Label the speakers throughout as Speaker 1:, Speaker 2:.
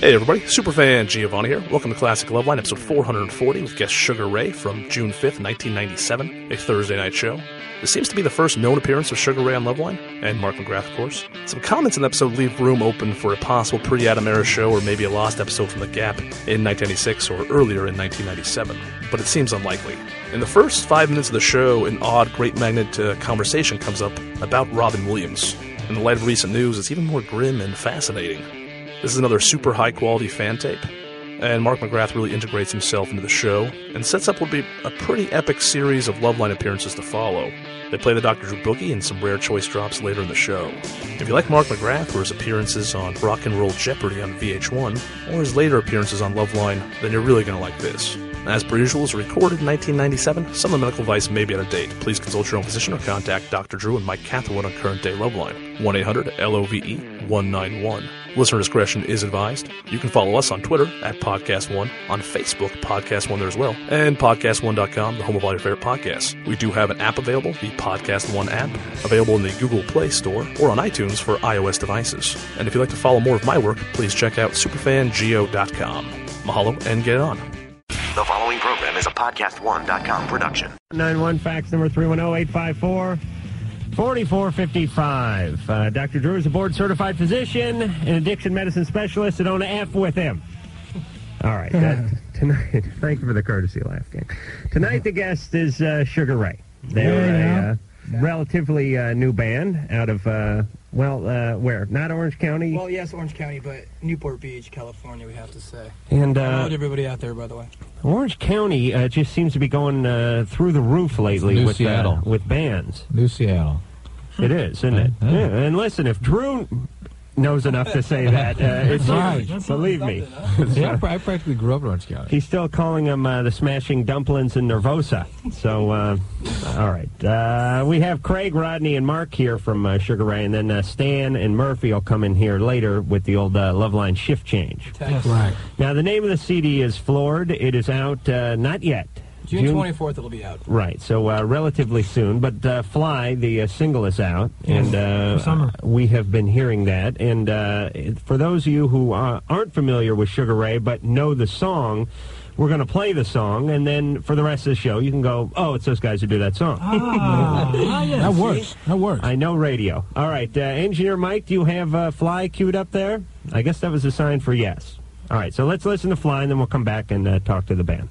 Speaker 1: Hey everybody, Superfan Giovanni here. Welcome to Classic Loveline, episode 440 with guest Sugar Ray from June 5th, 1997, a Thursday night show. This seems to be the first known appearance of Sugar Ray on Loveline, and Mark McGrath, of course. Some comments in the episode leave room open for a possible pre Adam era show or maybe a lost episode from The Gap in 1996 or earlier in 1997, but it seems unlikely. In the first five minutes of the show, an odd Great Magnet uh, conversation comes up about Robin Williams. In the light of recent news, it's even more grim and fascinating. This is another super high quality fan tape, and Mark McGrath really integrates himself into the show and sets up what will be a pretty epic series of Loveline appearances to follow. They play the Dr. Drew Boogie and some rare choice drops later in the show. If you like Mark McGrath or his appearances on Rock and Roll Jeopardy on VH1, or his later appearances on Loveline, then you're really going to like this. As per usual, is recorded in 1997. Some of the medical advice may be out of date. Please consult your own physician or contact Dr. Drew and Mike Catherwood on current day Loveline. 1 800 LOVE 191. Listener discretion is advised. You can follow us on Twitter at Podcast One, on Facebook, Podcast One there as well, and PodcastOne.com, the home of all your favorite podcasts. We do have an app available, the Podcast One app, available in the Google Play Store or on iTunes for iOS devices. And if you'd like to follow more of my work, please check out SuperfanGeo.com. Mahalo and get on.
Speaker 2: The following program is a podcast1.com production.
Speaker 3: 91 fax number oh, 310-854-4455. Uh, Dr. Drew is a board certified physician and addiction medicine specialist and own an F with him. All right. that- tonight, thank you for the courtesy laugh, gang. Tonight the guest is uh, Sugar Ray. They're
Speaker 4: Yeah,
Speaker 3: a uh, relatively uh, new band out of, uh, well, uh, where? Not Orange County?
Speaker 4: Well, yes, Orange County, but Newport Beach, California, we have to say.
Speaker 3: And, uh,
Speaker 4: Hello to everybody out there, by the way.
Speaker 3: Orange County uh, just seems to be going uh, through the roof lately
Speaker 5: new
Speaker 3: with, uh,
Speaker 5: Seattle.
Speaker 3: with bands.
Speaker 5: New Seattle.
Speaker 3: It is, isn't it?
Speaker 5: Yeah.
Speaker 3: Yeah. And listen, if Drew knows enough to say that, uh, it's
Speaker 5: Right.
Speaker 3: huge. Believe me.
Speaker 5: yeah, I pra- I practically grew up in Orange County.
Speaker 3: He's still calling them uh, the Smashing Dumplings and Nervosa. So, uh, all right. Uh, we have Craig, Rodney, and Mark here from uh, Sugar Ray, and then uh, Stan and Murphy will come in here later with the old uh, Loveline shift change.
Speaker 4: Text.
Speaker 5: Right.
Speaker 3: Now, the name of the CD is Floored. It is out, uh, not yet.
Speaker 4: June 24th, it'll be out.
Speaker 3: Right, so uh, relatively soon. But uh, Fly, the uh, single, is out, and uh, we have been hearing that. And uh, it- for those of you who uh, aren't familiar with Sugar Ray but know the song, we're going to play the song, and then for the rest of the show, you can go, "Oh, it's those guys who do that song." ah,
Speaker 5: that works. That works.
Speaker 3: I know radio. All right, uh, engineer Mike, do you have uh, Fly queued up there? I guess that was a sign for yes. All right, so let's listen to Fly, and then we'll come back and uh, talk to the band.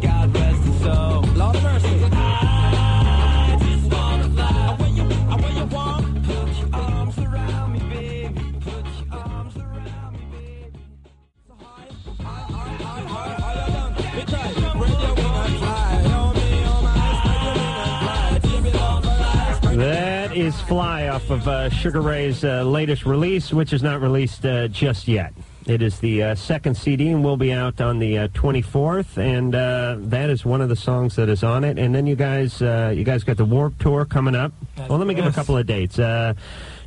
Speaker 6: God rest his soul. Lord of mercy. I just wanna fly. Where you, where you want? Put your arms around me, baby. Put your arms around me, baby.
Speaker 3: That is Fly off of uh, Sugar Ray's uh, latest release, which is not released uh, just yet. It is the uh, second CD and will be out on the uh, 24th, and uh, that is one of the songs that is on it. And then you guys, uh, you guys got the Warp Tour coming up. well, let me give a
Speaker 4: Yes.
Speaker 3: couple of dates. Uh,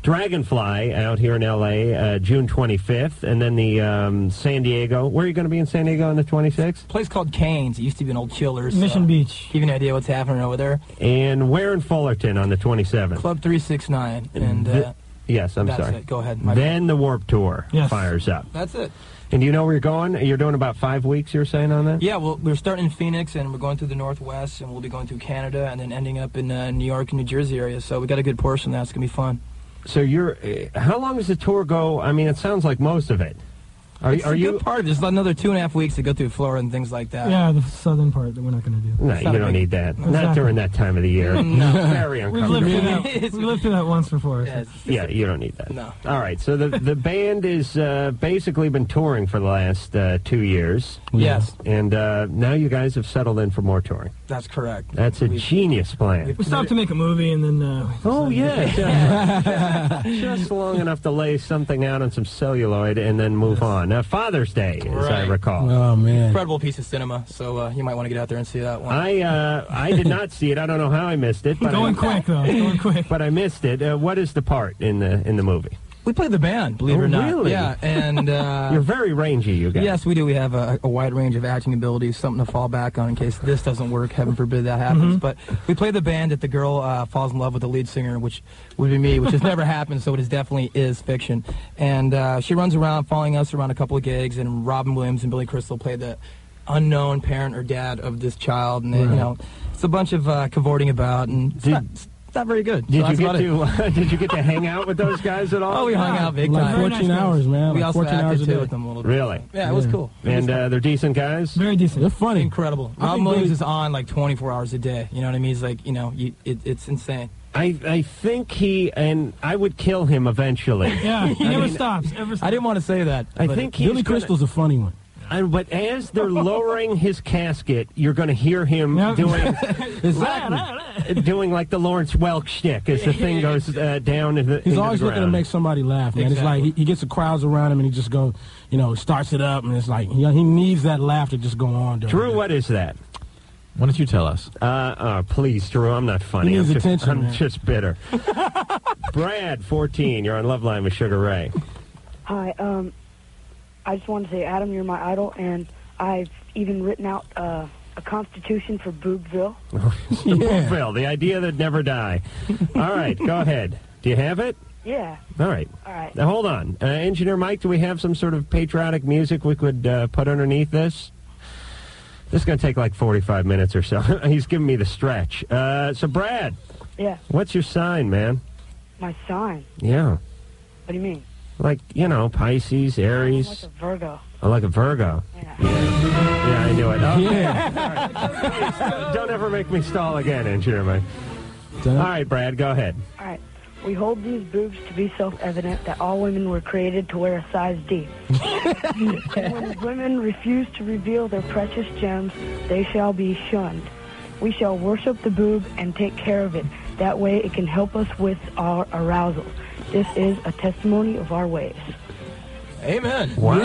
Speaker 3: Dragonfly out here in L.A. Uh, June 25th, and then the um, San Diego. Where are you going to be in San Diego on the 26th?
Speaker 4: place called Canes. It used to be an old chiller's.
Speaker 7: Mission
Speaker 4: so
Speaker 7: Beach.
Speaker 4: Give you an idea what's happening over there.
Speaker 3: And where in Fullerton on the 27th?
Speaker 4: Club 369. And
Speaker 3: Th-
Speaker 4: uh,
Speaker 3: yes, I'm
Speaker 4: that's
Speaker 3: sorry.
Speaker 4: it. Go ahead. My bad.
Speaker 3: Then the Warp Tour
Speaker 7: Yes.
Speaker 3: fires up.
Speaker 4: That's it.
Speaker 3: And do you know where you're going? You're doing about five weeks, you're saying on that?
Speaker 4: Yeah, well, we're starting in Phoenix, and we're going through the Northwest, and we'll be going through Canada, and then ending up in uh, New York and New Jersey area. So we got a good portion. That's gonna be fun.
Speaker 3: eh, So you're. uh, How long does the tour go? I mean, it sounds like most of it. Are,
Speaker 4: It's
Speaker 3: are
Speaker 4: a
Speaker 3: you?
Speaker 4: good part of it. There's about another two and a half weeks to go through Florida and things like that.
Speaker 7: Yeah, the southern part that we're not going to do.
Speaker 3: No, you don't need that. Not
Speaker 7: Exactly.
Speaker 3: during that time of the year. Very
Speaker 7: We've lived
Speaker 3: uncomfortable.
Speaker 7: through that. We've lived through that once before. so-
Speaker 3: Yeah, you don't need that.
Speaker 4: No.
Speaker 3: All right. So the the band is uh, basically been touring for the last uh, two years,
Speaker 4: Yes,
Speaker 3: and uh, now you guys have settled in for more touring.
Speaker 4: that's correct.
Speaker 3: That's a
Speaker 4: We've-
Speaker 3: genius plan.
Speaker 7: We stopped to make a movie, and then uh, we
Speaker 3: Oh
Speaker 7: decided-
Speaker 3: yeah, just, just long enough to lay something out on some celluloid and then move on. Now Father's Day, as I
Speaker 4: Right.
Speaker 3: recall.
Speaker 5: Oh man.
Speaker 4: Incredible piece of cinema, so uh, you might want to get out there and see that one.
Speaker 3: I uh, I did not see it. I don't know how I missed it, but
Speaker 7: Going
Speaker 3: I,
Speaker 7: quick though, going quick.
Speaker 3: but I missed it. Uh, what is the part in the in the movie?
Speaker 4: we play the band, believe it
Speaker 3: Oh,
Speaker 4: or not.
Speaker 3: really?
Speaker 4: Yeah, and uh,
Speaker 3: You're very rangy, you guys.
Speaker 4: Yes, we do. We have a, a wide range of acting abilities, something to fall back on in case this doesn't work. Heaven forbid that
Speaker 3: Mm-hmm.
Speaker 4: happens. But we play the band that the girl uh, falls in love with the lead singer, which would be me, which has never happened, so it is definitely is fiction. And uh, she runs around following us around a couple of gigs, and Robin Williams and Billy Crystal play the unknown parent or dad of this child, and then, you know, it's a bunch of uh, cavorting about, and it's
Speaker 3: Did-
Speaker 4: not, it's not very good.
Speaker 3: Did
Speaker 4: So
Speaker 3: you
Speaker 4: that's
Speaker 3: get
Speaker 4: about it.
Speaker 3: to Did you get to hang out with those guys at all?
Speaker 4: Oh, we hung out big
Speaker 5: Like
Speaker 4: time.
Speaker 7: Very
Speaker 5: 14
Speaker 7: nice
Speaker 5: hours, man.
Speaker 4: we
Speaker 5: Like
Speaker 4: also
Speaker 5: 14
Speaker 4: acted
Speaker 5: hours a
Speaker 4: too
Speaker 5: day.
Speaker 4: with them a little bit.
Speaker 3: Really?
Speaker 4: Yeah, it was cool.
Speaker 3: And uh, they're decent guys.
Speaker 7: Very
Speaker 5: They're
Speaker 7: decent.
Speaker 5: funny.
Speaker 4: Incredible.
Speaker 5: I
Speaker 4: Rob
Speaker 5: think
Speaker 4: Williams
Speaker 5: Billy-
Speaker 4: is on like 24 hours a day. You know what I mean? He's like, you know, you, it, it's insane.
Speaker 3: I I think he and I would kill him eventually.
Speaker 7: Yeah, he never stops. Ever.
Speaker 4: I didn't want to say that.
Speaker 3: I
Speaker 4: but
Speaker 3: think he's
Speaker 5: Billy
Speaker 3: gonna-
Speaker 5: Crystal's a funny one.
Speaker 3: And, but as they're lowering his casket, you're going to hear him
Speaker 7: Yep.
Speaker 3: doing doing like the Lawrence Welk shtick as the thing goes uh, down. In the,
Speaker 5: He's
Speaker 3: into
Speaker 5: always
Speaker 3: the
Speaker 5: looking to
Speaker 3: ground.
Speaker 5: make somebody laugh, man. It's
Speaker 4: Exactly.
Speaker 5: like he, he gets the crowds around him and he just goes, you know, starts it up, and it's like he, he needs that laugh to just go on. during
Speaker 3: Drew,
Speaker 5: it.
Speaker 3: what is that?
Speaker 8: Why don't you tell us?
Speaker 3: Uh, uh, please, Drew, I'm not funny.
Speaker 5: He needs
Speaker 3: I'm, just,
Speaker 5: attention,
Speaker 3: I'm
Speaker 5: man.
Speaker 3: just bitter. Brad, 14, you're on Love Line with Sugar Ray.
Speaker 9: Hi, um, I just want to say, Adam, you're my idol, and I've even written out uh, a constitution for Boobville.
Speaker 5: Yeah.
Speaker 3: Phil, the idea that never die. All right, go ahead. Do you have it?
Speaker 9: Yeah.
Speaker 3: All right.
Speaker 9: All right.
Speaker 3: Now, hold on. Uh, Engineer Mike, do we have some sort of patriotic music we could uh, put underneath this? This is going to take like 45 minutes or so. He's giving me the stretch. Uh, so, Brad,
Speaker 9: Yeah.
Speaker 3: what's your sign, man?
Speaker 9: My sign.
Speaker 3: Yeah.
Speaker 9: What do you mean?
Speaker 3: Like, you know, Pisces,
Speaker 9: I'm
Speaker 3: Aries,
Speaker 9: like a Virgo.
Speaker 3: uh, like a Virgo.
Speaker 9: Yeah.
Speaker 3: Yeah, I knew it. Oh,
Speaker 5: Yeah.
Speaker 3: Don't ever make me stall again, Engineer Mike. All right, Brad, go ahead.
Speaker 9: All right. We hold these boobs to be self-evident that all women were created to wear a size D. and when women refuse to reveal their precious gems, they shall be shunned. We shall worship the boob and take care of it. That way it can help us with our arousal. This is a testimony of our ways.
Speaker 4: Amen.
Speaker 3: Wow.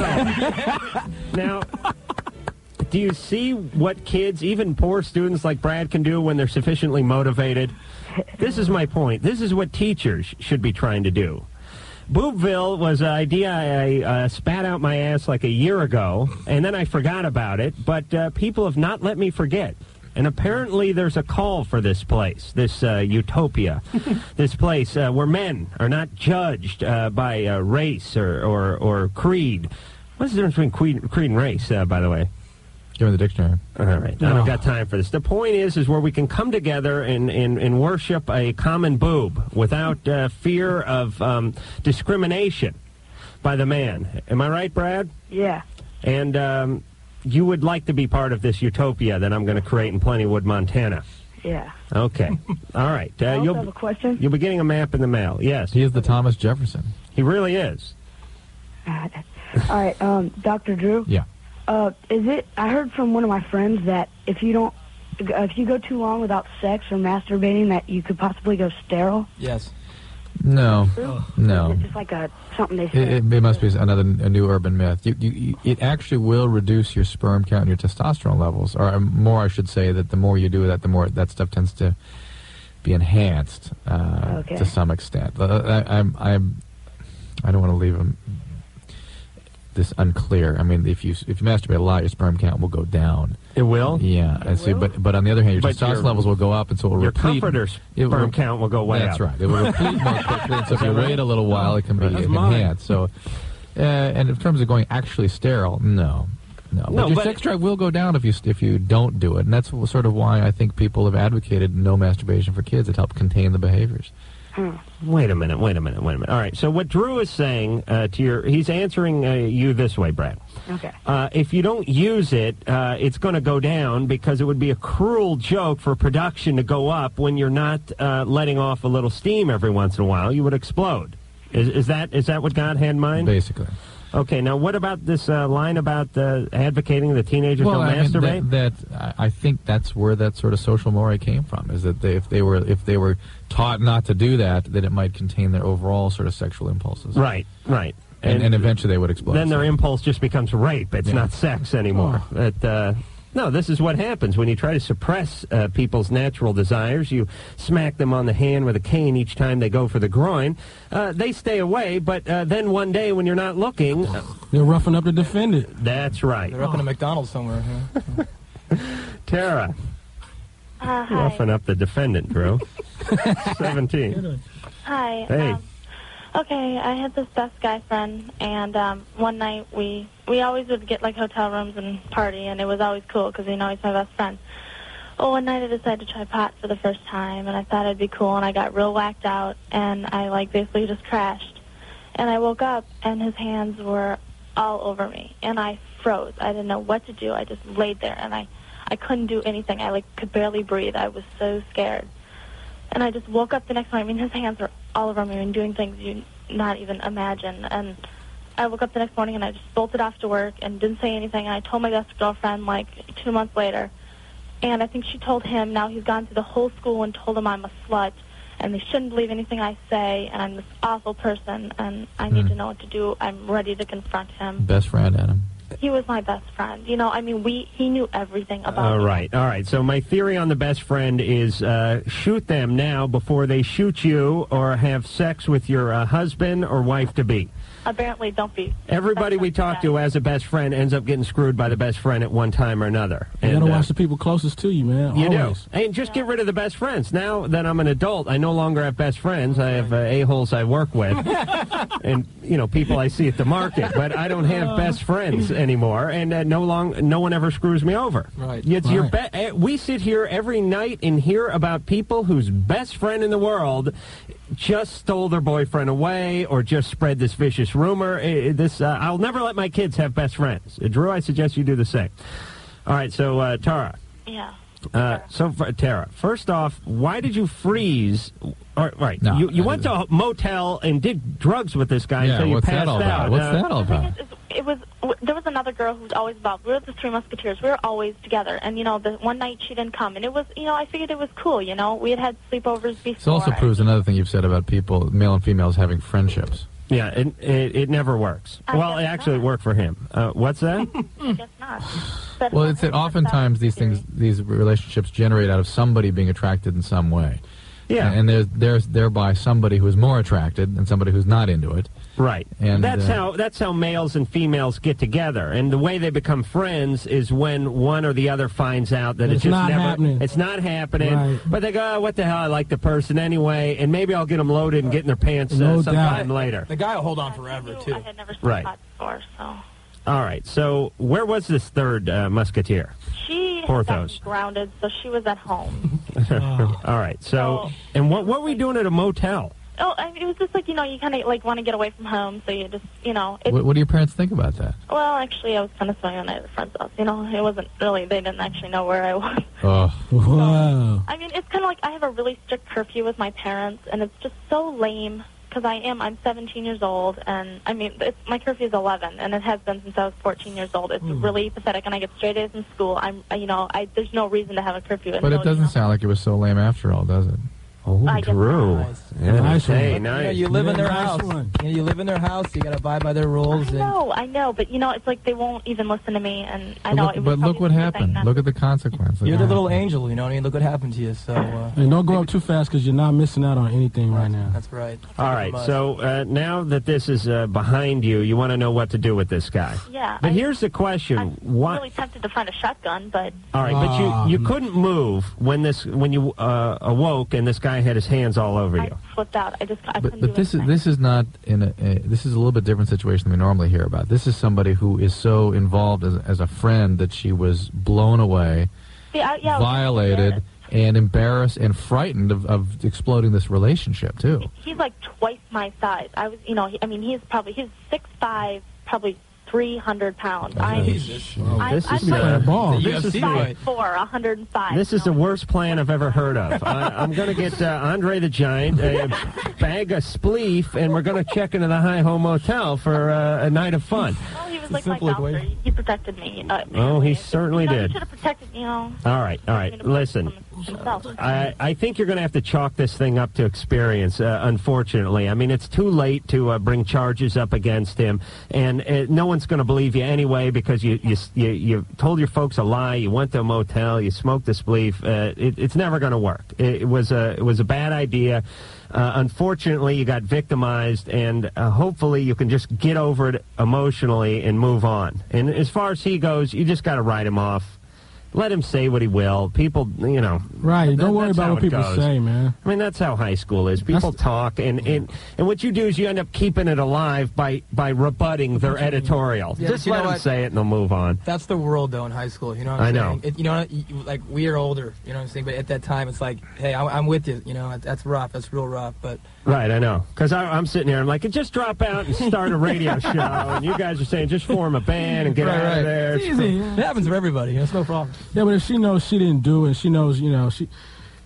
Speaker 3: now, do you see what kids, even poor students like Brad, can do when they're sufficiently motivated? This is my point. This is what teachers should be trying to do. Boobville was an idea I uh, spat out my ass like a year ago, and then I forgot about it, but uh, people have not let me forget. And apparently, there's a call for this place, this uh, utopia, this place uh, where men are not judged uh, by uh, race or, or, or creed. What's the difference between creed, creed and race, uh, by the way?
Speaker 8: Give me the dictionary.
Speaker 3: All right, I don't got time for this. The point is, is where we can come together and, and, and worship a common boob without uh, fear of um, discrimination by the man. Am I right, Brad?
Speaker 9: Yeah.
Speaker 3: And um, you would like to be part of this utopia that I'm going to create in Plentywood, Montana.
Speaker 9: Yeah.
Speaker 3: Okay. All right.
Speaker 9: I
Speaker 3: Uh,
Speaker 9: also have a
Speaker 3: you'll
Speaker 9: question.
Speaker 3: you'll be getting a map in the mail. Yes,
Speaker 8: He is the Thomas Jefferson.
Speaker 3: he really is.
Speaker 9: All right, um, Dr. Drew.
Speaker 8: Yeah.
Speaker 9: Uh, is it? I heard from one of my friends that if you don't, uh, if you go too long without sex or masturbating, that you could possibly go sterile.
Speaker 4: Yes.
Speaker 8: No. No.
Speaker 9: It's just like a something they say.
Speaker 8: It, it, it must be another a new urban myth. You, you, you, it actually will reduce your sperm count and your testosterone levels, or um, more, I should say, that the more you do that, the more that stuff tends to be enhanced uh,
Speaker 9: Okay.
Speaker 8: to some extent. Uh, I, I'm, I'm, I don't want to leave him this unclear. I mean, if you if you masturbate a lot, your sperm count will go down.
Speaker 3: It will.
Speaker 8: Yeah, and see, but but on the other hand, your
Speaker 3: But
Speaker 8: testosterone
Speaker 3: your-
Speaker 8: levels will go up, and so it will
Speaker 3: Your
Speaker 8: replete.
Speaker 3: comforter's
Speaker 8: it will-
Speaker 3: sperm count will go way
Speaker 8: that's
Speaker 3: up.
Speaker 8: right. It will replete more quickly. and So if you wait a little while, it can be
Speaker 5: That's mine.
Speaker 8: enhanced. So, uh, and in terms of going actually sterile, no. No, but
Speaker 3: No,
Speaker 8: your
Speaker 3: but-
Speaker 8: sex drive will go down if you if you don't do it, and that's sort of why I think people have advocated no masturbation for kids. It helps contain the behaviors.
Speaker 3: Hmm. Wait a minute, wait a minute, wait a minute. All right, so what Drew is saying uh, to your, he's answering uh, you this way, Brad.
Speaker 9: Okay.
Speaker 3: Uh, if you don't use it, uh, it's going to go down because it would be a cruel joke for production to go up when you're not uh, letting off a little steam every once in a while. You would explode. Is, is that is that what God had in mind?
Speaker 8: Basically,
Speaker 3: Okay, now what about this uh, line about uh, advocating the teenagers don't
Speaker 8: I mean,
Speaker 3: masturbate?
Speaker 8: that, that I I think that's where that sort of social mores came from. Is that they, if they were if they were taught not to do that, that it might contain their overall sort of sexual impulses.
Speaker 3: right, right.
Speaker 8: and, and, eventually they would explode.
Speaker 3: then their
Speaker 8: So-
Speaker 3: impulse just becomes rape. It's
Speaker 8: Yeah.
Speaker 3: not sex anymore.
Speaker 5: Oh.
Speaker 3: It, uh, no, this is what happens when you try to suppress uh, people's natural desires. You smack them on the hand with a cane each time they go for the groin. Uh, they stay away, but uh, then one day when you're not looking, uh,
Speaker 5: They're roughing up the defendant.
Speaker 3: that's right.
Speaker 4: They're up in a McDonald's somewhere. yeah.
Speaker 3: Tara,
Speaker 10: Uh, hi.
Speaker 3: roughing up the defendant, Drew. 17.
Speaker 10: Hi.
Speaker 3: Hey.
Speaker 10: Um, okay, I had this best guy friend, and um, one night we we always would get like hotel rooms and party, and it was always cool because you know he's my best friend. Well, one night I decided to try pot for the first time, and I thought it'd be cool, and I got real whacked out, and I like basically just crashed. And I woke up, and his hands were all over me, and I froze. I didn't know what to do. I just laid there, and I I couldn't do anything. I like could barely breathe. I was so scared. And I just woke up the next morning. I mean, his hands were all over me and doing things you not even imagine. And I woke up the next morning and I just bolted off to work and didn't say anything. And I told my best girlfriend like two months later. And I think she told him. Now he's gone through the whole school and told him I'm a slut and they shouldn't believe anything I say and I'm this awful person and I need to know what to do. I'm ready to confront him.
Speaker 8: best friend Adam.
Speaker 10: He was my best friend. You know, I mean, we he knew everything about
Speaker 3: All
Speaker 10: me.
Speaker 3: right, all right. So my theory on the best friend is uh, shoot them now before they shoot you or have sex with your uh, husband or wife to be.
Speaker 10: Apparently, don't be.
Speaker 3: Everybody we talk to as a best friend ends up getting screwed by the best friend at one time or another.
Speaker 5: You gotta
Speaker 3: uh,
Speaker 5: watch the people closest to you, man.
Speaker 3: you do.
Speaker 5: Always.
Speaker 3: And just get rid of the best friends. Now that I'm an adult, I no longer have best friends. I have uh, a-holes I work with and, you know, people I see at the market. But I don't
Speaker 5: Uh.
Speaker 3: have best friends anymore, and uh, no long, no one ever screws me over.
Speaker 4: Right.
Speaker 3: It's your
Speaker 8: Right.
Speaker 3: be- eh, we sit here every night and hear about people whose best friend in the world just stole their boyfriend away or just spread this vicious rumor. Eh, eh, This uh, I'll never let my kids have best friends. Uh, Drew, I suggest you do the same. All right, so uh, Tara.
Speaker 10: Yeah.
Speaker 3: Uh, so, for, Tara, first off, why did you freeze? All right,
Speaker 8: No,
Speaker 3: you, you
Speaker 8: I
Speaker 3: went to a motel and did drugs with this guy
Speaker 8: yeah,
Speaker 3: until you
Speaker 8: what's
Speaker 3: passed
Speaker 8: that all
Speaker 3: out.
Speaker 8: about? What's
Speaker 3: Uh,
Speaker 8: that all about?
Speaker 10: It it was w- there was another girl who was always involved. We were the three musketeers. We were always together. And you know, the one night she didn't come, and it was you know I figured it was cool. You know, we had had sleepovers before.
Speaker 8: This also proves another thing you've said about people, male and females, having friendships.
Speaker 3: Yeah, it, it, it never works.
Speaker 10: I
Speaker 3: well, it
Speaker 10: guess
Speaker 3: actually
Speaker 10: not.
Speaker 3: worked for him. Uh, what's that?
Speaker 10: I guess not. But
Speaker 8: Well, it's that oftentimes these things, these relationships, generate out of somebody being attracted in some way.
Speaker 3: Yeah.
Speaker 8: and there's there's thereby somebody who is more attracted and somebody who's not into it.
Speaker 3: Right.
Speaker 8: And,
Speaker 3: that's
Speaker 8: uh,
Speaker 3: how that's how males and females get together. And the way they become friends is when one or the other finds out that
Speaker 5: It's
Speaker 3: it's just
Speaker 5: not
Speaker 3: never
Speaker 5: happening.
Speaker 3: it's not happening.
Speaker 5: Right.
Speaker 3: But they go, oh, what the hell? I like the person anyway, and maybe I'll get them loaded and get in their pants uh,
Speaker 5: No
Speaker 3: sometime
Speaker 5: doubt.
Speaker 3: later.
Speaker 4: The guy will hold on
Speaker 10: I
Speaker 4: forever
Speaker 10: knew I
Speaker 4: too.
Speaker 10: had never seen
Speaker 3: Right.
Speaker 10: pot before, so
Speaker 3: All right. So where was this third uh, musketeer?
Speaker 10: she
Speaker 3: Poor
Speaker 10: had gotten
Speaker 3: those.
Speaker 10: grounded, so she was at home.
Speaker 3: All right. So
Speaker 10: Oh.
Speaker 3: and what what were you doing at a motel?
Speaker 10: oh, I mean, it was just like you know you kind of like want to get away from home, so you just you know it's
Speaker 8: What, what do your parents think about that?
Speaker 10: well actually I was kind of swinging at a friend's house. You know, it wasn't really they didn't actually know where I was.
Speaker 8: Oh,
Speaker 5: Wow.
Speaker 10: I mean, it's kind of like I have a really strict curfew with my parents, and it's just so lame because I am. I'm 17 years old, and I mean, it's, my curfew is 11, and it has been since I was 14 years old. It's
Speaker 8: Hmm.
Speaker 10: really pathetic, and I get straight A's in school. I'm, I- you know, I there's no reason to have a curfew. and
Speaker 8: but
Speaker 10: no,
Speaker 8: it
Speaker 10: you know.
Speaker 8: doesn't sound like it was so lame after all, does it?
Speaker 3: Oh,
Speaker 10: I guess
Speaker 3: Drew.
Speaker 4: Nice.
Speaker 3: Yeah.
Speaker 5: Nice one.
Speaker 3: hey,
Speaker 5: But,
Speaker 4: You, know,
Speaker 3: nice.
Speaker 4: you live in their
Speaker 5: Nice
Speaker 4: house.
Speaker 5: one.
Speaker 4: You, know, you live in their house. You got to abide by their rules.
Speaker 10: I
Speaker 4: and-
Speaker 10: know, I know, but you know, it's like they won't even listen to me, and I
Speaker 8: But
Speaker 10: know.
Speaker 8: look,
Speaker 10: it was
Speaker 8: but look
Speaker 10: probably
Speaker 8: what
Speaker 10: the best
Speaker 8: happened.
Speaker 10: thing
Speaker 8: Look at the consequence.
Speaker 4: You're the little angel. You know what I mean? Look what happened to you. So uh,
Speaker 5: And don't go up too fast because you're not missing out on anything right now.
Speaker 4: that's right.
Speaker 3: All right.
Speaker 4: Must.
Speaker 3: So uh, now that this is uh, behind you, you want to know what to do with this guy.
Speaker 10: Yeah,
Speaker 3: But
Speaker 10: I-
Speaker 3: here's the question:
Speaker 10: I'm
Speaker 3: Why?
Speaker 10: really tempted to find a shotgun, but
Speaker 3: All right, but
Speaker 5: Ah,
Speaker 3: you you couldn't move when this when you uh, awoke and this guy guy had his hands all over you.
Speaker 10: flipped out. I just I
Speaker 8: But,
Speaker 10: couldn't
Speaker 8: but
Speaker 10: do
Speaker 8: this is this is not in a, a this is a little bit different situation than we normally hear about. This is somebody who is so involved as, as a friend that she was blown away,
Speaker 10: See, I, yeah, I was
Speaker 8: violated,
Speaker 10: embarrassed.
Speaker 8: and embarrassed and frightened of, of exploding this relationship too.
Speaker 10: He's like twice my size. I was, you know, he, I mean, he's probably he's six five, probably three hundred pounds.
Speaker 3: Oh,
Speaker 10: I, I,
Speaker 3: This
Speaker 10: I'm
Speaker 3: is
Speaker 10: like
Speaker 3: uh,
Speaker 10: This is
Speaker 3: fight.
Speaker 10: five four, hundred and five.
Speaker 3: This is the worst plan I've ever heard of. I, I'm going to get uh, Andre the Giant a bag of spleef, and we're going to check into the High Home Motel for uh, a night of fun.
Speaker 10: Well, he was like my doctor. He, he protected me. Uh,
Speaker 3: Oh, he certainly
Speaker 10: you know,
Speaker 3: did.
Speaker 10: He should have protected, you know,
Speaker 3: All right, all right. Listen,
Speaker 10: himself.
Speaker 3: I, I think you're going to have to chalk this thing up to experience, uh, unfortunately. I mean, it's too late to uh, bring charges up against him, and uh, no one's going to believe you anyway because you, you, you, you told your folks a lie, you went to a motel, you smoked this belief. Uh, it, it's never going to work. It, it, was a, it was a bad idea. Uh, unfortunately, you got victimized, and uh, hopefully, you can just get over it emotionally and move on. And as far as he goes, you just got to write him off. Let him say what he will. People, you know.
Speaker 5: Right.
Speaker 3: that-
Speaker 5: Don't worry
Speaker 3: that's
Speaker 5: about
Speaker 3: how
Speaker 5: what
Speaker 3: it
Speaker 5: people
Speaker 3: goes.
Speaker 5: say, man.
Speaker 3: I mean, that's how high school is. People talk, and, and, and what you do is you end up keeping it alive by, by rebutting their editorial.
Speaker 4: Yeah,
Speaker 3: just
Speaker 4: but you
Speaker 3: let
Speaker 4: know
Speaker 3: them
Speaker 4: what?
Speaker 3: say it, and they'll move on.
Speaker 4: That's the world, though, in high school. You know what
Speaker 3: I
Speaker 4: I'm
Speaker 3: know.
Speaker 4: saying? It, you know, you- like, we are older. You know what I'm saying? But at that time, it's like, hey, I, I'm with you. You know, that- that's rough. That's real rough. But
Speaker 3: Right, I know. Because I'm sitting here, I'm like, just drop out and start a radio show. And you guys are saying, just form a band and get
Speaker 4: Right,
Speaker 3: out
Speaker 4: right.
Speaker 3: of there.
Speaker 4: It's easy, yeah. It happens for everybody. It's no problem.
Speaker 5: Yeah, but if she knows she didn't do it, she knows, you know, she.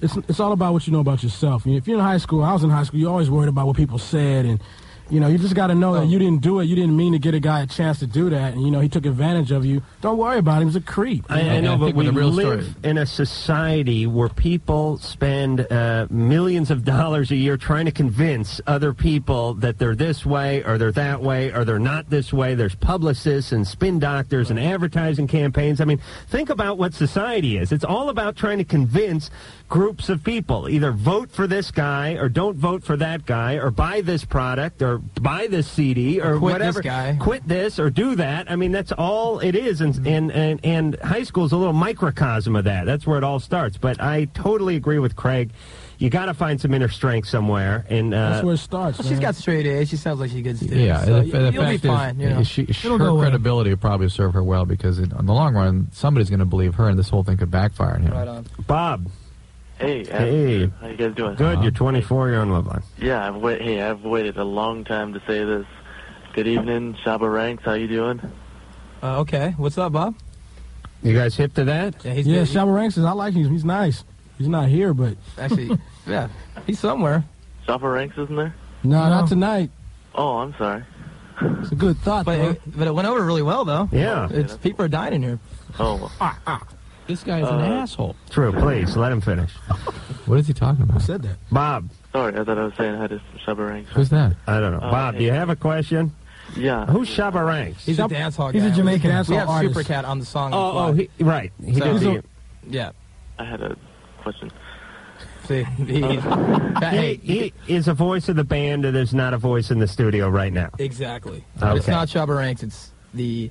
Speaker 5: It's, it's all about what you know about yourself. If you're in high school, I was in high school, you're always worried about what people said. And, you know, you just got to know that you didn't do it. You didn't mean to get a guy a chance to do that. And, you know, he took advantage of you. Don't worry about him. He's a creep.
Speaker 3: I, I know, but we live in a society where people spend uh, millions of dollars a year trying to convince other people that they're this way or they're that way or they're not this way. There's publicists and spin doctors and advertising campaigns. I mean, think about what society is. It's all about trying to convince groups of people either vote for this guy or don't vote for that guy or buy this product or buy this CD or,
Speaker 4: Or quit this
Speaker 3: whatever
Speaker 4: guy.
Speaker 3: quit this or do that. I mean, that's all it is, and and and, and high school is a little microcosm of that. That's where it all starts. But I totally agree with Craig. You got to find some inner strength somewhere, and uh,
Speaker 5: That's where it starts.
Speaker 4: Well, she's got straight A's. She sounds like she gets student.
Speaker 8: Yeah,
Speaker 4: so
Speaker 8: the,
Speaker 4: you-
Speaker 8: the
Speaker 4: you'll be
Speaker 8: fact
Speaker 4: fine.
Speaker 8: is,
Speaker 4: you know,
Speaker 8: is she, her credibility would probably serve her well because in, in the long run, somebody's going to believe her, and this whole thing could backfire on him.
Speaker 4: Right on.
Speaker 3: Bob.
Speaker 11: Hey, Adam.
Speaker 3: Hey,
Speaker 11: how you guys
Speaker 8: Uh-huh.
Speaker 11: doing?
Speaker 3: Good. You're 24. You're on love line.
Speaker 11: Yeah, I've wait. Hey, I've waited a long time to say this. Good evening, Shaba Ranks. How you doing?
Speaker 4: Uh, okay, what's up, Bob?
Speaker 3: You guys hip to that?
Speaker 4: Yeah, he's
Speaker 5: Yeah,
Speaker 4: good.
Speaker 5: Shabba Ranks is, I like him. He's nice. He's not here, but.
Speaker 4: actually, yeah, he's somewhere.
Speaker 11: Shaba Ranks isn't there?
Speaker 5: No, not tonight.
Speaker 11: Oh, I'm sorry.
Speaker 5: It's a good thought,
Speaker 4: But
Speaker 5: though.
Speaker 4: it, but it went over really well, though.
Speaker 3: Yeah.
Speaker 4: it's people are dying in here.
Speaker 11: Oh, well. Uh,
Speaker 8: This guy's an asshole.
Speaker 3: True. Please let him finish.
Speaker 8: What is he talking about?
Speaker 5: said that.
Speaker 3: Bob.
Speaker 11: sorry. I thought I was saying hi to Shaba Ranks.
Speaker 8: Who's that?
Speaker 3: I don't know.
Speaker 11: Uh,
Speaker 3: Bob, do you have a question?
Speaker 11: Yeah.
Speaker 3: Who's Shabba Ranks?
Speaker 4: He's
Speaker 5: Shab-
Speaker 4: a dance hall
Speaker 5: he's a
Speaker 4: guy.
Speaker 5: Jamaican
Speaker 4: we,
Speaker 5: dance
Speaker 4: We
Speaker 5: hall
Speaker 4: have
Speaker 5: artist.
Speaker 4: Supercat on the song.
Speaker 3: Oh,
Speaker 4: on
Speaker 3: oh,
Speaker 4: the
Speaker 3: he, right. He
Speaker 4: So-
Speaker 3: did
Speaker 4: He's a-
Speaker 3: the,
Speaker 4: fly. yeah.
Speaker 11: I had a question. Uh,
Speaker 4: See, he,
Speaker 3: he,
Speaker 4: hey,
Speaker 3: he is a voice of the band, and there's not a voice in the studio right now.
Speaker 4: exactly. But It's
Speaker 3: Okay.
Speaker 4: not Chubba Ranks. It's the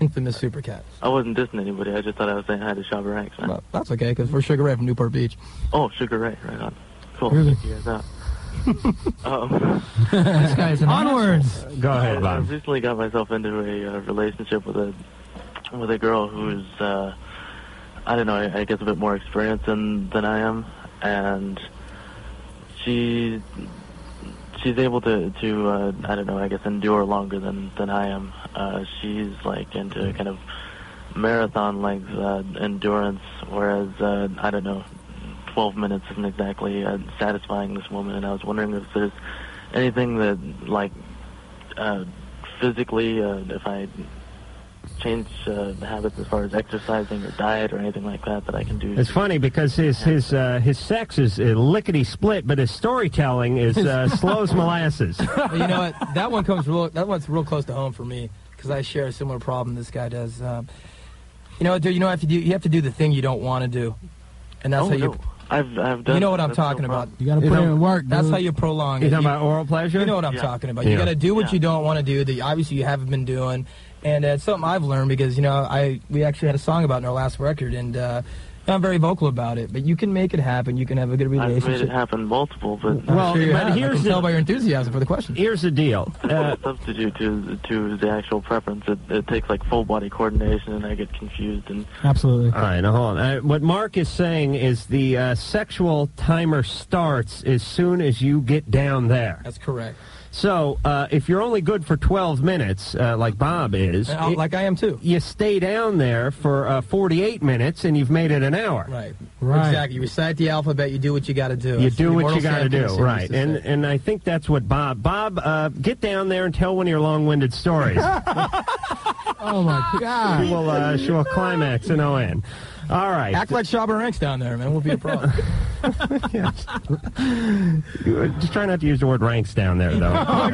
Speaker 4: infamous Supercat.
Speaker 11: I wasn't dissing anybody. I just thought I was saying hi to Shaba Ranks. Man.
Speaker 4: But that's okay because we're Sugar Ray from Newport Beach.
Speaker 11: Oh, Sugar Ray. Right on. Cool.
Speaker 8: Really?
Speaker 11: Check you guys out. um,
Speaker 8: This guy's an
Speaker 7: Onwards.
Speaker 3: Go
Speaker 11: I,
Speaker 3: ahead,
Speaker 11: I
Speaker 3: Bob.
Speaker 11: recently got myself into a uh, relationship with a with a girl who's uh, I don't know. I, I guess a bit more experienced than than I am, and she she's able to to uh, I don't know. I guess endure longer than than I am. Uh, she's like into kind of marathon length uh, endurance, whereas uh, I don't know. 12 minutes isn't exactly uh, satisfying this woman, and I was wondering if there's anything that, like, uh, physically, uh, if I change uh, habits as far as exercising or diet or anything like that, that I can do.
Speaker 3: It's funny because his his uh, his sex is uh, lickety split, but his storytelling is uh, slow as molasses.
Speaker 4: But you know what? That one comes real. That one's real close to home for me because I share a similar problem this guy does. Um, you know what, dude? You know what I have to do. You have to do the thing you don't want to do, and that's
Speaker 11: oh,
Speaker 4: how
Speaker 11: no.
Speaker 4: you.
Speaker 11: I've, I've done.
Speaker 4: You know what I'm
Speaker 11: that's no
Speaker 4: talking about.
Speaker 11: problem.
Speaker 5: You got to
Speaker 3: You
Speaker 5: put
Speaker 3: know,
Speaker 5: in work.
Speaker 4: That's
Speaker 5: dude.
Speaker 4: how you prolong
Speaker 3: You
Speaker 4: it.
Speaker 3: talking
Speaker 4: You-
Speaker 3: about oral pleasure?
Speaker 4: You know what I'm
Speaker 11: Yeah.
Speaker 4: talking about.
Speaker 3: Yeah.
Speaker 4: You got to do what
Speaker 11: Yeah.
Speaker 4: you don't want to do that you- obviously you haven't been doing. And uh, it's something I've learned because, you know, I we actually had a song about in our last record. And uh, I'm very vocal about it, but you can make it happen. You can have a good
Speaker 11: I've made
Speaker 4: relationship.
Speaker 11: it happen multiple, but
Speaker 4: Well, sure you have. I can tell
Speaker 11: the
Speaker 4: by your enthusiasm for the question.
Speaker 3: Here's the deal. Um,
Speaker 11: substitute to to the actual preference. It, it takes like full body coordination, and I get confused. And
Speaker 12: Absolutely.
Speaker 3: All right, now hold on. Uh, what Mark is saying is the uh, sexual timer starts as soon as you get down there.
Speaker 4: That's correct.
Speaker 3: So uh, if you're only good for 12 minutes, uh, like Bob is,
Speaker 4: And I'll- Uh, like I am too,
Speaker 3: you stay down there for uh, 48 minutes and you've made it an hour.
Speaker 4: Right.
Speaker 3: Right.
Speaker 4: Exactly. You recite the alphabet. You do what you got to do.
Speaker 3: You
Speaker 4: It's the
Speaker 3: do what
Speaker 4: immortal
Speaker 3: you got to
Speaker 4: saying
Speaker 3: do,
Speaker 4: Peter Simmons
Speaker 3: right?
Speaker 4: to
Speaker 3: And and I think that's what Bob. Bob, uh, get down there and tell one of your long-winded stories.
Speaker 5: Oh my God!
Speaker 3: she will uh, she will climax and O N. All right.
Speaker 4: Act like Shaba Ranks down there, man. We'll be a problem.
Speaker 3: You- uh, Just try not to use the word ranks down there, though.
Speaker 4: Oh,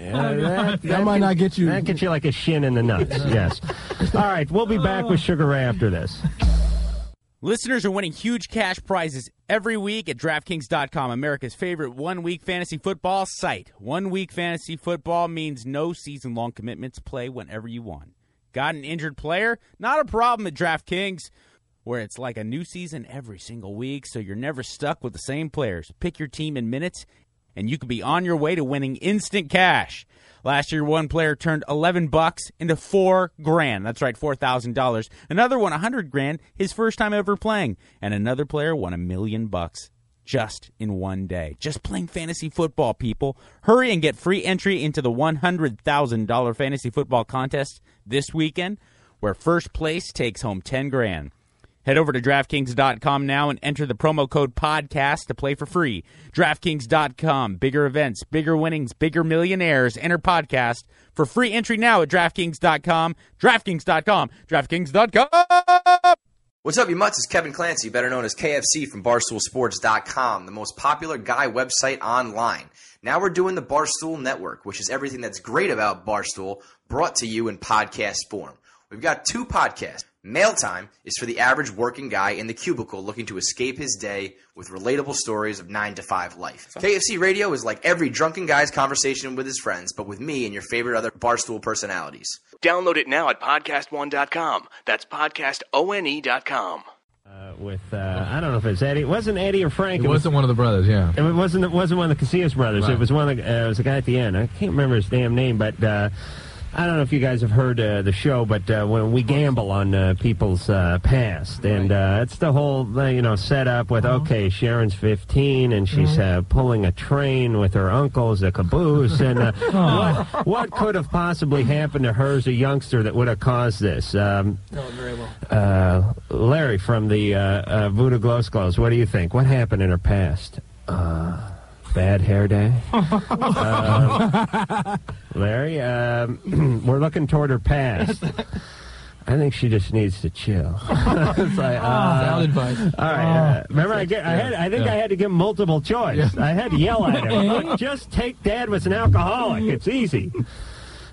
Speaker 3: Yeah, that, might not get you. That gets you like a shin in the nuts. yes. All right, we'll be back with Sugar Ray after this.
Speaker 13: Listeners are winning huge cash prizes every week at DraftKings.com, America's favorite one week fantasy football site. One week fantasy football means no season long commitments. Play whenever you want. Got an injured player? Not a problem at DraftKings, where it's like a new season every single week, so you're never stuck with the same players. Pick your team in minutes, and you could be on your way to winning instant cash. Last year, one player turned 11 bucks into four grand. That's right, $4,000. Another won 100 grand, his first time ever playing. And another player won a million bucks just in one day. Just playing fantasy football, people. Hurry and get free entry into the $100,000 fantasy football contest this weekend, where first place takes home 10 grand. Head over to DraftKings.com now and enter the promo code podcast to play for free. DraftKings.com. Bigger events, bigger winnings, bigger millionaires. Enter podcast for free entry now at DraftKings.com. DraftKings.com. DraftKings.com.
Speaker 14: What's up, you mutts? It's Kevin Clancy, better known as KFC from BarstoolSports.com, the most popular guy website online. Now we're doing the Barstool Network, which is everything that's great about Barstool brought to you in podcast form. We've got two podcasts. Mail Time is for the average working guy in the cubicle looking to escape his day with relatable stories of 9 to 5 life. KFC Radio is like every drunken guy's conversation with his friends, but with me and your favorite other Barstool personalities.
Speaker 6: Download it now at podcastone.com. That's podcastone.com.
Speaker 3: With uh, I don't know if it's Eddie. It wasn't Eddie or Frank.
Speaker 8: It wasn't one of the brothers, yeah.
Speaker 3: It wasn't. It wasn't one of the Casillas brothers. It
Speaker 8: Right.
Speaker 3: was one. Of the, uh, it was a guy at the end. I can't remember his damn name, but uh, I don't know if you guys have heard uh, the show. But uh, when we gamble on uh, people's uh, past, and uh, it's the whole uh, you know setup with
Speaker 8: Uh-huh.
Speaker 3: okay, Sharon's fifteen, and she's uh, pulling a train with her uncle as a caboose, and uh,
Speaker 8: Oh.
Speaker 3: what what could have possibly happened to her as a youngster that would have caused this? Um,
Speaker 4: Tell it very well.
Speaker 3: uh, Larry from the uh, uh, Voodoo Glows Glows, what do you think? What happened in her past? Uh, bad hair day? Um, Larry, um, we're looking toward her past. I think she just needs to chill. It's like, uh,
Speaker 4: Ah, Valid advice.
Speaker 3: All right. Uh, remember, I, get, I had. I think I had to give multiple choice. I had to yell at him. Look, just take Dad was an alcoholic. It's easy.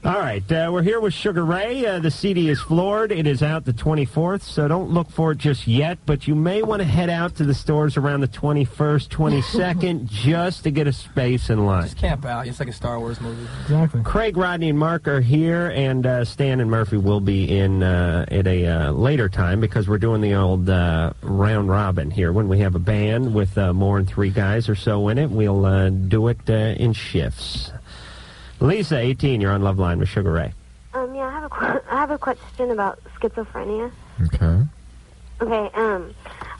Speaker 3: All right, uh, we're here with Sugar Ray. Uh, the CD is floored. It is out the 24th, so don't look for it just yet. But you may want to head out to the stores around the 21st, 22nd, just to get a space in line.
Speaker 4: Camp out. It's like a Star Wars movie.
Speaker 3: Exactly. Craig, Rodney, and Mark are here, and uh, Stan and Murphy will be in uh, at a uh, later time because we're doing the old uh, round robin here. When we have a band with uh, more than three guys or so in it, we'll uh, do it uh, in shifts. Lisa, 18, you're on Love Line with Sugar Ray.
Speaker 15: Um, yeah, I have a que- I have a question about schizophrenia.
Speaker 8: Okay.
Speaker 15: Okay, um,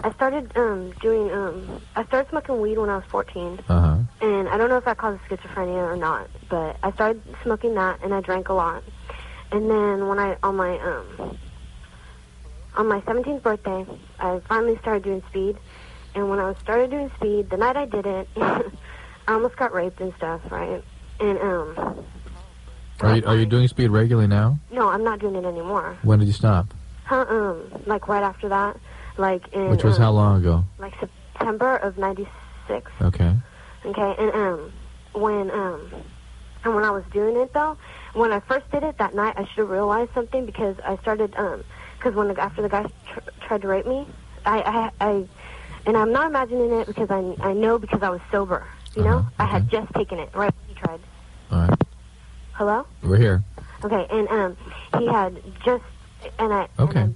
Speaker 15: I started um doing um I started smoking weed when I was 14,
Speaker 8: Uh huh.
Speaker 15: and I don't know if that causes schizophrenia or not, but I started smoking that and I drank a lot, and then when I on my um on my 17th birthday, I finally started doing speed, and when I started doing speed, the night I did it, I almost got raped and stuff, right? And um,
Speaker 8: Are you, are you doing speed regularly now?
Speaker 15: no, I'm not doing it anymore.
Speaker 8: When did you stop?
Speaker 15: Huh, um, like right after that, like in
Speaker 8: Which was
Speaker 15: um,
Speaker 8: how long ago?
Speaker 15: Like September of '96.
Speaker 8: Okay.
Speaker 15: Okay, and um, when um, and when I was doing it though, when I first did it that night, I should have realized something because I started um, because when the, after the guy tr- tried to rape me, I, I I and I'm not imagining it because I I know because I was sober. You know,
Speaker 8: Uh-huh,
Speaker 15: I had just taken it right when he tried.
Speaker 8: All right.
Speaker 15: Hello.
Speaker 8: We're here.
Speaker 15: Okay, and um, he had just and I
Speaker 8: Okay.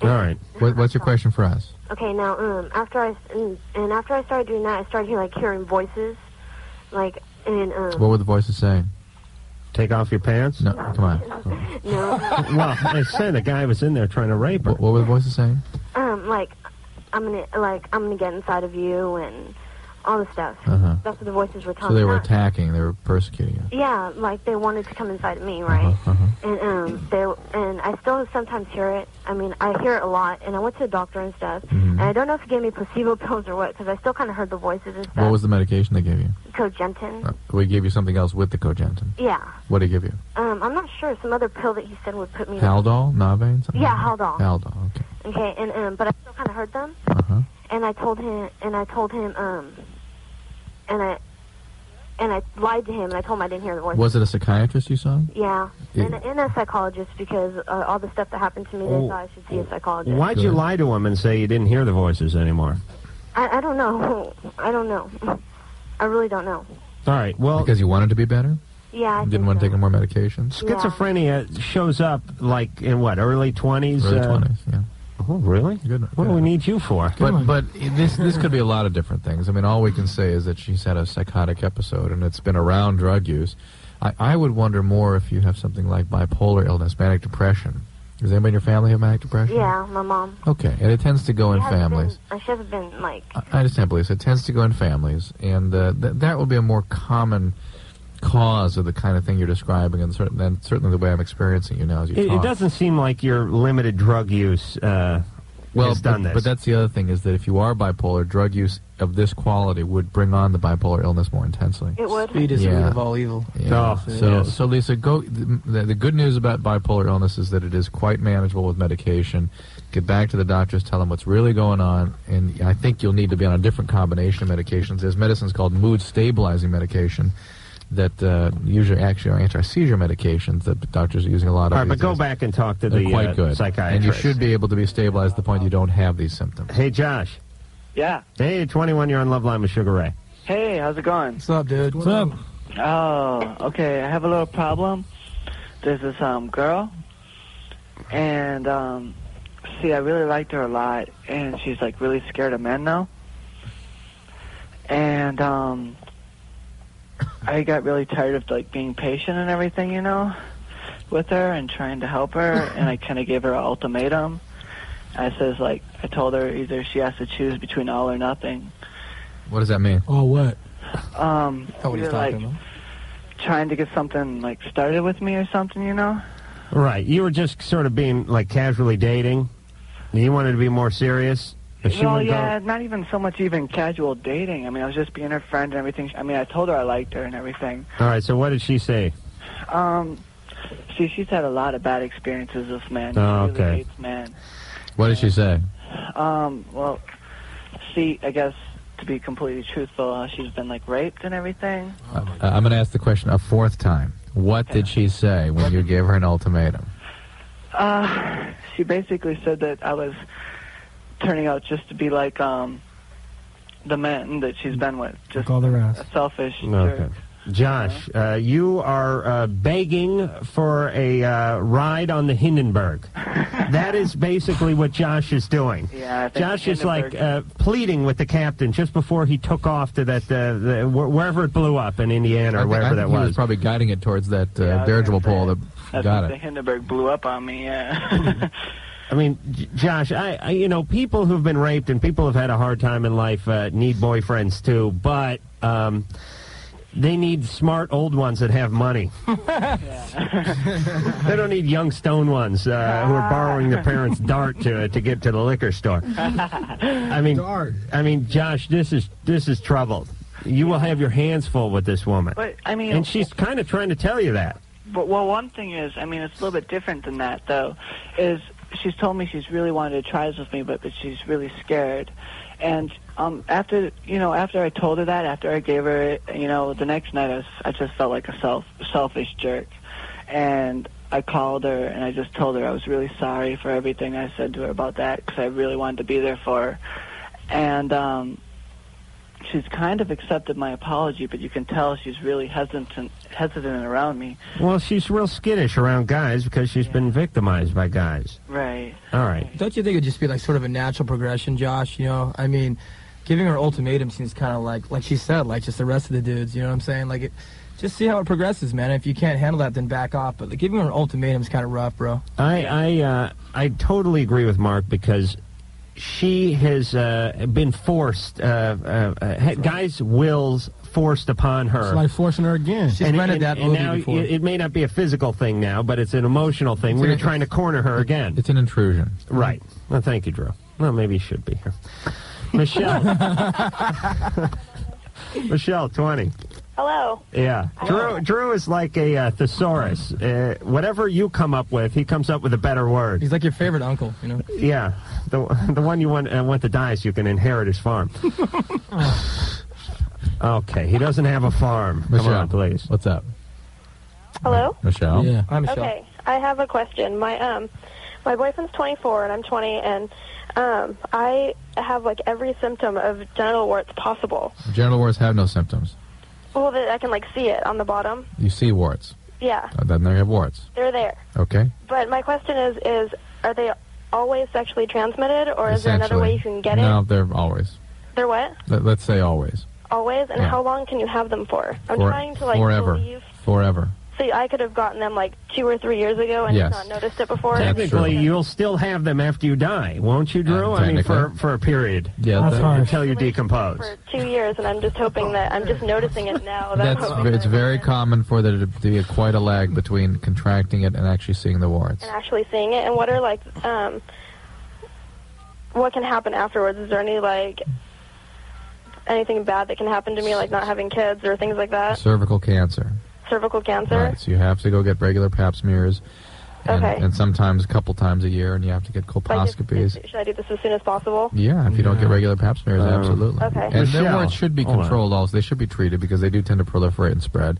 Speaker 8: All right. What, what's your question for us?
Speaker 15: Okay, now um, after I and, and after I started doing that, I started hearing like hearing voices, like and um.
Speaker 8: What were the voices saying?
Speaker 3: Take off your pants? No,
Speaker 8: come on.
Speaker 15: No.
Speaker 3: well, they said the guy was in there trying to rape her. What,
Speaker 8: were the voices saying?
Speaker 15: Um, like I'm gonna like I'm gonna get inside of you and all this stuff.
Speaker 8: Uh-huh.
Speaker 15: That's what the voices were
Speaker 8: So
Speaker 15: talking
Speaker 8: they were
Speaker 15: about.
Speaker 8: attacking. They were persecuting you.
Speaker 15: Yeah, like they wanted to come inside of
Speaker 8: Uh-huh,
Speaker 15: me, right? And um, they and I still sometimes hear it. I mean, I hear it a lot, and I went to the doctor and stuff.
Speaker 8: Mm-hmm.
Speaker 15: And I don't know if he gave me placebo pills or what, because I still kind of heard the voices and stuff.
Speaker 8: What was the medication they gave you?
Speaker 15: Cogentin.
Speaker 8: Uh, We gave you something else with the cogentin.
Speaker 15: Yeah.
Speaker 8: What did they give you?
Speaker 15: Um, I'm not sure. Some other pill that he said would put me.
Speaker 8: Haldol, Navane, something.
Speaker 15: Yeah, Haldol.
Speaker 8: Haldol. Okay.
Speaker 15: Okay, and um, but I still kind of heard them.
Speaker 8: Uh-huh.
Speaker 15: And I told him, and I told him, um, and I, and I lied to him, and I told him I didn't hear the voice.
Speaker 8: Was it a psychiatrist you saw?
Speaker 15: Yeah,
Speaker 8: Yeah.
Speaker 15: and, and a psychologist because uh, all the stuff that happened to me, they thought I should see a psychologist.
Speaker 3: Oh. Why'd you lie to him and say you didn't hear the voices anymore?
Speaker 15: I, I don't know. I don't know. I really don't know.
Speaker 3: All right. Well,
Speaker 8: because you wanted to be better.
Speaker 15: Yeah, I
Speaker 8: Didn't want to take any more medications.
Speaker 3: Schizophrenia shows up like in what early twenties.
Speaker 8: Early 20s,
Speaker 3: Yeah. Oh, really? What do we need you for?
Speaker 8: But but this this could be a lot of different things. I mean, all we can say is that she's had a psychotic episode, and it's been around drug use. I, I would wonder more if you have something like bipolar illness, manic depression. Does anybody in your family have manic depression?
Speaker 15: Yeah, my mom.
Speaker 8: Okay, and it tends to go in
Speaker 15: She hasn't
Speaker 8: families.
Speaker 15: Been, she hasn't been like.
Speaker 8: I I understand, believe It tends to go in families, and uh, th- that would be a more common cause of the kind of thing you're describing, and, certain, and certainly the way I'm experiencing you now as you
Speaker 3: It,
Speaker 8: talk.
Speaker 3: it doesn't seem like your limited drug use uh,
Speaker 8: well,
Speaker 3: has done
Speaker 8: but,
Speaker 3: this.
Speaker 8: but that's the other thing is that if you are bipolar, drug use of this quality would bring on the bipolar illness more intensely.
Speaker 15: It would.
Speaker 4: Speed is the root of all evil.
Speaker 3: Oh,
Speaker 8: Yeah.
Speaker 4: So,
Speaker 8: so, so Lisa, go. The, the good news about bipolar illness is that it is quite manageable with medication. Get back to the doctors, tell them what's really going on, and I think you'll need to be on a different combination of medications. There's medicines called mood stabilizing medication that uh, usually actually are anti-seizure medications that doctors are using a lot of.
Speaker 3: All right, but
Speaker 8: these
Speaker 3: go
Speaker 8: days.
Speaker 3: back and talk to
Speaker 8: They're
Speaker 3: the
Speaker 8: quite
Speaker 3: uh,
Speaker 8: good. And
Speaker 3: psychiatrist.
Speaker 8: you should be able to be stabilized to the point you don't have these symptoms.
Speaker 3: Hey, Josh.
Speaker 16: Yeah.
Speaker 3: Hey, 21, you're on Love Line with Sugar Ray.
Speaker 16: Hey, how's it going?
Speaker 4: What's up, dude?
Speaker 16: What's up? Oh, okay. I have a little problem. There's this um girl, and um, see, I really liked her a lot, and she's like really scared of men now. And um, I got really tired of like being patient and everything, you know, with her and trying to help her, and I kind of gave her an ultimatum. I says like I told her either she has to choose between all or nothing.
Speaker 8: What does that mean?
Speaker 5: Oh, what?
Speaker 16: Um,
Speaker 5: Oh, what he's
Speaker 16: you're, like
Speaker 5: talking
Speaker 16: trying to get something like started with me or something, you know?
Speaker 3: Right. You were just sort of being like casually dating. You wanted to be more serious. But she
Speaker 16: well,
Speaker 3: wouldn't go-
Speaker 16: yeah, not even so much even casual dating. I mean, I was just being her friend and everything. I mean, I told her I liked her and everything.
Speaker 3: All right, so what did she say?
Speaker 16: Um, see, she's had a lot of bad experiences with men.
Speaker 3: Oh,
Speaker 16: She really
Speaker 3: okay.
Speaker 16: hates men.
Speaker 8: What did she say?
Speaker 16: Um, well, see, I guess to be completely truthful, uh, she's been like raped and everything.
Speaker 8: Uh, I'm going to ask the question a fourth time. What did she say when you gave her an ultimatum?
Speaker 16: Uh, she basically said that I was turning out just to be like um the men that she's been with, just
Speaker 3: all the
Speaker 16: a selfish. jerk.
Speaker 3: Okay. Josh, uh, you are uh, begging for a uh, ride on the Hindenburg. that is basically what Josh is doing.
Speaker 16: Yeah, I think
Speaker 3: Josh is like
Speaker 16: Hindenburg-
Speaker 3: uh, pleading with the captain just before he took off to that uh, the, wh- wherever it blew up in Indiana
Speaker 8: I think- I
Speaker 3: or wherever
Speaker 8: think
Speaker 3: that
Speaker 8: he
Speaker 3: was.
Speaker 8: was probably guiding it towards that uh,
Speaker 3: Yeah, I was
Speaker 8: dirigible pole that
Speaker 16: That's
Speaker 8: got
Speaker 16: when
Speaker 8: it.
Speaker 16: The Hindenburg blew up on me. Yeah.
Speaker 3: I mean, J- Josh, I, I you know people who've been raped and people who've had a hard time in life uh, need boyfriends too, but um, they need smart old ones that have money. they don't need young stone ones uh, who are borrowing their parents' dart to to get to the liquor store. I mean, I mean, Josh, this is this is trouble. You will have your hands full with this woman.
Speaker 16: But, I mean-
Speaker 3: and she's kind of trying to tell you that.
Speaker 16: but well, one thing is, I mean, it's a little bit different than that, though. Is she's told me she's really wanted to try this with me, but that she's really scared. And um, after you know, after I told her that, after I gave her, it, you know, the next night I, was, I just felt like a self selfish jerk, and I called her and I just told her I was really sorry for everything I said to her about that because I really wanted to be there for her, and um, she's kind of accepted my apology, but you can tell she's really hesitant hesitant around me.
Speaker 3: Well, she's real skittish around guys because she's been victimized by guys.
Speaker 16: Right.
Speaker 3: All right.
Speaker 4: Don't you think it'd just be like sort of a natural progression, Josh? You know, I mean, giving her ultimatum seems kind of like, like she said, like just the rest of the dudes. You know what I'm saying? Like it, just see how it progresses, man. If you can't handle that, then back off. But like, giving her an ultimatum is kind of rough, bro.
Speaker 3: I I uh, I totally agree with Mark because she has uh, been forced. Uh, uh, uh, ha- guys' wills forced upon her.
Speaker 5: It's like forcing her again.
Speaker 3: And- and- and now It, it may not be a physical thing now, but it's an emotional thing.
Speaker 8: It's
Speaker 3: where
Speaker 8: an-
Speaker 3: you're trying to corner her again.
Speaker 8: It's an intrusion.
Speaker 3: Right. Well, thank you, Drew. Well, maybe you should be here. Michelle. Michelle, 20.
Speaker 17: Hello.
Speaker 3: Yeah. Drew, Drew is like a uh, thesaurus. Uh, whatever you come up with, he comes up with a better word.
Speaker 4: He's like your favorite uncle, you know.
Speaker 3: Yeah. The, the one you want, uh, want to die so you can inherit his farm. okay. He doesn't have a farm. Come
Speaker 8: Michelle,
Speaker 3: on, please.
Speaker 8: What's up?
Speaker 17: Hello.
Speaker 8: Michelle? Yeah.
Speaker 4: Hi,
Speaker 17: Okay, I have a question. My um, my boyfriend's 24 and I'm 20, and um, I have like every symptom of genital warts possible.
Speaker 8: uh, Genital warts have no symptoms.
Speaker 17: Well, that I can like see it on the bottom.
Speaker 8: You see warts.
Speaker 17: Yeah,
Speaker 8: Uh, Then they have warts.
Speaker 17: they're there.
Speaker 8: Okay?
Speaker 17: But my question is, is are they always sexually transmitted, or is there another way you can get
Speaker 8: no,
Speaker 17: it?
Speaker 8: they're always.
Speaker 17: They're what?
Speaker 8: Let, let's say always.
Speaker 17: Always. And
Speaker 8: Yeah.
Speaker 17: how long can you have them for? I'm
Speaker 8: For-
Speaker 17: trying to like
Speaker 8: forever.
Speaker 17: believe.
Speaker 8: Forever.
Speaker 17: See, I could have gotten them like two or three years ago and
Speaker 3: Yes.
Speaker 17: just not noticed it before.
Speaker 3: Technically, you'll still have them after you die, won't you, Drew? I mean, for,
Speaker 8: technically.
Speaker 3: for a period.
Speaker 8: Yeah, That's that- harsh.
Speaker 3: until you decompose.
Speaker 17: for two years, and I'm just hoping that I'm just noticing it now. That
Speaker 8: That's
Speaker 17: I'm
Speaker 8: it's very common for there to be a, quite a lag between contracting it and actually seeing the warts.
Speaker 17: and actually seeing it. And what are like, um, what can happen afterwards? Is there any like anything bad that can happen to me, like not having kids or things like that?
Speaker 8: Cervical cancer.
Speaker 17: Cervical cancer.
Speaker 8: Right. So you have to go get regular Pap smears, and,
Speaker 17: Okay.
Speaker 8: and sometimes a couple times a year, and you have to get colposcopies.
Speaker 17: Should I do this as soon as possible?
Speaker 8: yeah, if you don't get regular pap smears,
Speaker 3: Um,
Speaker 8: absolutely.
Speaker 17: Okay.
Speaker 8: And their
Speaker 17: Oh. Michelle,
Speaker 8: warts should be
Speaker 17: hold on.
Speaker 8: controlled also. They should be treated because they do tend to proliferate and spread.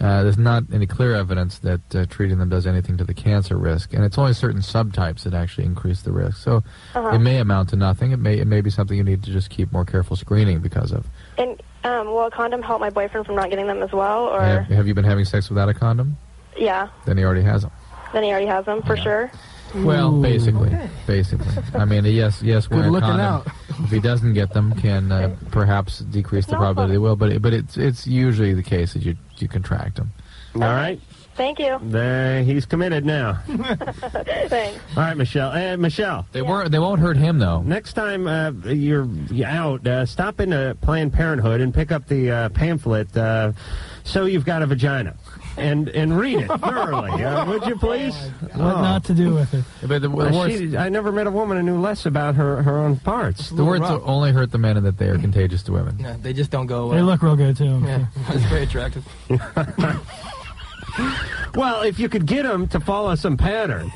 Speaker 8: Uh, there's not any clear evidence that uh, treating them does anything to the cancer risk, and it's only certain subtypes that actually increase the risk. So
Speaker 17: Uh-huh.
Speaker 8: it may amount to nothing. It may it may be something you need to just keep more careful screening because of.
Speaker 17: And um, will a condom help my boyfriend from not getting them as well? Or
Speaker 8: Have, have you been having sex without a condom?
Speaker 17: yeah,
Speaker 8: Then he already has them.
Speaker 17: then he already has them for sure.
Speaker 8: Well, basically, basically. I mean, yes, yes. Wearing a
Speaker 17: looking
Speaker 8: condom,
Speaker 17: out.
Speaker 8: if he doesn't get them, can uh, perhaps decrease the probability they will. But it, but it's it's usually the case that you you contract them.
Speaker 3: All right.
Speaker 17: Thank you.
Speaker 3: There, he's committed now.
Speaker 17: Thanks.
Speaker 3: All right, Michelle. Uh, Michelle.
Speaker 8: They were. They won't hurt him though.
Speaker 3: Next time uh, you're you're out, uh, stop into Planned Parenthood and pick up the uh, pamphlet. Uh, so you've got a vagina, and and read it thoroughly. uh, would you please?
Speaker 18: What not to do with it?
Speaker 8: Oh. But the, the
Speaker 3: Uh,
Speaker 8: warts,
Speaker 3: she- I never met a woman who knew less about her, her own parts.
Speaker 8: the warts only hurt the men, and that they are contagious to women.
Speaker 4: No, they just don't go away.
Speaker 18: They look real good too.
Speaker 4: Yeah, it's very attractive.
Speaker 3: Well, if you could get them to follow some pattern,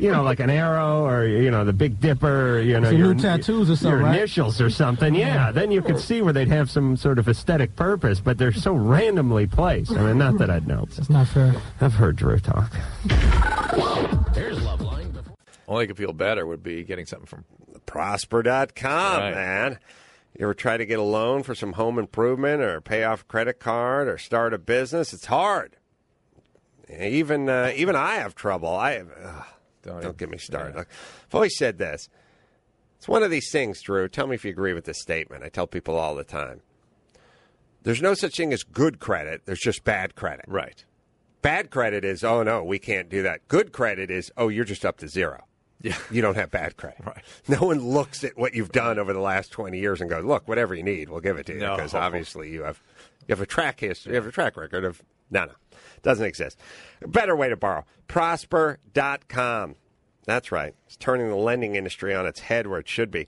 Speaker 3: you know, like an arrow or you know the Big Dipper, or, you know,
Speaker 5: Some
Speaker 3: your
Speaker 5: new tattoos or something,
Speaker 3: your
Speaker 5: right?
Speaker 3: initials or something. Yeah, then you could see where they'd have some sort of aesthetic purpose. But they're so randomly placed. I mean, not that I'd know.
Speaker 18: It's not fair.
Speaker 3: I've heard Drew talk.
Speaker 13: Only could feel better would be getting something from
Speaker 19: Prosper.com,
Speaker 13: Right.
Speaker 19: man. You ever try to get a loan for some home improvement or pay off a credit card or start a business? It's hard. Even uh, even I have trouble. I ugh, don't, get me started. Look, I've always said this. It's one of these things, Drew. Tell me if you agree with this statement. I tell people all the time. There's no such thing as good credit. There's just bad credit.
Speaker 13: Right.
Speaker 19: Bad credit is, oh no, we can't do that. Good credit is, oh, you're just up to zero. Yeah. You don't have bad credit. Right. No one looks at what you've done over the last 20 years and goes, look, whatever you need, we'll give it to you.
Speaker 13: No.
Speaker 19: Because obviously you have, you have a track history, you have a track record of, no, no, doesn't exist. A better way to borrow, prosper.com. That's right. It's turning the lending industry on its head where it should be.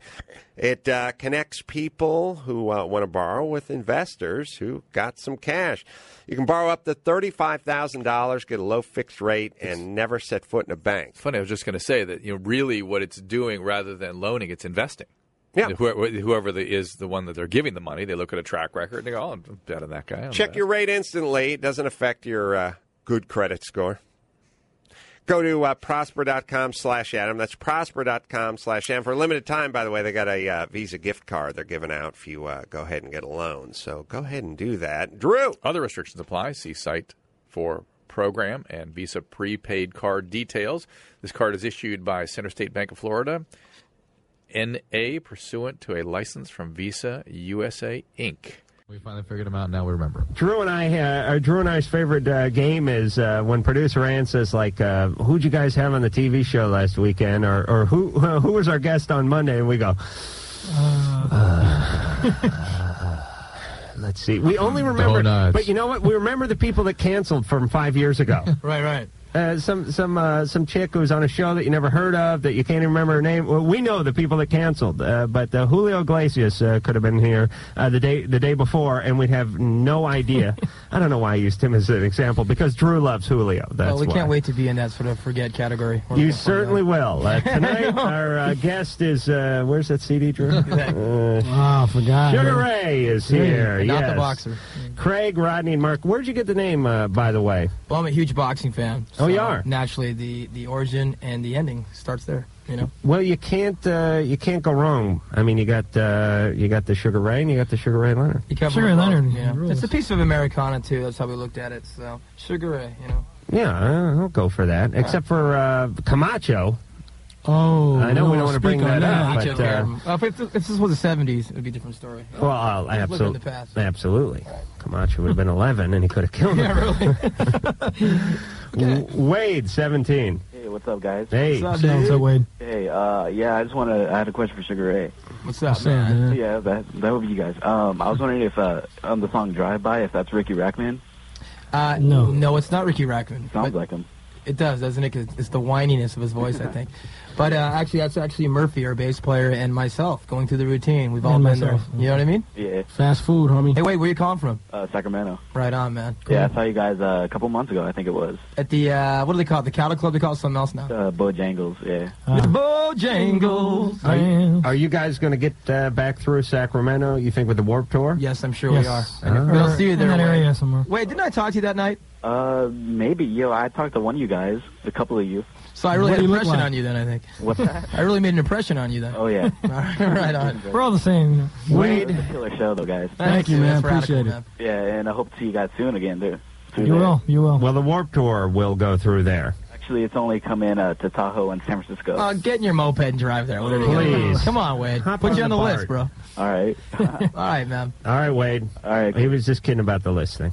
Speaker 19: It uh, connects people who uh, want to borrow with investors who got some cash. You can borrow up to $35,000, get a low fixed rate, and never set foot in a bank.
Speaker 13: Funny, I was just going to say that you know really what it's doing rather than loaning, it's investing.
Speaker 19: Yeah.
Speaker 13: Whoever, whoever the, is the one that they're giving the money, they look at a track record and they go, "Oh, I'm better than that guy." I'm
Speaker 19: Check your rate instantly. It doesn't affect your uh, good credit score. Go to uh, prosper.com slash Adam. That's prosper.com slash Adam. For a limited time, by the way, they got a uh, Visa gift card they're giving out if you uh, go ahead and get a loan. So go ahead and do that. Drew.
Speaker 13: Other restrictions apply. See site for
Speaker 20: program and Visa prepaid card details. This card is issued by Center State Bank of Florida, NA, pursuant to a license from Visa USA Inc.
Speaker 8: We finally figured them out. Now we remember.
Speaker 3: Drew and I, uh, our- Drew and I's favorite uh, game is uh, when producer Ann says, "Like, uh, who'd you guys have on the TV show last weekend, or or who who was our guest on Monday?" And we go, uh, "Let's see." We only remember,
Speaker 8: Donuts.
Speaker 3: but you know what? We remember the people that canceled from five years ago.
Speaker 4: Right, right.
Speaker 3: Uh, some some uh, some chick who was on a show that you never heard of that you can't even remember her name. Well, we know the people that canceled, uh, but uh, Julio Iglesias uh, could have been here uh, the day the day before, and we'd have no idea. I don't know why I used him as an example because Drew loves Julio. That's
Speaker 4: well, we
Speaker 3: why.
Speaker 4: can't wait to be in that sort of forget category. We're
Speaker 3: You
Speaker 4: looking forward to
Speaker 3: certainly will. Uh, tonight, our uh, guest is uh, where's that CD, Drew? Uh,
Speaker 5: Oh, I forgot.
Speaker 3: Sugar Ray is here.
Speaker 4: Not the
Speaker 3: yes.
Speaker 4: boxer.
Speaker 3: Craig, Rodney, and Mark. Where'd you get the name, uh, by the way?
Speaker 4: that. Well, I'm a huge boxing fan.
Speaker 3: Oh, you are?
Speaker 4: Naturally, the the origin and the ending starts there. You know.
Speaker 3: Well, you can't uh, you can't go wrong. I mean, you got uh, you got the Sugar Ray, and you got the Sugar Ray Leonard.
Speaker 4: You cover
Speaker 7: Sugar
Speaker 4: it all,
Speaker 7: Leonard,
Speaker 4: Yeah.
Speaker 7: he rules.
Speaker 4: It's a piece of Americana too. That's how we looked at it. So Sugar Ray, you know.
Speaker 3: Yeah, I- I'll go for that. Except for uh, Camacho.
Speaker 5: Oh,
Speaker 3: I know we don't want to bring that up,
Speaker 4: I
Speaker 3: but,
Speaker 4: don't care.
Speaker 3: uh,
Speaker 4: Uh, if, it- if this was the '70s, it would be a different story.
Speaker 3: well, uh, I'll-
Speaker 4: Let's look in the
Speaker 3: absolutely,
Speaker 4: past.
Speaker 3: absolutely. Camacho would have been 11, and he could have killed him.
Speaker 4: Yeah, really.
Speaker 3: W- Wade, 17.
Speaker 21: Hey, what's up, guys?
Speaker 3: Hey. What's up, dude? What's up, Wade?
Speaker 21: Hey, uh, yeah, I just want to. I had a question for Sugar Ray.
Speaker 4: What's up,
Speaker 21: man? Yeah, that that would be you guys. Um, I was wondering if uh, on the song "Drive By," if that's Ricky Rackman.
Speaker 4: Uh, no, no, it's not Ricky Rackman.
Speaker 21: Sounds
Speaker 4: But
Speaker 21: like him.
Speaker 4: It does, doesn't it? 'Cause it's the whininess of his voice, I think. But uh, actually, that's actually Murphy, our bass player, and myself going through the routine. We've all
Speaker 5: And
Speaker 4: been
Speaker 5: myself.
Speaker 4: there. You know what I mean?
Speaker 21: Yeah.
Speaker 5: Fast food, homie.
Speaker 4: Hey, wait, where you calling from?
Speaker 21: Uh, Sacramento.
Speaker 4: Right on, man.
Speaker 21: Yeah, I saw you guys uh, a couple months ago. I think it was
Speaker 4: At the uh, what do they call it? The Cattle Club? They call it something else now.
Speaker 21: uh, Bojangles. Yeah.
Speaker 4: Bojangles.
Speaker 3: Ah. Are you, are you guys going to get uh, back through Sacramento? You think with the Warp Tour? Uh-huh.
Speaker 4: Yes, I'm sure
Speaker 21: we
Speaker 4: Yes.
Speaker 3: we
Speaker 4: are.
Speaker 3: are.
Speaker 4: We'll see you there.
Speaker 7: that
Speaker 4: Wade.
Speaker 7: area somewhere.
Speaker 4: Wait, didn't I talk to you that night?
Speaker 21: Uh, maybe. Yo, I talked to one of you guys, a couple of you.
Speaker 4: So I really had an impression on you then. I think.
Speaker 21: What's that?
Speaker 4: I really made an impression on you then.
Speaker 21: Oh yeah.
Speaker 4: All right, right on.
Speaker 7: We're all the same. You know.
Speaker 21: It was a killer show though, guys.
Speaker 4: Thank you, man. That's radical, Appreciate it. man.
Speaker 21: Yeah, and I hope to see you guys soon again, dude.
Speaker 3: You
Speaker 7: will. You will.
Speaker 3: Well, the Warp Tour will go through there.
Speaker 21: Actually, it's only come in uh, to Tahoe and San Francisco.
Speaker 4: Uh, get in your moped and drive there. Whatever You
Speaker 3: Please.
Speaker 4: got. Come on, Wade. Put
Speaker 3: on
Speaker 4: you on
Speaker 3: the
Speaker 4: the,
Speaker 3: BART.
Speaker 4: list, bro.
Speaker 21: All right.
Speaker 4: All right, man.
Speaker 3: All right, Wade. All right. He was just kidding about the list thing.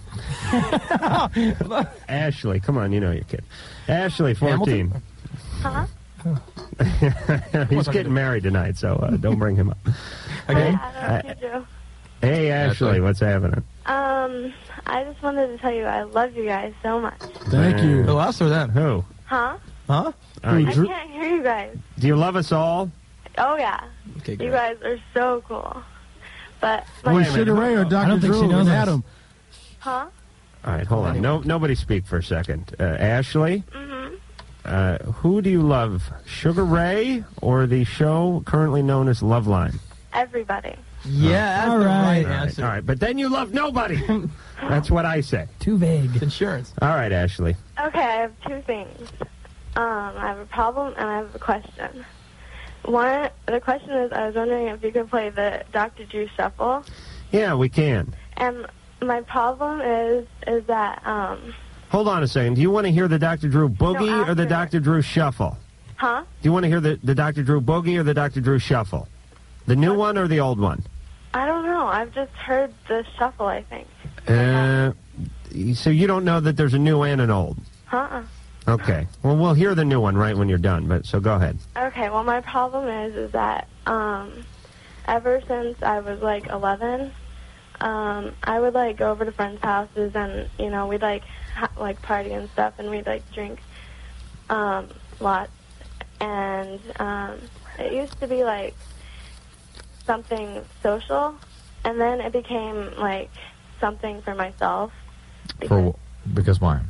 Speaker 3: Ashley, come on, you know you're kidding. Ashley, 14.
Speaker 6: Huh?
Speaker 3: He's getting married tonight, so uh, don't bring him up. uh,
Speaker 22: I don't know what to do.
Speaker 3: Hey, Ashley,
Speaker 6: Ashley.
Speaker 3: what's happening?
Speaker 22: Um, I just wanted to tell you I love you guys so much.
Speaker 3: Thank you.
Speaker 4: Who, us or them?
Speaker 3: Who?
Speaker 22: Huh?
Speaker 4: Huh?
Speaker 3: All right.
Speaker 22: I can't hear you guys.
Speaker 3: Do you love us all?
Speaker 22: Oh yeah.
Speaker 4: Okay,
Speaker 22: you guys are so cool. But
Speaker 5: Wait,
Speaker 22: like,
Speaker 5: Sugar Ray or Dr. Drew and Adam?
Speaker 22: Huh?
Speaker 3: All right, hold on. No, nobody speak for a second. Uh, Ashley,
Speaker 22: Mm-hmm.
Speaker 3: uh, who do you love, Sugar Ray or the show currently known as Love Line?
Speaker 22: Everybody.
Speaker 4: Yeah, that's
Speaker 7: All
Speaker 4: the
Speaker 7: right.
Speaker 4: right,
Speaker 3: All right,
Speaker 4: answer.
Speaker 3: all right, but then you love nobody. That's what I say.
Speaker 7: Too vague.
Speaker 4: It's insurance.
Speaker 3: All right, Ashley.
Speaker 22: Okay, I have two things. Um, I have a problem and I have a question. One, the question is, I was wondering if you could play the Dr. Drew Shuffle.
Speaker 3: Yeah, we can.
Speaker 22: And my problem is, is that, um,
Speaker 3: Hold on a second. Do you want to hear the Dr. Drew Boogie or the Dr. Drew Shuffle?
Speaker 22: huh?
Speaker 3: Do you want to hear the, the Dr. Drew Boogie or the Dr. Drew Shuffle? The new one or the old one?
Speaker 22: I don't know. I've just heard the shuffle. I think.
Speaker 3: Uh, so you don't know that there's a new and an old.
Speaker 22: Huh?
Speaker 3: Okay. Well, we'll hear the new one right when you're done. But so go ahead.
Speaker 22: Okay. Well, my problem is, is that um, ever since I was like 11, um, I would like go over to friends' houses and you know we'd like ha- like party and stuff and we'd like drink um, lots and um, it used to be like something social and then it became like something for myself
Speaker 8: For wh- because why?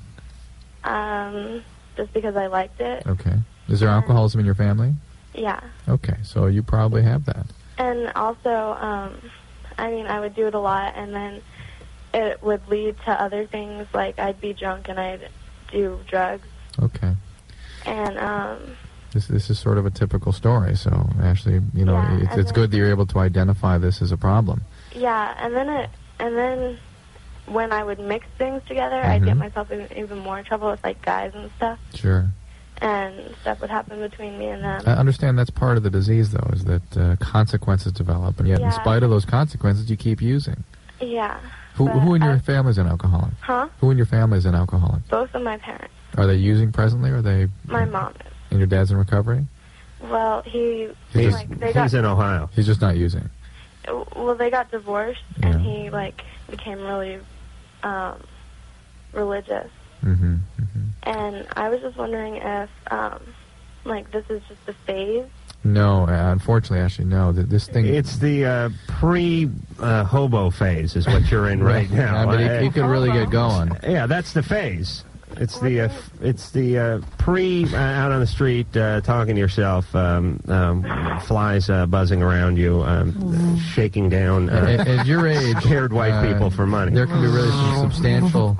Speaker 22: um, just because I liked it.
Speaker 8: Okay. Is there alcoholism in your family?
Speaker 22: Yeah.
Speaker 8: Okay, so you probably have that.
Speaker 22: And also, um, I mean, I would do it a lot, and then it would lead to other things. Like I'd be drunk and I'd do drugs,
Speaker 8: Okay.
Speaker 22: and um,
Speaker 8: This this is sort of a typical story. So Ashley, you know,
Speaker 22: Yeah,
Speaker 8: it's,
Speaker 22: and
Speaker 8: it's
Speaker 22: then-
Speaker 8: good that you're able to identify this as a problem.
Speaker 22: yeah, and then it, and then
Speaker 10: when I would mix things together, I'd
Speaker 8: Mm-hmm.
Speaker 10: get myself in even more trouble with like guys and stuff,
Speaker 8: Sure.
Speaker 10: and stuff would happen between me and them.
Speaker 8: I understand that's part of the disease, though, is that uh, consequences develop, and yet,
Speaker 10: Yeah.
Speaker 8: in spite of those consequences, you keep using.
Speaker 10: yeah.
Speaker 8: Who,
Speaker 10: but
Speaker 8: who in
Speaker 10: I-
Speaker 8: your family is an alcoholic?
Speaker 10: Huh?
Speaker 8: Who in your family is an alcoholic?
Speaker 10: Both of my parents.
Speaker 8: Are they using presently? Or are they?
Speaker 10: My mom.
Speaker 8: And your dad's in recovery.
Speaker 10: Well, he like they got
Speaker 3: Ohio.
Speaker 8: He's just not using.
Speaker 10: well they got divorced and he like became really um, religious.
Speaker 8: Mm-hmm.
Speaker 10: And I was just wondering if um, like this is just a phase.
Speaker 8: No, uh, unfortunately, actually, no. Th- This thing.
Speaker 3: It's the uh, pre uh, hobo phase, is what you're in right
Speaker 8: Right.
Speaker 3: now.
Speaker 8: I mean, it-
Speaker 3: Uh,
Speaker 8: it could really get going.
Speaker 3: Yeah, that's the phase. It's the uh, f- it's the uh, pre uh, out on the street uh, talking to yourself, um, um, flies uh, buzzing around you, um, shaking down uh,
Speaker 8: At, at your age,
Speaker 3: scared white
Speaker 8: uh,
Speaker 3: people for money.
Speaker 8: There can be really some substantial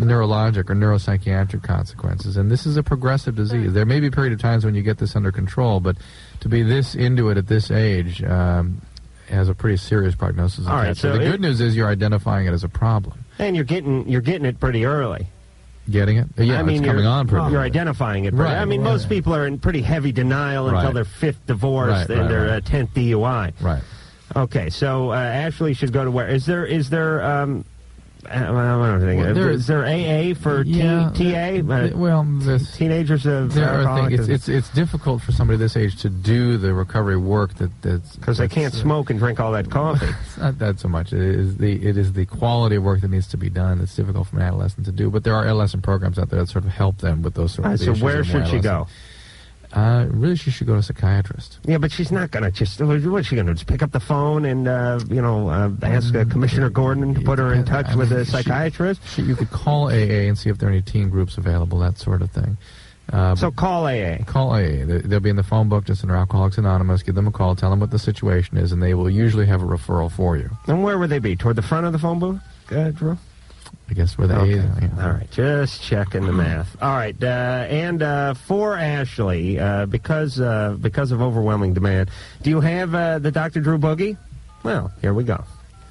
Speaker 8: neurologic or neuropsychiatric consequences, and this is a progressive disease. There may be a period of times when you get this under control, but to be this into it at this age um, has a pretty serious prognosis.
Speaker 3: All right,
Speaker 8: attached to it.
Speaker 3: so
Speaker 8: the
Speaker 3: it-
Speaker 8: good news is you're identifying it as a problem.
Speaker 3: and you're getting you're getting it pretty early.
Speaker 8: Getting it? Yeah,
Speaker 3: I mean,
Speaker 8: it's coming
Speaker 3: you're,
Speaker 8: on pretty.
Speaker 3: You're
Speaker 8: early.
Speaker 3: identifying it. Right.
Speaker 8: Right,
Speaker 3: I mean,
Speaker 8: right.
Speaker 3: most people are in pretty heavy denial until
Speaker 8: Right.
Speaker 3: their fifth divorce
Speaker 8: Right,
Speaker 3: and
Speaker 8: right,
Speaker 3: their
Speaker 8: right.
Speaker 3: uh, tenth DUI.
Speaker 8: Right.
Speaker 3: Okay, so uh, Ashley should go to where? Is there is there? Um, I don't I don't think uh,
Speaker 8: Well, there
Speaker 3: is there AA for
Speaker 8: Yeah,
Speaker 3: T, TA? Uh,
Speaker 8: well,
Speaker 3: teenagers of
Speaker 8: There are
Speaker 3: alcoholic
Speaker 8: things. It's,
Speaker 3: is-
Speaker 8: it's it's difficult for somebody this age to do the recovery work that that's uh, because
Speaker 3: they can't smoke and drink all that coffee.
Speaker 8: it's not that so much. It is the it is the quality of work that needs to be done. It's difficult for an adolescent to do, but there are adolescent programs out there that sort of help them with those sort
Speaker 3: All
Speaker 8: of
Speaker 3: right, so
Speaker 8: issues.
Speaker 3: where
Speaker 8: of more
Speaker 3: should she go?
Speaker 8: adolescent. Uh, really, she should go to a psychiatrist.
Speaker 3: yeah, but she's not gonna just. What's she gonna do? Just pick up the phone and uh, you know uh, ask
Speaker 8: Mm.
Speaker 3: uh, Commissioner Gordon to put her in touch with a psychiatrist?
Speaker 8: She, you could call AA and see if there are any teen groups available, that sort of thing. Uh,
Speaker 3: so call AA.
Speaker 8: Call AA. They- They'll be in the phone book just under Alcoholics Anonymous. Give them a call. Tell them what the situation is, and they will usually have a referral for you.
Speaker 3: And where would they be? Toward the front of the phone booth, uh, Drew?
Speaker 8: I guess where they
Speaker 3: Okay.
Speaker 8: yeah.
Speaker 3: All right, just checking the math. All right, uh, and uh, for Ashley, uh, because uh, because of overwhelming demand, do you have uh, the Dr. Drew Boogie? Well, here we go.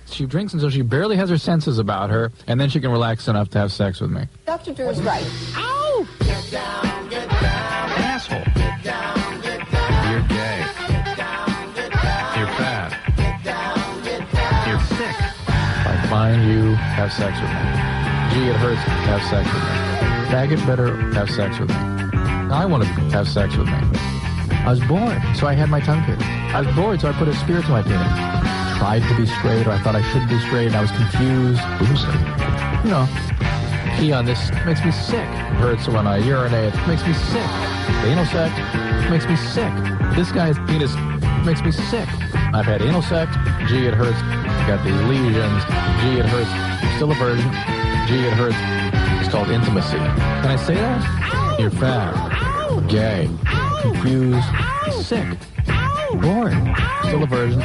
Speaker 8: She drinks until she barely has her senses about her, and then she can relax enough to have sex with me.
Speaker 6: Dr. Drew is right. Ow! Get down, get down. Asshole. Get down, get
Speaker 8: You're gay. You're fat. You're sick. If I find you, have sex with me. Gee, it hurts. Have sex with me. Faggot better have sex with me. I want to have sex with me. I was bored, so I had my tongue pierced. I was bored, so I put a spear to my penis. Tried to be straight, or I thought I should be straight, and I was confused. You know, pee on this makes me sick. It hurts when I urinate. It makes me sick. Anal sex makes me sick. This guy's penis makes me sick. I've had anal sex. Gee, it hurts. Got these lesions. Gee, it hurts. Still a virgin. Gee, it hurts. It's called intimacy. Can I say that? You're fat. Gay. Confused. Sick. Bored. Still a virgin.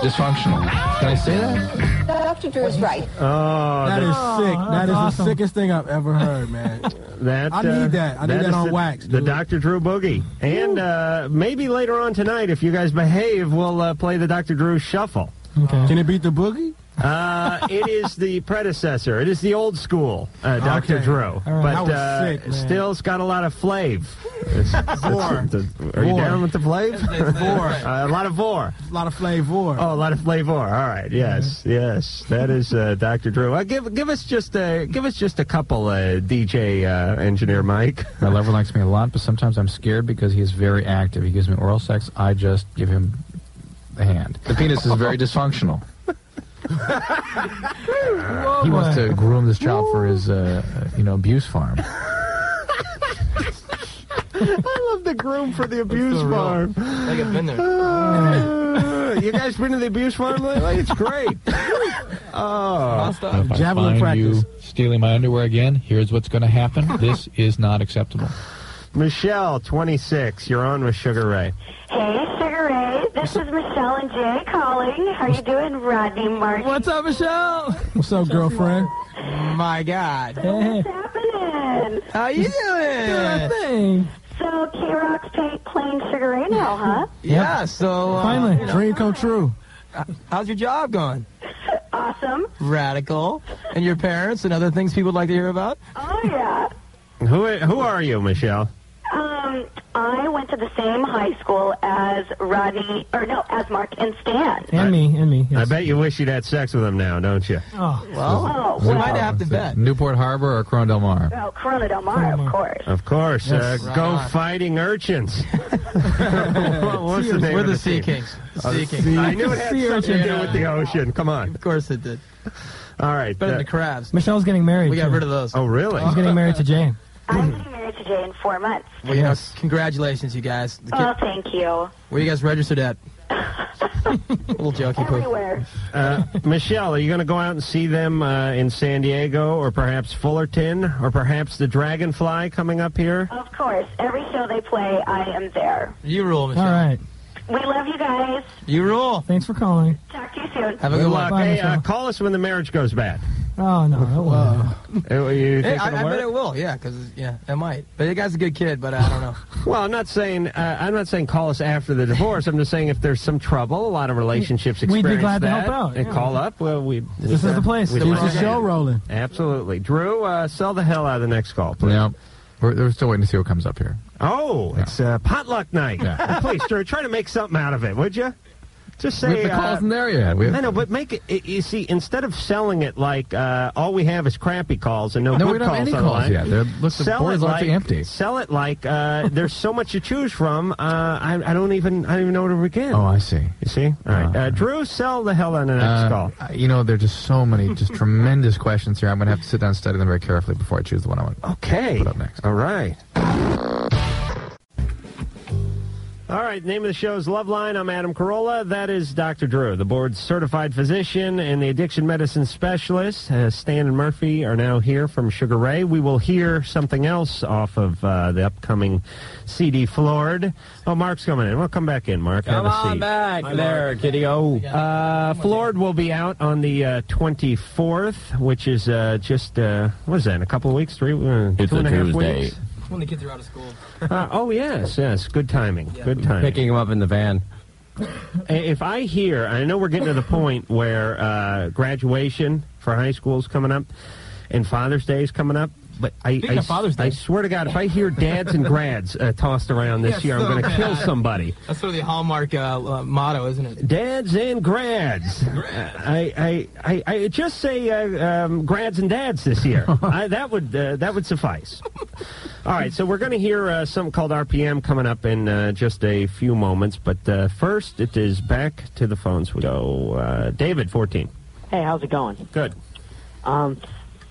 Speaker 8: Dysfunctional. Can I say that?
Speaker 6: Dr. Drew is right.
Speaker 3: Oh,
Speaker 5: that is sick. That is
Speaker 6: awesome.
Speaker 5: the sickest thing I've ever heard, man.
Speaker 3: That,
Speaker 5: I need
Speaker 3: uh,
Speaker 5: that. I need that
Speaker 3: is
Speaker 5: on
Speaker 3: the,
Speaker 5: wax,
Speaker 3: The
Speaker 5: dude.
Speaker 3: Dr. Drew Boogie, and uh, maybe later on tonight, if you guys behave, we'll uh, play the Dr. Drew Shuffle.
Speaker 5: Can it beat the boogie?
Speaker 3: Uh, it is the predecessor. It is the old school uh, Dr.
Speaker 5: Okay.
Speaker 3: Drew.
Speaker 5: All right. That
Speaker 3: But
Speaker 5: was
Speaker 3: uh,
Speaker 5: sick, man.
Speaker 3: still, it's got a lot of flav. It's- it's-
Speaker 5: Vor.
Speaker 3: it's- are you
Speaker 5: Vor.
Speaker 3: down with the flav?
Speaker 5: Vor.
Speaker 3: Uh, a lot of vor.
Speaker 5: A lot of flavor.
Speaker 3: Oh, a lot of flavor. All right. Yes, yes. That is uh, Dr. Drew. Uh, give give us just a give us just a couple uh, DJ uh, engineer Mike.
Speaker 8: My lover likes me a lot, but sometimes I'm scared because he is very active. He gives me oral sex. I just give him the hand. The penis is very dysfunctional. he wants to groom this child for his, uh, you know, abuse farm.
Speaker 3: I love the groom for the abuse farm.
Speaker 4: Like I've been there.
Speaker 3: Uh, you guys been to the abuse farm lately? It's great. Oh,
Speaker 8: If I find you stealing my underwear again, here's what's going to happen. This is not acceptable.
Speaker 3: Michelle, 26. You're on with Sugar Ray.
Speaker 23: Hey, Sugar Ray. This is Michelle and Jay calling. How you doing, Rodney Martin? What's up, Michelle?
Speaker 5: What's up, girlfriend?
Speaker 4: My God.
Speaker 23: Happening.
Speaker 4: How you doing?
Speaker 23: thing. So K Rock's pay, playing Sugar Ray now, huh?
Speaker 4: Yeah, so. Uh,
Speaker 5: Finally, dream come true.
Speaker 4: How's your job going?
Speaker 23: Oh, awesome.
Speaker 4: Radical. And your parents and other things people would like to hear about?
Speaker 23: Oh yeah.
Speaker 3: Who who are you, Michelle?
Speaker 23: Um, I went to the same high school as Rodney, or no, as Mark and Stan.
Speaker 7: And me, and me.
Speaker 3: I bet you wish you'd had sex with him now, don't you?
Speaker 7: Oh,
Speaker 23: well, oh, well
Speaker 8: Is it Newport Harbor or Corona Del Mar?
Speaker 23: Oh, Corona Del Mar, of course.
Speaker 3: Of course.
Speaker 8: Yes.
Speaker 3: uh,
Speaker 8: Right
Speaker 3: go
Speaker 8: on.
Speaker 3: fighting urchins. What- what's the name
Speaker 4: We're
Speaker 3: of
Speaker 4: the
Speaker 3: the
Speaker 4: Sea
Speaker 3: team?
Speaker 4: Kings.
Speaker 3: Oh,
Speaker 4: Sea
Speaker 3: the
Speaker 4: Kings.
Speaker 3: Sea- I knew it had
Speaker 4: Sea
Speaker 3: something to do
Speaker 4: Urchins.
Speaker 3: with the ocean. Come on.
Speaker 4: Of course it did.
Speaker 3: All right.
Speaker 4: Better
Speaker 3: uh,
Speaker 4: than the crabs.
Speaker 7: Michelle's getting married.
Speaker 4: We got
Speaker 7: too.
Speaker 4: rid of those.
Speaker 3: Oh, really?
Speaker 7: She's getting married to Jane.
Speaker 23: I'm getting married to Jay in four months.
Speaker 4: Well, you know, congratulations, you guys. The
Speaker 23: Oh,
Speaker 4: kid-
Speaker 23: thank you.
Speaker 4: Where you guys registered at? little jokey poo.
Speaker 23: Everywhere.
Speaker 3: Uh, Michelle, are you going to go out and see them uh, in San Diego or perhaps Fullerton or perhaps the Dragonfly coming up here?
Speaker 23: Of course. Every show they play, I am there.
Speaker 4: You rule, Michelle.
Speaker 7: All right.
Speaker 23: We love you guys.
Speaker 4: You rule.
Speaker 7: Thanks for calling.
Speaker 23: Talk to you soon.
Speaker 4: Have a good
Speaker 3: luck.
Speaker 4: one. Bye,
Speaker 3: Hey, uh,
Speaker 4: Michelle.
Speaker 3: call us when the marriage goes bad.
Speaker 7: Oh, no. That was
Speaker 3: Uh, you
Speaker 4: Hey,
Speaker 3: think
Speaker 4: I,
Speaker 3: it'll
Speaker 4: I bet
Speaker 3: work?
Speaker 4: it will, yeah, because, yeah, it might. But the guy's a good kid, but uh, I don't know.
Speaker 3: Well, I'm not saying uh, I'm not saying call us after the divorce. I'm just saying if there's some trouble, a lot of relationships
Speaker 7: We'd be
Speaker 3: experience
Speaker 7: glad to
Speaker 3: that,
Speaker 7: help out,
Speaker 3: And
Speaker 7: yeah.
Speaker 3: call up. Well, we
Speaker 7: This is the place.
Speaker 3: we
Speaker 7: Keep
Speaker 3: like
Speaker 7: the
Speaker 3: that.
Speaker 7: show rolling.
Speaker 3: Absolutely, Drew. Uh, sell the hell out of the next call, please.
Speaker 8: Yeah. We're, we're still waiting to see what comes up here.
Speaker 3: Oh, it's uh, potluck night. please, Drew, try to make something out of it, would you? Just
Speaker 8: We-
Speaker 3: say
Speaker 8: the call
Speaker 3: uh,
Speaker 8: isn't there yet. We-
Speaker 3: I know, but make it. it- You see, instead of selling it like uh, all we have is crappy calls and no,
Speaker 8: No,
Speaker 3: good
Speaker 8: we don't have
Speaker 3: calls
Speaker 8: any
Speaker 3: on
Speaker 8: calls
Speaker 3: the line,
Speaker 8: yet. There- look, the
Speaker 3: sell
Speaker 8: board
Speaker 3: it
Speaker 8: is largely
Speaker 3: like,
Speaker 8: empty.
Speaker 3: Sell it like uh, there's so much to choose from. Uh, I, I don't even I don't even know where to begin.
Speaker 8: Oh, I see.
Speaker 3: You see? All right, uh, Drew, sell the hell on the next call.
Speaker 8: Uh, You know, there are just so many, just tremendous questions here. I'm going to have to sit down and study them very carefully before I choose the one I want.
Speaker 3: Okay.
Speaker 8: Put up next.
Speaker 3: All right. All right, name of the show is Loveline. I'm Adam Carolla. That is Dr. Drew, the board certified physician and the addiction medicine specialist. Uh, Stan and Murphy are now here from Sugar Ray. We will hear something else off of uh, the upcoming CD Floored. Oh, Mark's coming in. We'll come back in, Mark.
Speaker 24: Come
Speaker 3: Have a
Speaker 24: on
Speaker 3: seat.
Speaker 24: back
Speaker 3: Hi,
Speaker 24: there,
Speaker 3: Mark. kitty. Oh, uh, Floored will be out on the uh, 24th, which is uh, just, uh, what is that, in a couple of weeks? Three, uh,
Speaker 24: It's
Speaker 3: two
Speaker 24: a
Speaker 3: and a half
Speaker 24: Tuesday.
Speaker 3: weeks?
Speaker 4: When the kids are out of school.
Speaker 3: Uh, oh yes, yes. Good timing. Good timing.
Speaker 24: Picking him up in the van.
Speaker 3: I- If I hear, I know we're getting to the point where uh, graduation for high school is coming up, and Father's Day is coming up. But I,
Speaker 4: Speaking
Speaker 3: I,
Speaker 4: of Father's Day.
Speaker 3: I swear to God, if I hear dads and grads uh, tossed around this
Speaker 4: Yes,
Speaker 3: year, I'm going to
Speaker 4: so
Speaker 3: kill
Speaker 4: bad.
Speaker 3: somebody.
Speaker 4: That's sort of the hallmark uh, uh, motto, isn't it?
Speaker 3: Dads and grads. I, I, I, I just say uh, um, grads and dads this year. I, that would uh, that would suffice. All right, so we're going to hear uh, something called RPM coming up in uh, just a few moments, but uh, first it is back to the phones. We go uh, David, fourteen.
Speaker 25: Hey, how's it going?
Speaker 3: Good.
Speaker 25: Um,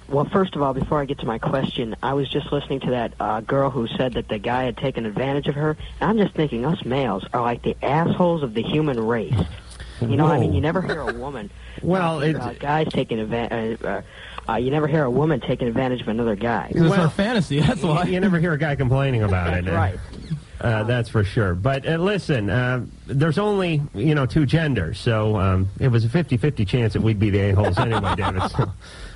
Speaker 25: well, first of all, before I get to my question, I was just listening to that uh, girl who said that the guy had taken advantage of her. And I'm just thinking, us males are like the assholes of the human race. You know, I mean,
Speaker 3: Whoa.
Speaker 25: you never hear a woman.
Speaker 3: Well,
Speaker 25: talking about guys taking advantage. Uh, uh, you never hear a woman taking advantage of another guy.
Speaker 3: fantasy. That's why you never hear a guy complaining about it. right. Uh, that's for sure. But uh, listen, uh, there's only you know two genders, so um, it was a 50-50 chance that we'd be the a holes anyway, David. So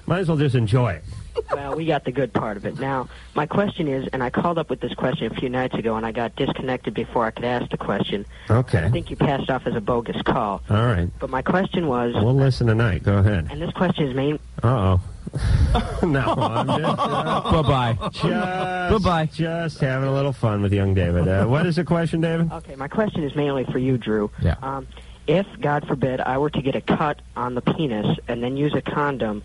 Speaker 3: might as well just enjoy it.
Speaker 25: well, we got the good part of it. Now, my question is, and I called up with this question a few nights ago, and I got disconnected before I could ask the question.
Speaker 3: Okay.
Speaker 25: I think you passed off as a bogus call.
Speaker 3: All right.
Speaker 25: But my question was,
Speaker 3: We'll listen tonight. Go ahead.
Speaker 25: and this question is main.
Speaker 3: Uh oh. no, I'm just. uh,
Speaker 25: Bye-bye.
Speaker 3: Just, bye Just having a little fun with young David. Uh, what is the question, David?
Speaker 25: Okay, my question is mainly for you, Drew.
Speaker 3: Yeah.
Speaker 25: Um, if, God forbid, I were to get a cut on the penis and then use a condom,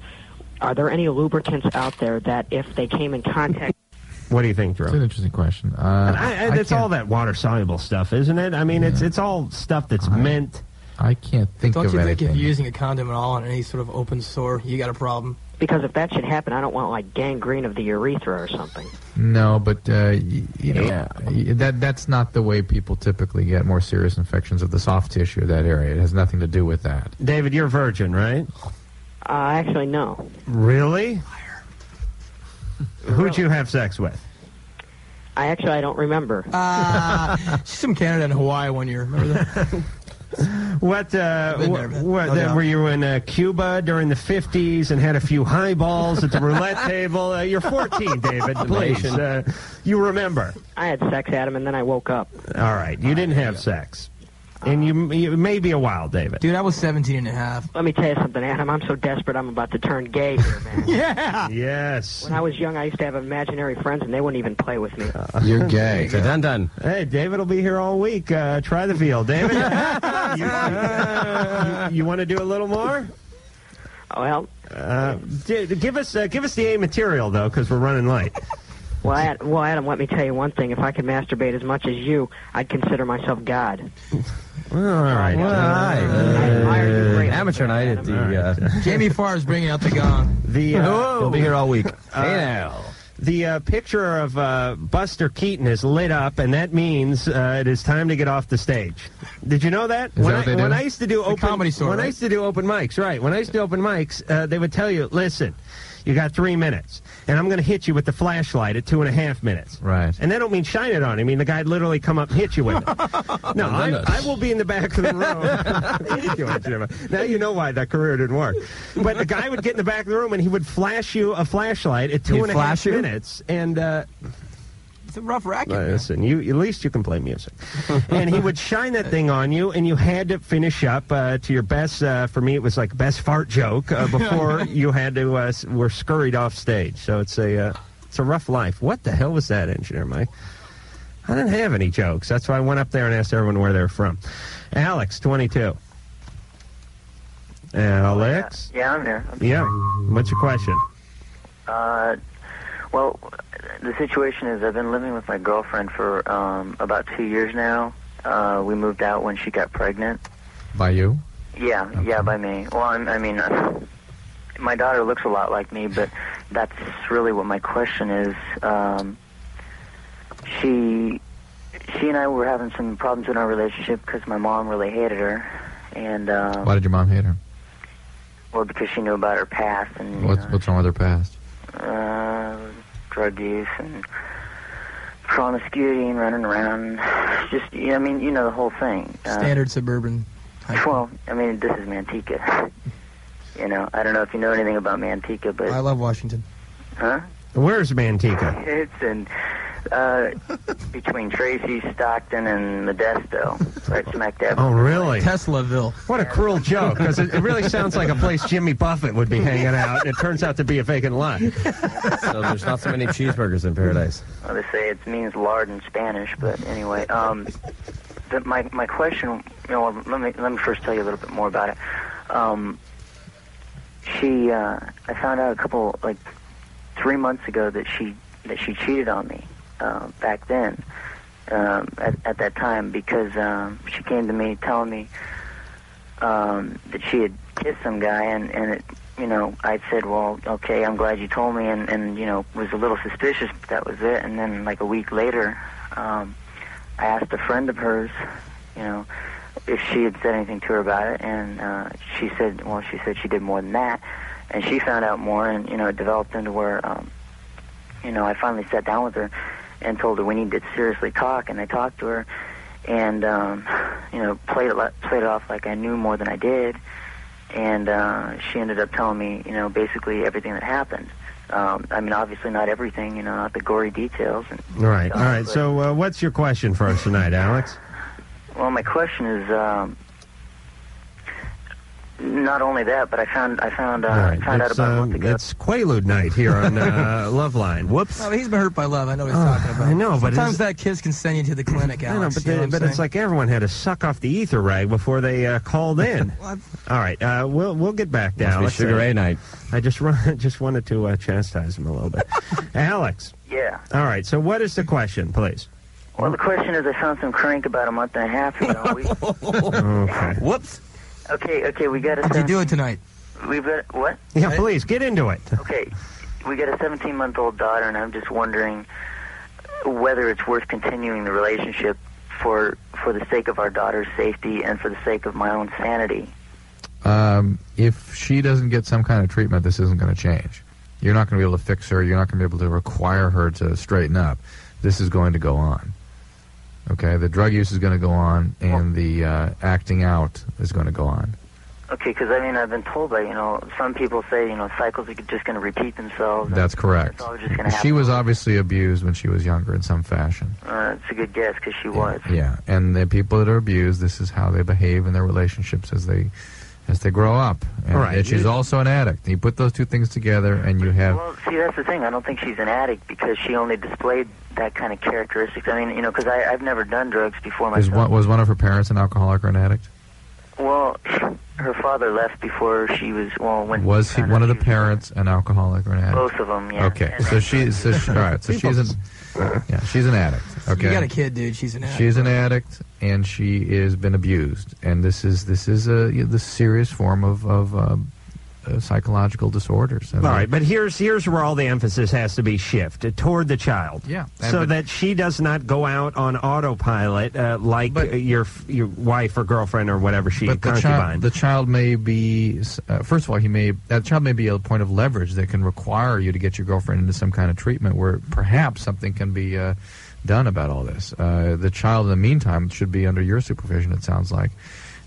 Speaker 25: are there any lubricants out there that, if they came in contact?
Speaker 3: What do you think, Drew?
Speaker 8: It's an interesting question. Uh,
Speaker 3: And I, I, it's all that water soluble stuff, isn't it? I mean, it's it's all stuff that's meant.
Speaker 8: I can't think
Speaker 4: Don't
Speaker 8: of
Speaker 4: you think
Speaker 8: anything.
Speaker 4: if you're using a condom at all on any sort of open sore, you got a problem?
Speaker 25: Because if that should happen, I don't want like gangrene of the urethra or something.
Speaker 8: No, but uh, y- you know y- that that's not the way people typically get more serious infections of the soft tissue of that area. It has nothing to do with that.
Speaker 3: David, you're a virgin, right?
Speaker 25: Uh, actually, no.
Speaker 3: Really? Who'd you have sex with?
Speaker 25: I actually I don't remember.
Speaker 4: Uh, she's from Canada and Hawaii one year. Remember that?
Speaker 3: What? Uh,
Speaker 4: Been
Speaker 3: wh-
Speaker 4: there, Oh, man.
Speaker 3: what
Speaker 4: No
Speaker 3: uh,
Speaker 4: doubt.
Speaker 3: were you in uh, Cuba during the '50s and had a few highballs at the roulette table? Uh, you're 14, David. Please,
Speaker 25: Amazing.
Speaker 3: uh, you remember?
Speaker 25: I had sex, Adam, and then I woke up.
Speaker 3: All right, you didn't have sex. And you, you may be a while, David.
Speaker 4: Dude, I was 17 and a half.
Speaker 25: Let me tell you something, Adam. I'm so desperate I'm about to turn gay here, man.
Speaker 3: yeah. Yes.
Speaker 25: When I was young, I used to have imaginary friends, and they wouldn't even play with me.
Speaker 3: You're gay.
Speaker 25: So
Speaker 3: done, done. Hey, David will be here all week. Uh, try the veal, David. you, want to do a little more?
Speaker 25: Well,
Speaker 3: uh, d- give us uh, give us the A material though, because we're running late.
Speaker 25: Well, Ad, well, Adam, let me tell you one thing. If I could masturbate as much as you, I'd consider myself God.
Speaker 3: All right.
Speaker 25: Well,
Speaker 4: Uh,
Speaker 1: amateur night at the. Uh,
Speaker 4: Jamie Farr is bringing out the gong.
Speaker 3: The uh,
Speaker 8: Oh.
Speaker 1: We'll be here all week.
Speaker 3: Uh,
Speaker 1: hey now.
Speaker 3: The uh, picture of uh, Buster Keaton is lit up, and that means uh, it is time to get off the stage. Did you know that?
Speaker 8: Is
Speaker 3: when
Speaker 8: that what
Speaker 3: I,
Speaker 8: they do?
Speaker 3: When I used to do
Speaker 8: It's a
Speaker 3: open
Speaker 8: comedy store,
Speaker 3: when I
Speaker 8: right?
Speaker 3: used to do open mics, right? When I used to do open mics, uh, they would tell you, "Listen, you got three minutes, and I'm going to hit you with the flashlight at two and a half minutes." Right. And that don't mean shine it on. I mean the guy literally come up and hit you with it. no, I, I will be in the back of the room. now you know why that career didn't work. But the guy would get in the back of the room and he would flash you a flashlight at two
Speaker 6: He'd
Speaker 3: and a half
Speaker 6: flash you?
Speaker 3: minutes, and. Uh,
Speaker 4: It's a rough racket.
Speaker 3: uh, Listen, you at least you can play music. and he would shine that thing on you, and you had to finish up uh, to your best. Uh, for me, it was like best fart joke uh, before you had to uh, s- were scurried off stage. So it's a uh, it's a rough life. What the hell was that, engineer Mike? I didn't have any jokes. That's why I went up there and asked everyone where they're from. Alex, twenty two. Alex,
Speaker 24: Yeah, I'm here.
Speaker 3: yeah. What's your question?
Speaker 24: Uh, well, the situation is I've been living with my girlfriend for um, about two years now. Uh, we moved out when she got pregnant.
Speaker 8: By you?
Speaker 24: Yeah, yeah, by me. Well, I'm, I mean, uh, my daughter looks a lot like me, but that's really what my question is. Um, she, she and I were having some problems in our relationship because my mom really hated her, and um,
Speaker 8: Why did your mom hate her?
Speaker 24: well, because she knew about her past and
Speaker 8: What's what's wrong with her past?
Speaker 24: uh, drug use and promiscuity and running around. Just, yeah, I mean, you know the whole thing. Uh,
Speaker 4: Standard suburban.
Speaker 24: Well, I mean, this is Manteca. You know, I don't know if you know anything about Manteca, but
Speaker 4: I love Washington.
Speaker 24: huh?
Speaker 3: Where's Manteca?
Speaker 24: It's in uh, between Tracy, Stockton, and Modesto, right smack dab.
Speaker 3: Oh, really?
Speaker 4: Teslaville.
Speaker 3: What a cruel joke, because it, it really sounds like a place Jimmy Buffett would be hanging out, and it turns out to be a vacant lot.
Speaker 1: So there's not so many cheeseburgers in paradise.
Speaker 24: Well, they say it means lard in Spanish, but anyway, um, the, my my question, you know, let me let me first tell you a little bit more about it. Um, she, uh, I found out a couple like three months ago that she that she cheated on me uh, back then um, at at that time because um, she came to me telling me um, that she had kissed some guy and and it you know, I said, well, okay, I'm glad you told me, and, and you know, was a little suspicious, but that was it. And then, like a week later, um, I asked a friend of hers, you know, if she had said anything to her about it, and uh, she said, well, she said she did more than that, and she found out more, and you know, it developed into where, um, you know, I finally sat down with her and told her we need to seriously talk, and I talked to her, and um, you know, played it li- played it off like I knew more than I did and uh, she ended up telling me, you know, basically everything that happened. Um, I mean, obviously not everything, you know, not the gory details. And,
Speaker 3: All right, all right. So, uh, what's your question for us tonight, Alex?
Speaker 24: well, my question is, um, not only that, but I found I found uh,
Speaker 3: All right,
Speaker 24: found out
Speaker 3: it's,
Speaker 24: about.
Speaker 3: um, it's Quaalude night here on uh, Loveline. Whoops.
Speaker 4: Oh, he's been hurt by love. I know what he's
Speaker 3: Uh,
Speaker 4: talking about.
Speaker 3: I know, but
Speaker 4: sometimes
Speaker 3: it's-
Speaker 4: that kiss can send you to the clinic,
Speaker 3: I know,
Speaker 4: Alex.
Speaker 3: but,
Speaker 4: you know
Speaker 3: they-
Speaker 4: what I'm
Speaker 3: but it's
Speaker 4: saying?
Speaker 3: like everyone had to suck off the ether rag before they uh, called in.
Speaker 4: Well,
Speaker 3: All right, uh, we'll we'll get back to
Speaker 1: Must be
Speaker 3: Alex.
Speaker 1: Sugar
Speaker 3: Uh,
Speaker 1: Ray night.
Speaker 3: I just run, just wanted to uh, chastise him a little bit, Alex.
Speaker 24: Yeah.
Speaker 3: All right. So, what is the question, please?
Speaker 24: Well, the question is, I found some crank about a month and a half ago. We,
Speaker 3: Okay.
Speaker 24: Whoops. Okay, okay, we got a.
Speaker 4: How'd you do it tonight?
Speaker 24: We've got what?
Speaker 3: Yeah, please get into it.
Speaker 24: Okay, we got a 17 month old daughter, and I'm just wondering whether it's worth continuing the relationship for for the sake of our daughter's safety and for the sake of my own sanity.
Speaker 8: Um, if she doesn't get some kind of treatment, this isn't going to change. You're not going to be able to fix her. You're not going to be able to require her to straighten up. This is going to go on. Okay, the drug use is going to go on, and the uh, acting out is going to go on.
Speaker 24: Okay, because I mean, I've been told by you know some people say you know cycles are just going to repeat themselves.
Speaker 8: That's correct.
Speaker 24: It's all just going to
Speaker 8: She
Speaker 24: happen.
Speaker 8: was obviously abused when she was younger in some fashion.
Speaker 24: Uh, it's a good guess because she was.
Speaker 8: Yeah, and the people that are abused, this is how they behave in their relationships as they as they grow up. And,
Speaker 24: Right.
Speaker 8: and she's
Speaker 24: You-
Speaker 8: also an addict. You put those two things together, and you have
Speaker 24: Well, see, that's the thing. I don't think she's an addict because she only displayed that kind of characteristics. I mean, you know, because I've never done drugs before
Speaker 8: is
Speaker 24: myself.
Speaker 8: one, was one of her parents an alcoholic or an addict?
Speaker 24: Well, her father left before she was well when
Speaker 8: Was he one of the parents an alcoholic or an addict?
Speaker 24: both of them. Yeah.
Speaker 8: Okay, so she, so she, all right, so she's an, yeah, she's an addict. Okay,
Speaker 4: You got a kid, dude. She's an addict.
Speaker 8: She's an addict, and she is been abused, and this is this is a you know, the serious form of of um, uh, psychological disorders.
Speaker 3: All right, but here's here's where all the emphasis has to be shifted toward the child.
Speaker 8: Yeah, and
Speaker 3: so
Speaker 8: but-
Speaker 3: that she does not go out on autopilot uh, like uh your your wife or girlfriend or whatever she
Speaker 8: but the
Speaker 3: concubine.
Speaker 8: child, the child may be uh, first of all, he may that child may be a point of leverage that can require you to get your girlfriend into some kind of treatment where perhaps something can be uh, done about all this. Uh, the child, in the meantime, should be under your supervision. It sounds like,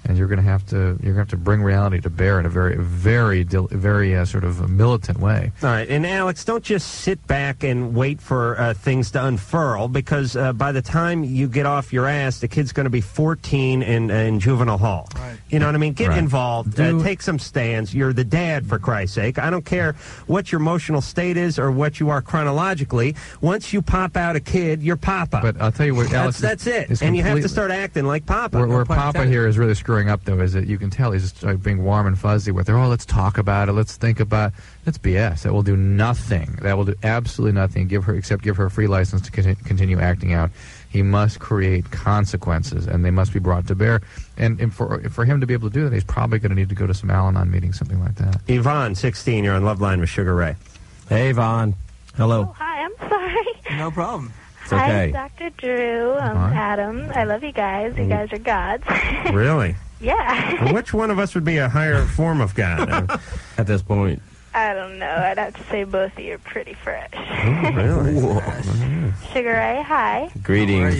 Speaker 8: and you're going to have to you're going to have to bring reality to bear in a very very dil- very uh, sort of militant way.
Speaker 3: All right, and Alex, don't just sit back and wait for uh, things to unfurl because uh, by the time you get off your ass, the kid's going to be 14 and uh, in juvenile hall. You know what I mean? Get
Speaker 8: Right.
Speaker 3: involved,
Speaker 8: Do-
Speaker 3: uh, take some stands. You're the dad, for Christ's sake. I don't care what your emotional state is or what you are chronologically. Once you pop out a kid, you're Papa.
Speaker 8: But I'll tell you what, Alex,
Speaker 3: that's, that's
Speaker 8: is-
Speaker 3: it,
Speaker 8: is
Speaker 3: and you have to
Speaker 8: completely-
Speaker 3: start acting like Papa.
Speaker 8: Where, where Papa here is really screwing up, though, is that you can tell he's just like, being warm and fuzzy with her. Oh, let's talk about it. Let's think about. That's BS. That will do nothing. That will do absolutely nothing. Give her except give her a free license to conti- continue acting out. He must create consequences, and they must be brought to bear. And, and for for him to be able to do that, he's probably going to need to go to some Al-Anon meeting, something like that.
Speaker 3: Yvonne, 16, you're on Love Line with Sugar Ray. Hey, Yvonne. Hello.
Speaker 10: Oh, Hi, I'm sorry.
Speaker 4: No problem.
Speaker 3: It's okay.
Speaker 10: Hi, Dr. Drew. I'm
Speaker 3: Hi.
Speaker 10: Adam. I love you guys. You guys are gods.
Speaker 3: Really?
Speaker 10: yeah.
Speaker 3: Well, which one of us would be a higher form of God uh, at this point?
Speaker 10: I don't know. I'd have to say both of you are pretty fresh.
Speaker 3: Oh,
Speaker 10: Sugar Ray, hi.
Speaker 6: Greetings,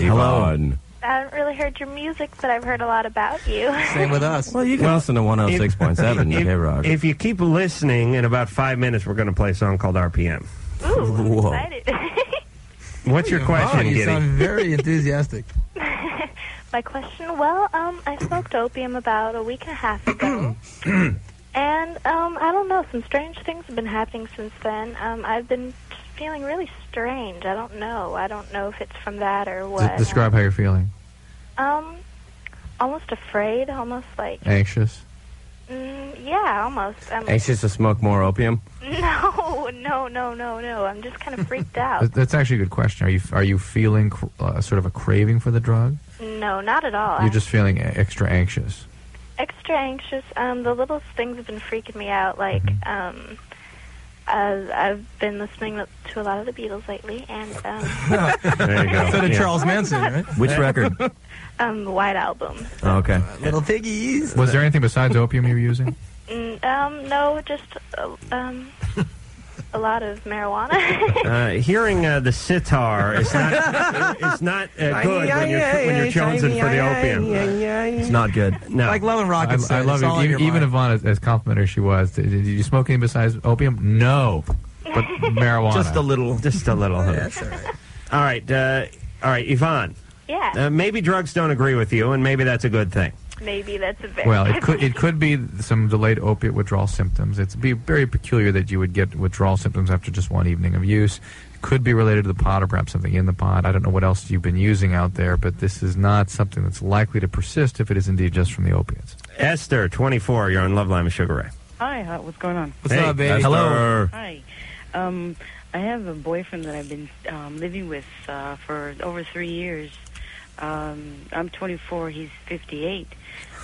Speaker 6: Yvonne.
Speaker 10: I haven't really heard your music, but I've heard a lot about you.
Speaker 4: us.
Speaker 6: Well, you can listen to 106.7
Speaker 3: if-
Speaker 6: K Rock.
Speaker 3: If you keep listening, in about five minutes, we're going to play a song called RPM.
Speaker 10: Ooh, I'm
Speaker 3: Whoa.
Speaker 10: excited.
Speaker 3: What's your question,
Speaker 4: Wow, you sound
Speaker 3: Giddy?
Speaker 4: very enthusiastic.
Speaker 10: My question, well, um, I smoked opium about a week and a half ago. and um, I don't know, some strange things have been happening since then. Um, I've been feeling really strange. I don't know. I don't know if it's from that or
Speaker 8: D-
Speaker 10: what.
Speaker 8: describe how you're feeling.
Speaker 10: Um, almost afraid, almost like,
Speaker 8: Anxious.
Speaker 10: mm, yeah, almost. Um,
Speaker 6: Anxious to smoke more opium?
Speaker 10: No, no, no, no, no. I'm just kind of freaked out.
Speaker 8: That- That's actually a good question. Are you are you feeling cr- uh, sort of a craving for the drug?
Speaker 10: No, not at all.
Speaker 8: You're just feeling e- extra anxious.
Speaker 10: extra anxious. Um, the little things have been freaking me out. Like, um, uh, I've been listening to a lot of the Beatles lately, and um,
Speaker 6: There you go.
Speaker 4: So did
Speaker 6: Yeah.
Speaker 4: Charles Manson, right?
Speaker 6: Which record? Oh,
Speaker 10: um, the White Album.
Speaker 6: okay.
Speaker 4: Little piggies.
Speaker 8: Was there anything besides opium you were using?
Speaker 10: Mm, um, no, just uh, um, a lot of marijuana.
Speaker 3: Uh, hearing uh, the sitar is not it's not uh, good when you're when you're jonesing for the opium.
Speaker 6: It's not good.
Speaker 3: No.
Speaker 4: Like Love and
Speaker 8: I,
Speaker 4: Rocket
Speaker 8: I
Speaker 4: said,
Speaker 8: love
Speaker 4: it's
Speaker 8: it.
Speaker 4: all in
Speaker 8: Even,
Speaker 4: your
Speaker 8: even
Speaker 4: mind.
Speaker 8: Yvonne, as, as complimentary as she was, did, did you smoke anything besides opium? No, but marijuana.
Speaker 3: Just a little. Just a little. all right. All right, uh, all right, Yvonne.
Speaker 10: Yeah.
Speaker 3: Uh, maybe drugs don't agree with you, and maybe that's a good thing.
Speaker 10: Maybe that's a bit.
Speaker 8: Well, it could it could be some delayed opiate withdrawal symptoms. It's be very peculiar that you would get withdrawal symptoms after just one evening of use. It could be related to the pot or perhaps something in the pot. I don't know what else you've been using out there, but this is not something that's likely to persist if it is indeed just from the opiates.
Speaker 3: Esther, 24, you're on Love Line with Sugar Ray.
Speaker 26: Hi, how, what's going on?
Speaker 3: What's Hey, up, baby? hello.
Speaker 26: Hi. Um, I have a boyfriend that I've been um, living with uh, for over three years. Um, I'm 24. He's 58.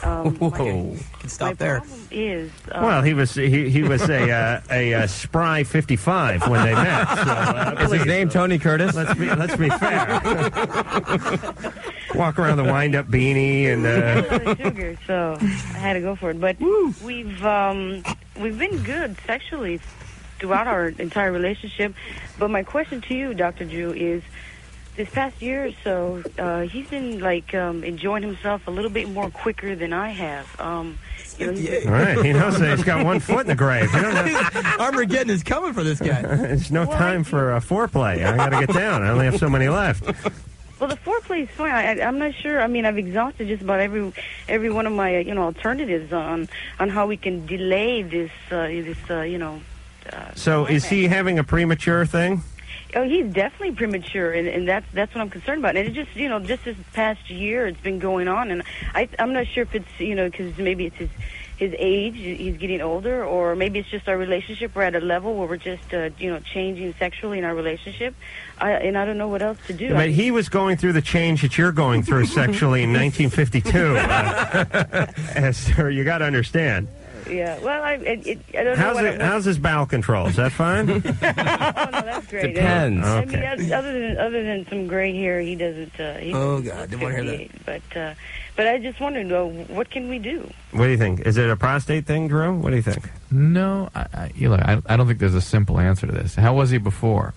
Speaker 26: Um, my-
Speaker 4: Whoa. Can
Speaker 26: my
Speaker 4: stop there.
Speaker 26: problem Is
Speaker 6: Uh,
Speaker 26: um,
Speaker 3: Well, he was he, he was a uh, a uh, spry 55 when they met. So, uh,
Speaker 6: Is his
Speaker 3: please,
Speaker 6: name Tony Curtis?
Speaker 3: Let's be let's be fair.
Speaker 26: um,
Speaker 3: Walk around the wind up beanie and uh,
Speaker 26: full of sugar, so I had to go for it. But we've um, we've been good sexually throughout our entire relationship. But my question to you, Doctor Drew, is this past year or so, uh, he's been like um, enjoying himself a little bit more quicker than I have. Um, you know, he's been-
Speaker 3: All right, he knows that he's got one foot in the grave. You don't have...
Speaker 4: Armageddon is coming for this guy.
Speaker 3: There's no time for uh, foreplay. I got to get down. I only have so many left.
Speaker 26: Well, the foreplay is fine. I, I- I'm not sure. I mean, I've exhausted just about every every one of my you know alternatives on on how we can delay this uh, this uh, you know. Uh,
Speaker 3: So is he having a premature thing?
Speaker 26: Oh, he's definitely premature, and, and that's that's what I'm concerned about. And it just you know just this past year, it's been going on, and I I'm not sure if it's you know because maybe it's his his age, he's getting older, or maybe it's just our relationship. We're at a level where we're just uh, you know changing sexually in our relationship, I, and I don't know what else to do. I
Speaker 3: But he was going through the change that you're going through sexually in 1952. Uh, Esther, you got to understand.
Speaker 26: Yeah. Well, I it, it, I don't know.
Speaker 3: How's,
Speaker 26: What
Speaker 3: it,
Speaker 26: I,
Speaker 3: how's his bowel control? Is that fine?
Speaker 26: no, that's great.
Speaker 3: Depends.
Speaker 26: I
Speaker 3: Okay.
Speaker 26: mean, that's, other than other than some gray hair, he doesn't. Uh, he
Speaker 3: Oh, God, didn't wanna hear that.
Speaker 26: 58, But uh, but I just wondered, uh, what can we do?
Speaker 3: what do you think? Is it a prostate thing, Drew? What do you think?
Speaker 8: No, I, I, Eli, Uh, I, I don't think there's a simple answer to this. How was he before?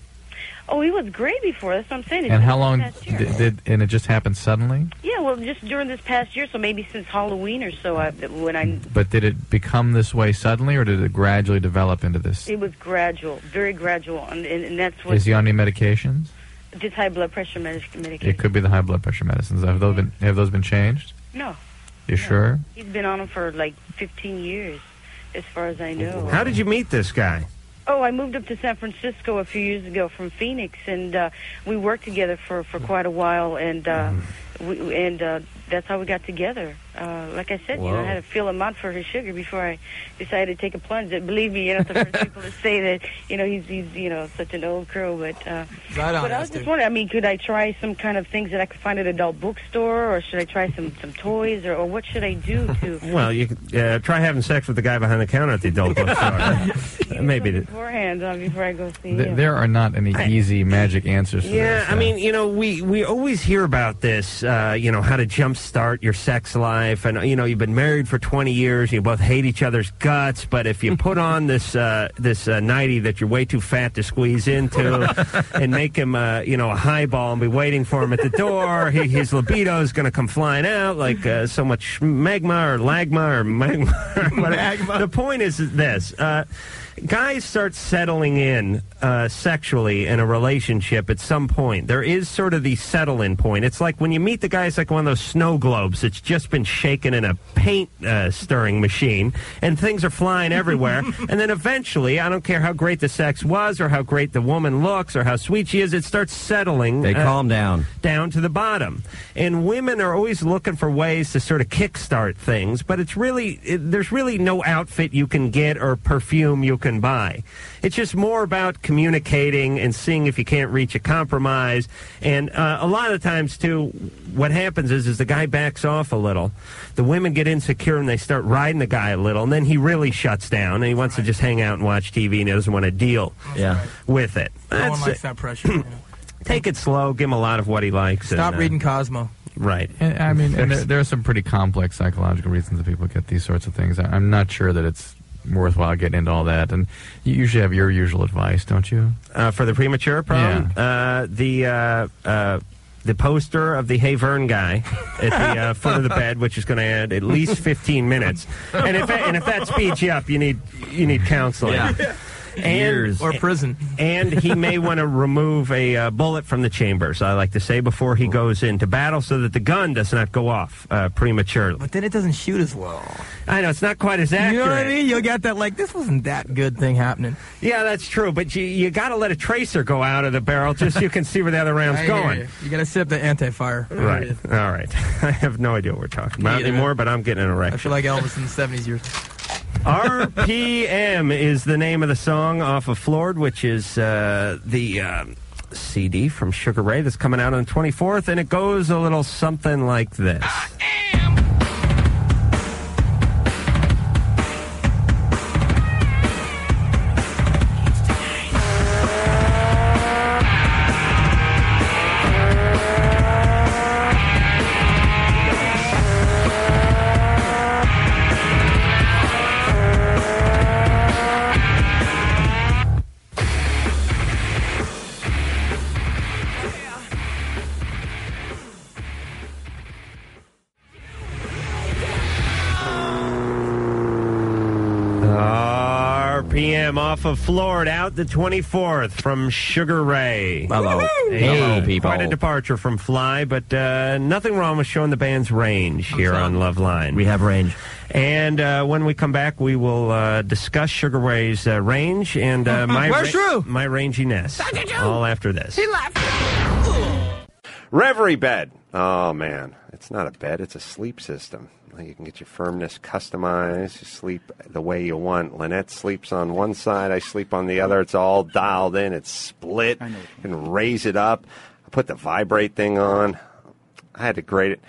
Speaker 26: Oh, he was gray before. That's what I'm saying. It's
Speaker 8: And how
Speaker 26: just
Speaker 8: long
Speaker 26: past year.
Speaker 8: did, did and it just happened suddenly?
Speaker 26: Yeah, well, just during this past year, so maybe since Halloween or so, I, when I
Speaker 8: But did it become this way suddenly, or did it gradually develop into this?
Speaker 26: it was gradual, very gradual, and, and, and that's what
Speaker 8: Is he on any medications?
Speaker 26: just high blood pressure medic- medication.
Speaker 8: It could be the high blood pressure medicines. Have those been have those been changed?
Speaker 26: No,
Speaker 8: You sure?
Speaker 26: he's been on them for like 15 years, as far as I know.
Speaker 3: How did you meet this guy?
Speaker 26: Oh, I moved up to San Francisco a few years ago from Phoenix, and uh, we worked together for, for quite a while, and uh,
Speaker 4: Mm-hmm.
Speaker 26: we, and uh, that's how we got together. Uh, like I said, you know, I
Speaker 20: Whoa.
Speaker 26: had to feel him out for his sugar before I decided to take a plunge. And believe me, you're not the first people to say that. You know, he's he's you know such an old crow, but uh,
Speaker 4: Right on,
Speaker 26: but I was
Speaker 4: Esther.
Speaker 26: just wondering. I mean, could I try some kind of things that I could find at adult bookstore, or should I try some some toys, or, or what should I do to?
Speaker 3: Well, you could, uh, try having sex with the guy behind the counter at the adult bookstore. Maybe. the-
Speaker 26: Beforehand, uh, before I go see him.
Speaker 8: Th- there are not any easy magic answers. To
Speaker 3: Yeah,
Speaker 8: this.
Speaker 3: I mean, you know, we we always hear about this, uh, you know, how to jumpstart your sex life, and you know, you've been married for twenty years, you both hate each other's guts, but if you put on this uh, this uh, nighty that you're way too fat to squeeze into, and make him, uh, you know, a highball and be waiting for him at the door, he, his libido is going to come flying out like uh, so much magma or lagma or magma. or whatever. The point is this. Uh, guys start settling in uh, sexually in a relationship at some point. There is sort of the settle in point. It's like when you meet the guy, it's like one of those snow globes that's just been shaken in a paint uh, stirring machine, and things are flying everywhere. and then eventually, I don't care how great the sex was, or how great the woman looks, or how sweet she is, it starts settling. uh,
Speaker 6: They calm down.
Speaker 3: Down to the bottom. And women are always looking for ways to sort of kickstart things, but it's really, it, there's really no outfit you can get or perfume you can buy. It's just more about communicating and seeing if you can't reach a compromise. And uh, a lot of times, too, what happens is, is the guy backs off a little. The women get insecure and they start riding the guy a little, and then he really shuts down and he wants to just hang out and watch TV and he doesn't want to deal
Speaker 6: Yeah.
Speaker 3: with it.
Speaker 4: No one
Speaker 3: That's
Speaker 4: likes
Speaker 3: it.
Speaker 4: that pressure. you know.
Speaker 3: Take it slow. Give him a lot of what he likes.
Speaker 4: Stop
Speaker 3: and, uh,
Speaker 4: reading Cosmo.
Speaker 3: Right.
Speaker 8: And, I mean, and there,
Speaker 3: There's-
Speaker 8: there are some pretty complex psychological reasons that people get these sorts of things. I, I'm not sure that it's worthwhile getting into all that. And you usually have your usual advice, don't you?
Speaker 3: uh, for the premature problem, uh, the uh, uh, the poster of the Hey Vern guy at the uh, foot of the bed, which is going to add at least 15 minutes. And if that, and if that speeds you up, you need you need counseling.
Speaker 6: Yeah.
Speaker 3: And,
Speaker 6: Years. Or
Speaker 3: prison, and he may want to remove a uh, bullet from the chambers. I like to say before he goes into battle, so that the gun does not go off uh, prematurely.
Speaker 4: But then it doesn't shoot as well.
Speaker 3: I know it's not quite as accurate.
Speaker 4: You know what I mean? You got that like this wasn't that good thing happening.
Speaker 3: Yeah, that's true. But you, you got to let a tracer go out of the barrel just so you can see where the other
Speaker 4: I
Speaker 3: round's
Speaker 4: hear
Speaker 3: going.
Speaker 4: You, you got to sip the anti-fire.
Speaker 3: Right. All right. I have no idea what we're talking about
Speaker 4: Neither.
Speaker 3: anymore, but I'm getting an
Speaker 4: I
Speaker 3: erection.
Speaker 4: feel like Elvis in the '70s years.
Speaker 3: RPM is the name of the song off of Floored, which is uh, the um, CD from Sugar Ray that's coming out on the 24th, and it goes a little something like this. them off of Florida out the 24th from Sugar Ray.
Speaker 6: Hello.
Speaker 3: A-
Speaker 6: Hello, people.
Speaker 3: Quite a departure from Fly, but uh, nothing wrong with showing the band's range here on Love Line. We
Speaker 6: have range.
Speaker 3: And uh, when we come back, we will uh, discuss Sugar Ray's uh, range and uh, my,
Speaker 27: Where's Drew?
Speaker 3: my ranginess. All after this.
Speaker 27: He left.
Speaker 19: Reverie bed. Oh man, it's not a bed; it's a sleep system. You can get your firmness customized. You sleep the way you want. Lynette sleeps on one side; I sleep on the other. It's all dialed in. It's split and raise it up. I put the vibrate thing on. I had to grade it.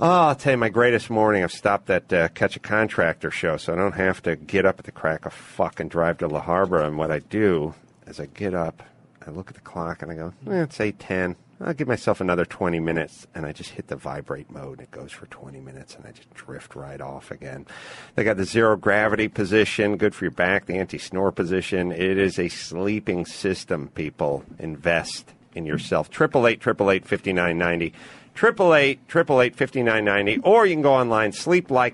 Speaker 19: Oh, I'll tell you, my greatest morning. I've stopped at uh, Catch a Contractor show, so I don't have to get up at the crack of fuck and drive to La Harbor. And what I do is I get up, I look at the clock, and I go, eh, it's 8.10. I'll give myself another 20 minutes, and I just hit the vibrate mode, and it goes for 20 minutes, and I just drift right off again. They got the zero gravity position, good for your back, the anti-snore position. It is a sleeping system, people. Invest in yourself. 888 888 5990. 888 888 5990. Or you can go online,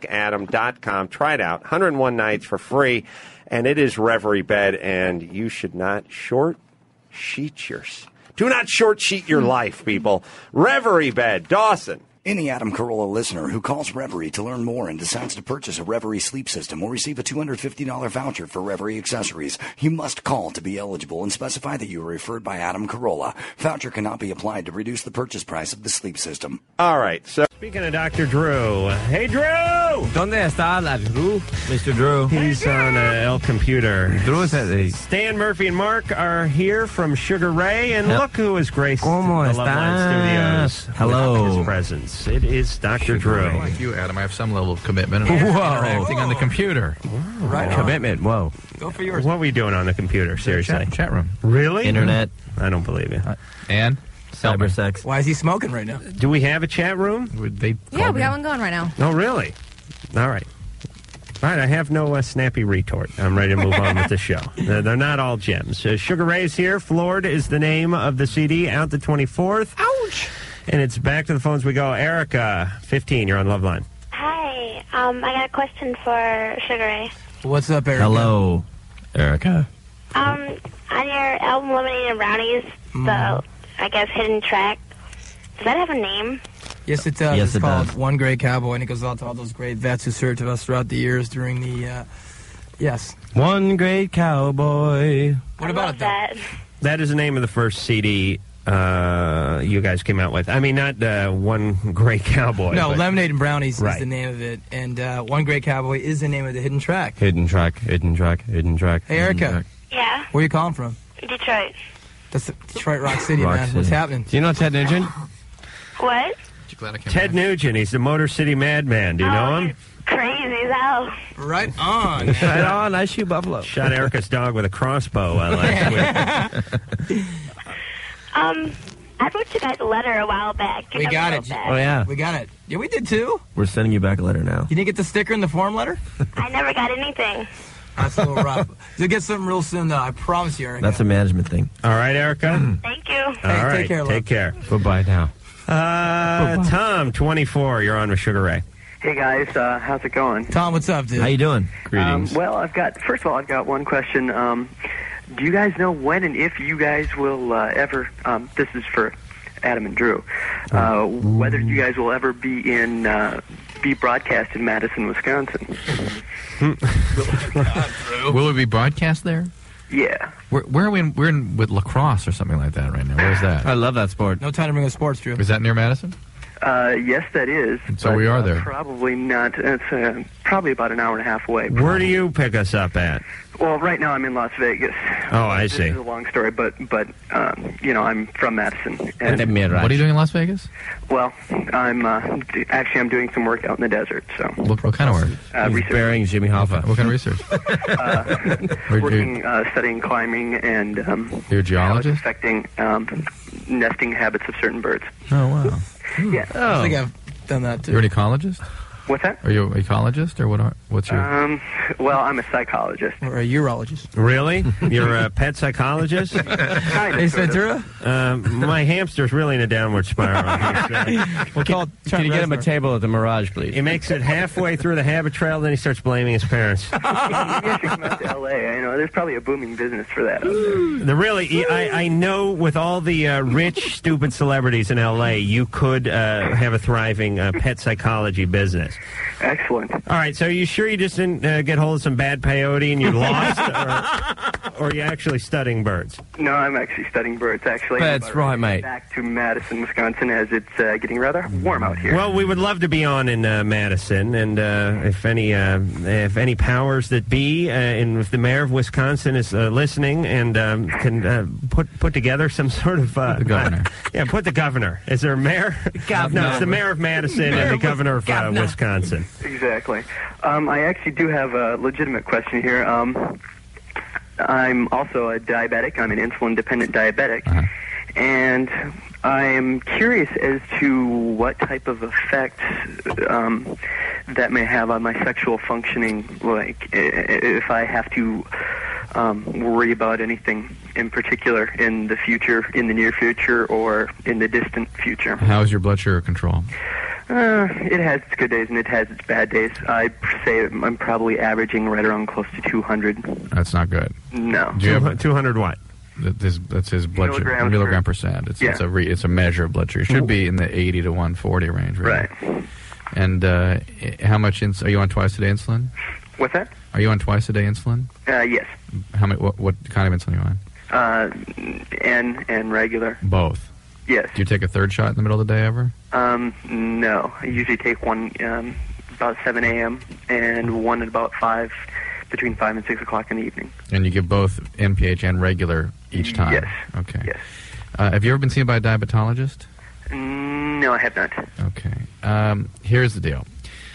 Speaker 19: sleeplikeadam.com. Try it out. 101 nights for free. And it is Reverie Bed, and you should not short sheet your. Do not short sheet your life, people. Reverie Bed, Dawson.
Speaker 2: Any Adam Carolla listener who calls Reverie to learn more and decides to purchase a Reverie sleep system will receive a $250 voucher for Reverie accessories. You must call to be eligible and specify that you were referred by Adam Carolla. Voucher cannot be applied to reduce the purchase price of the sleep system.
Speaker 19: All right, so.
Speaker 3: Speaking of Dr. Drew, hey Drew! Donde está la Drew? Mr. Drew. He's on uh, El Computer. Drew is at the... Stan Murphy and Mark are here from Sugar Ray, and
Speaker 6: Yep.
Speaker 3: look who has graced
Speaker 6: ¿Cómo
Speaker 3: the Love Line
Speaker 6: estás?
Speaker 3: Studios. with
Speaker 6: Hello.
Speaker 3: His presence. It is Dr.
Speaker 8: Drew. Like you, Adam, I have some level of commitment. I'm interacting on the computer.
Speaker 3: Right Commitment, whoa. Go for yours. What were you doing on the computer, seriously?
Speaker 8: Chat, chat room.
Speaker 3: Really?
Speaker 8: Internet.
Speaker 3: I don't believe you.
Speaker 8: and? Cyber
Speaker 6: sex.
Speaker 4: Why is he smoking right now?
Speaker 3: Do we have a chat room?
Speaker 8: They
Speaker 20: Yeah, we got one going right now.
Speaker 3: Oh, really? All right. All right, I have no uh, snappy retort. I'm ready to move on with the show. They're, they're not all gems. Uh, Sugar Ray's here. Floored is the name of the CD, out the 24th. Ouch! And it's back to the phones we go. Erica, 15, you're on Love Line.
Speaker 22: Hi. Um, I got a question for Sugar Ray.
Speaker 4: What's up, Erica?
Speaker 6: Hello, Erica.
Speaker 22: Um, on your album Lemonade and Brownies, the I guess hidden track, does that have a name?
Speaker 4: Yes, it does.
Speaker 6: Yes,
Speaker 4: it's
Speaker 6: it
Speaker 4: called One Great Cowboy, and it goes out to all those great vets who served with us throughout the years during the. Uh, yes.
Speaker 6: One great cowboy.
Speaker 4: What about that?
Speaker 3: That is the name of the first CD uh, you guys came out with. I mean, not uh, One Great Cowboy.
Speaker 4: No,
Speaker 3: but-
Speaker 4: Lemonade and Brownies
Speaker 3: Right.
Speaker 4: is the name of it, and uh, One Great Cowboy is the name of the hidden track.
Speaker 6: Hidden track, hidden track, hidden track.
Speaker 4: Hey, Erica.
Speaker 22: Yeah.
Speaker 4: Where you calling from?
Speaker 22: Detroit.
Speaker 4: That's Detroit Rock City,
Speaker 6: Rock
Speaker 4: man.
Speaker 6: City.
Speaker 4: What's happening?
Speaker 6: Do you know Ted Nugent?
Speaker 22: What?
Speaker 3: Ted Nugent, he's the Motor City Madman. Do you
Speaker 4: Oh,
Speaker 3: know him?
Speaker 22: Crazy as hell.
Speaker 4: Right on.
Speaker 6: Right on, I shoot buffalo.
Speaker 3: Shot Erica's dog with a crossbow uh, last week.
Speaker 22: Um, I wrote you guys a letter a while back. You
Speaker 4: We
Speaker 22: never
Speaker 4: got
Speaker 22: wrote
Speaker 4: it.
Speaker 22: back.
Speaker 6: Oh, yeah.
Speaker 4: We got it. Yeah, we did too.
Speaker 6: We're sending you back a letter now.
Speaker 4: You didn't get the sticker in the form letter?
Speaker 22: I never got anything.
Speaker 4: That's a little rough. You'll get something real soon, though. I promise you, Erica.
Speaker 6: That's a management thing.
Speaker 3: All right, Erica.
Speaker 22: Thank you. All
Speaker 4: Hey,
Speaker 3: All
Speaker 4: take
Speaker 3: right,
Speaker 4: care, love.
Speaker 3: Take care.
Speaker 6: Goodbye now.
Speaker 3: Uh, Tom, 24, you're on with Sugar Ray.
Speaker 28: Hey guys, uh, how's it going?
Speaker 4: Tom, what's up, dude?
Speaker 6: How you doing?
Speaker 28: Um, well, I've got first of all, I've got one question. Um, do you guys know when and if you guys will uh, ever? Um, this is for Adam and Drew. Uh, whether you guys will ever be in uh, be broadcast in Madison, Wisconsin?
Speaker 8: Will it be broadcast there?
Speaker 28: Yeah.
Speaker 8: Where, where are we? In, we're in with lacrosse or something like that right now. Where's that? I
Speaker 6: love that sport.
Speaker 4: No time to bring up sports, Drew.
Speaker 8: Is that near Madison?
Speaker 28: Uh, yes, that is.
Speaker 8: So
Speaker 28: but,
Speaker 8: we are
Speaker 28: uh,
Speaker 8: there.
Speaker 28: probably not. It's uh, probably about an hour and a half away.
Speaker 4: Um,
Speaker 3: Where do you pick us up at?
Speaker 28: Well, right now I'm in Las Vegas.
Speaker 3: Oh, I
Speaker 28: this
Speaker 3: see.
Speaker 28: This is a long story, but but um, you know I'm from Madison. And,
Speaker 8: What are you doing in Las Vegas?
Speaker 28: Well, I'm uh, d- actually I'm doing some work out in the desert. So
Speaker 8: What, what kind of work?
Speaker 28: uh, research, Uh,
Speaker 6: burying Jimmy Hoffa.
Speaker 8: What kind of research? Are you-
Speaker 28: working, uh, studying climbing, and um,
Speaker 8: You're a geologist?
Speaker 28: affecting um, nesting habits of certain birds.
Speaker 8: Oh wow.
Speaker 28: Yeah.
Speaker 4: I think I've done that too.
Speaker 8: You're an ecologist?
Speaker 28: What's that?
Speaker 8: Are you an ecologist or what? Are, what's your?
Speaker 28: Um, well, I'm a psychologist.
Speaker 4: Or a urologist.
Speaker 3: Really? You're a pet psychologist?
Speaker 4: Hey, Ventura?
Speaker 3: Um, my hamster's really in a downward spiral.
Speaker 6: Well, can, can you get him a table at the Mirage, please?
Speaker 3: he makes it halfway through the habit trail, then he starts blaming his parents.
Speaker 28: you should come out to L.A. You know, there's probably a booming business for that. Out there.
Speaker 3: The really, I, I know with all the uh, rich, stupid celebrities in L.A., you could uh, have a thriving uh, pet psychology business.
Speaker 28: Excellent. All
Speaker 3: right, so are you sure you just didn't uh, get hold of some bad peyote and you lost, or, or are you actually studying birds?
Speaker 28: No, I'm actually studying birds. Actually,
Speaker 3: That's
Speaker 28: I'm
Speaker 3: right, mate.
Speaker 28: Back to Madison, Wisconsin, as it's uh, getting rather warm out here.
Speaker 3: Well, we would love to be on in uh, Madison, and uh, if any uh, if any powers that be, uh, and if the mayor of Wisconsin is uh, listening and um, can uh, put put together some sort of uh, the governor, yeah, put the governor. Is there a mayor?
Speaker 28: governor.
Speaker 3: No, it's the mayor of Madison
Speaker 28: Mayor
Speaker 3: and the
Speaker 28: of
Speaker 3: governor of uh,
Speaker 28: Governor.
Speaker 3: Wisconsin.
Speaker 28: Exactly. Um, I actually do have a legitimate question here. Um, I'm also a diabetic. I'm an insulin dependent diabetic. And I'm curious as to what type of effect um, that may have on my sexual functioning, like i- i- if I have to um, worry about anything in particular in the future, in the near future, or in the distant future.
Speaker 8: How's your blood sugar control?
Speaker 28: Uh, it has its good days and it has its bad days. I say I'm probably averaging right around close to 200.
Speaker 8: That's not good.
Speaker 28: No.
Speaker 8: Do you have-
Speaker 3: Two hundred what?
Speaker 8: That- this- That's his blood sugar
Speaker 28: Milligrams
Speaker 8: milligram
Speaker 28: per-
Speaker 8: percent. It's, it's
Speaker 28: Yeah.
Speaker 8: a re, it's a measure of blood sugar. It should be in the eighty to one forty range, right? Right. And uh, i- how much ins- are you on twice a day insulin?
Speaker 28: What's that?
Speaker 8: Are you on twice a day insulin?
Speaker 28: Uh, yes.
Speaker 8: How many? What, what kind of insulin are you on?
Speaker 28: Uh, and and regular.
Speaker 8: Both.
Speaker 28: Yes.
Speaker 8: Do you take a third shot in the middle of the day ever?
Speaker 28: Um, no. I usually take one um, about 7 a.m. and one at about 5, between 5 and 6 o'clock in the evening.
Speaker 8: And you give both NPH and regular each time.
Speaker 28: Yes.
Speaker 8: Okay. Yes. Uh, have you ever been seen by a diabetologist?
Speaker 28: No, I have not.
Speaker 8: Okay. Um, here's the deal.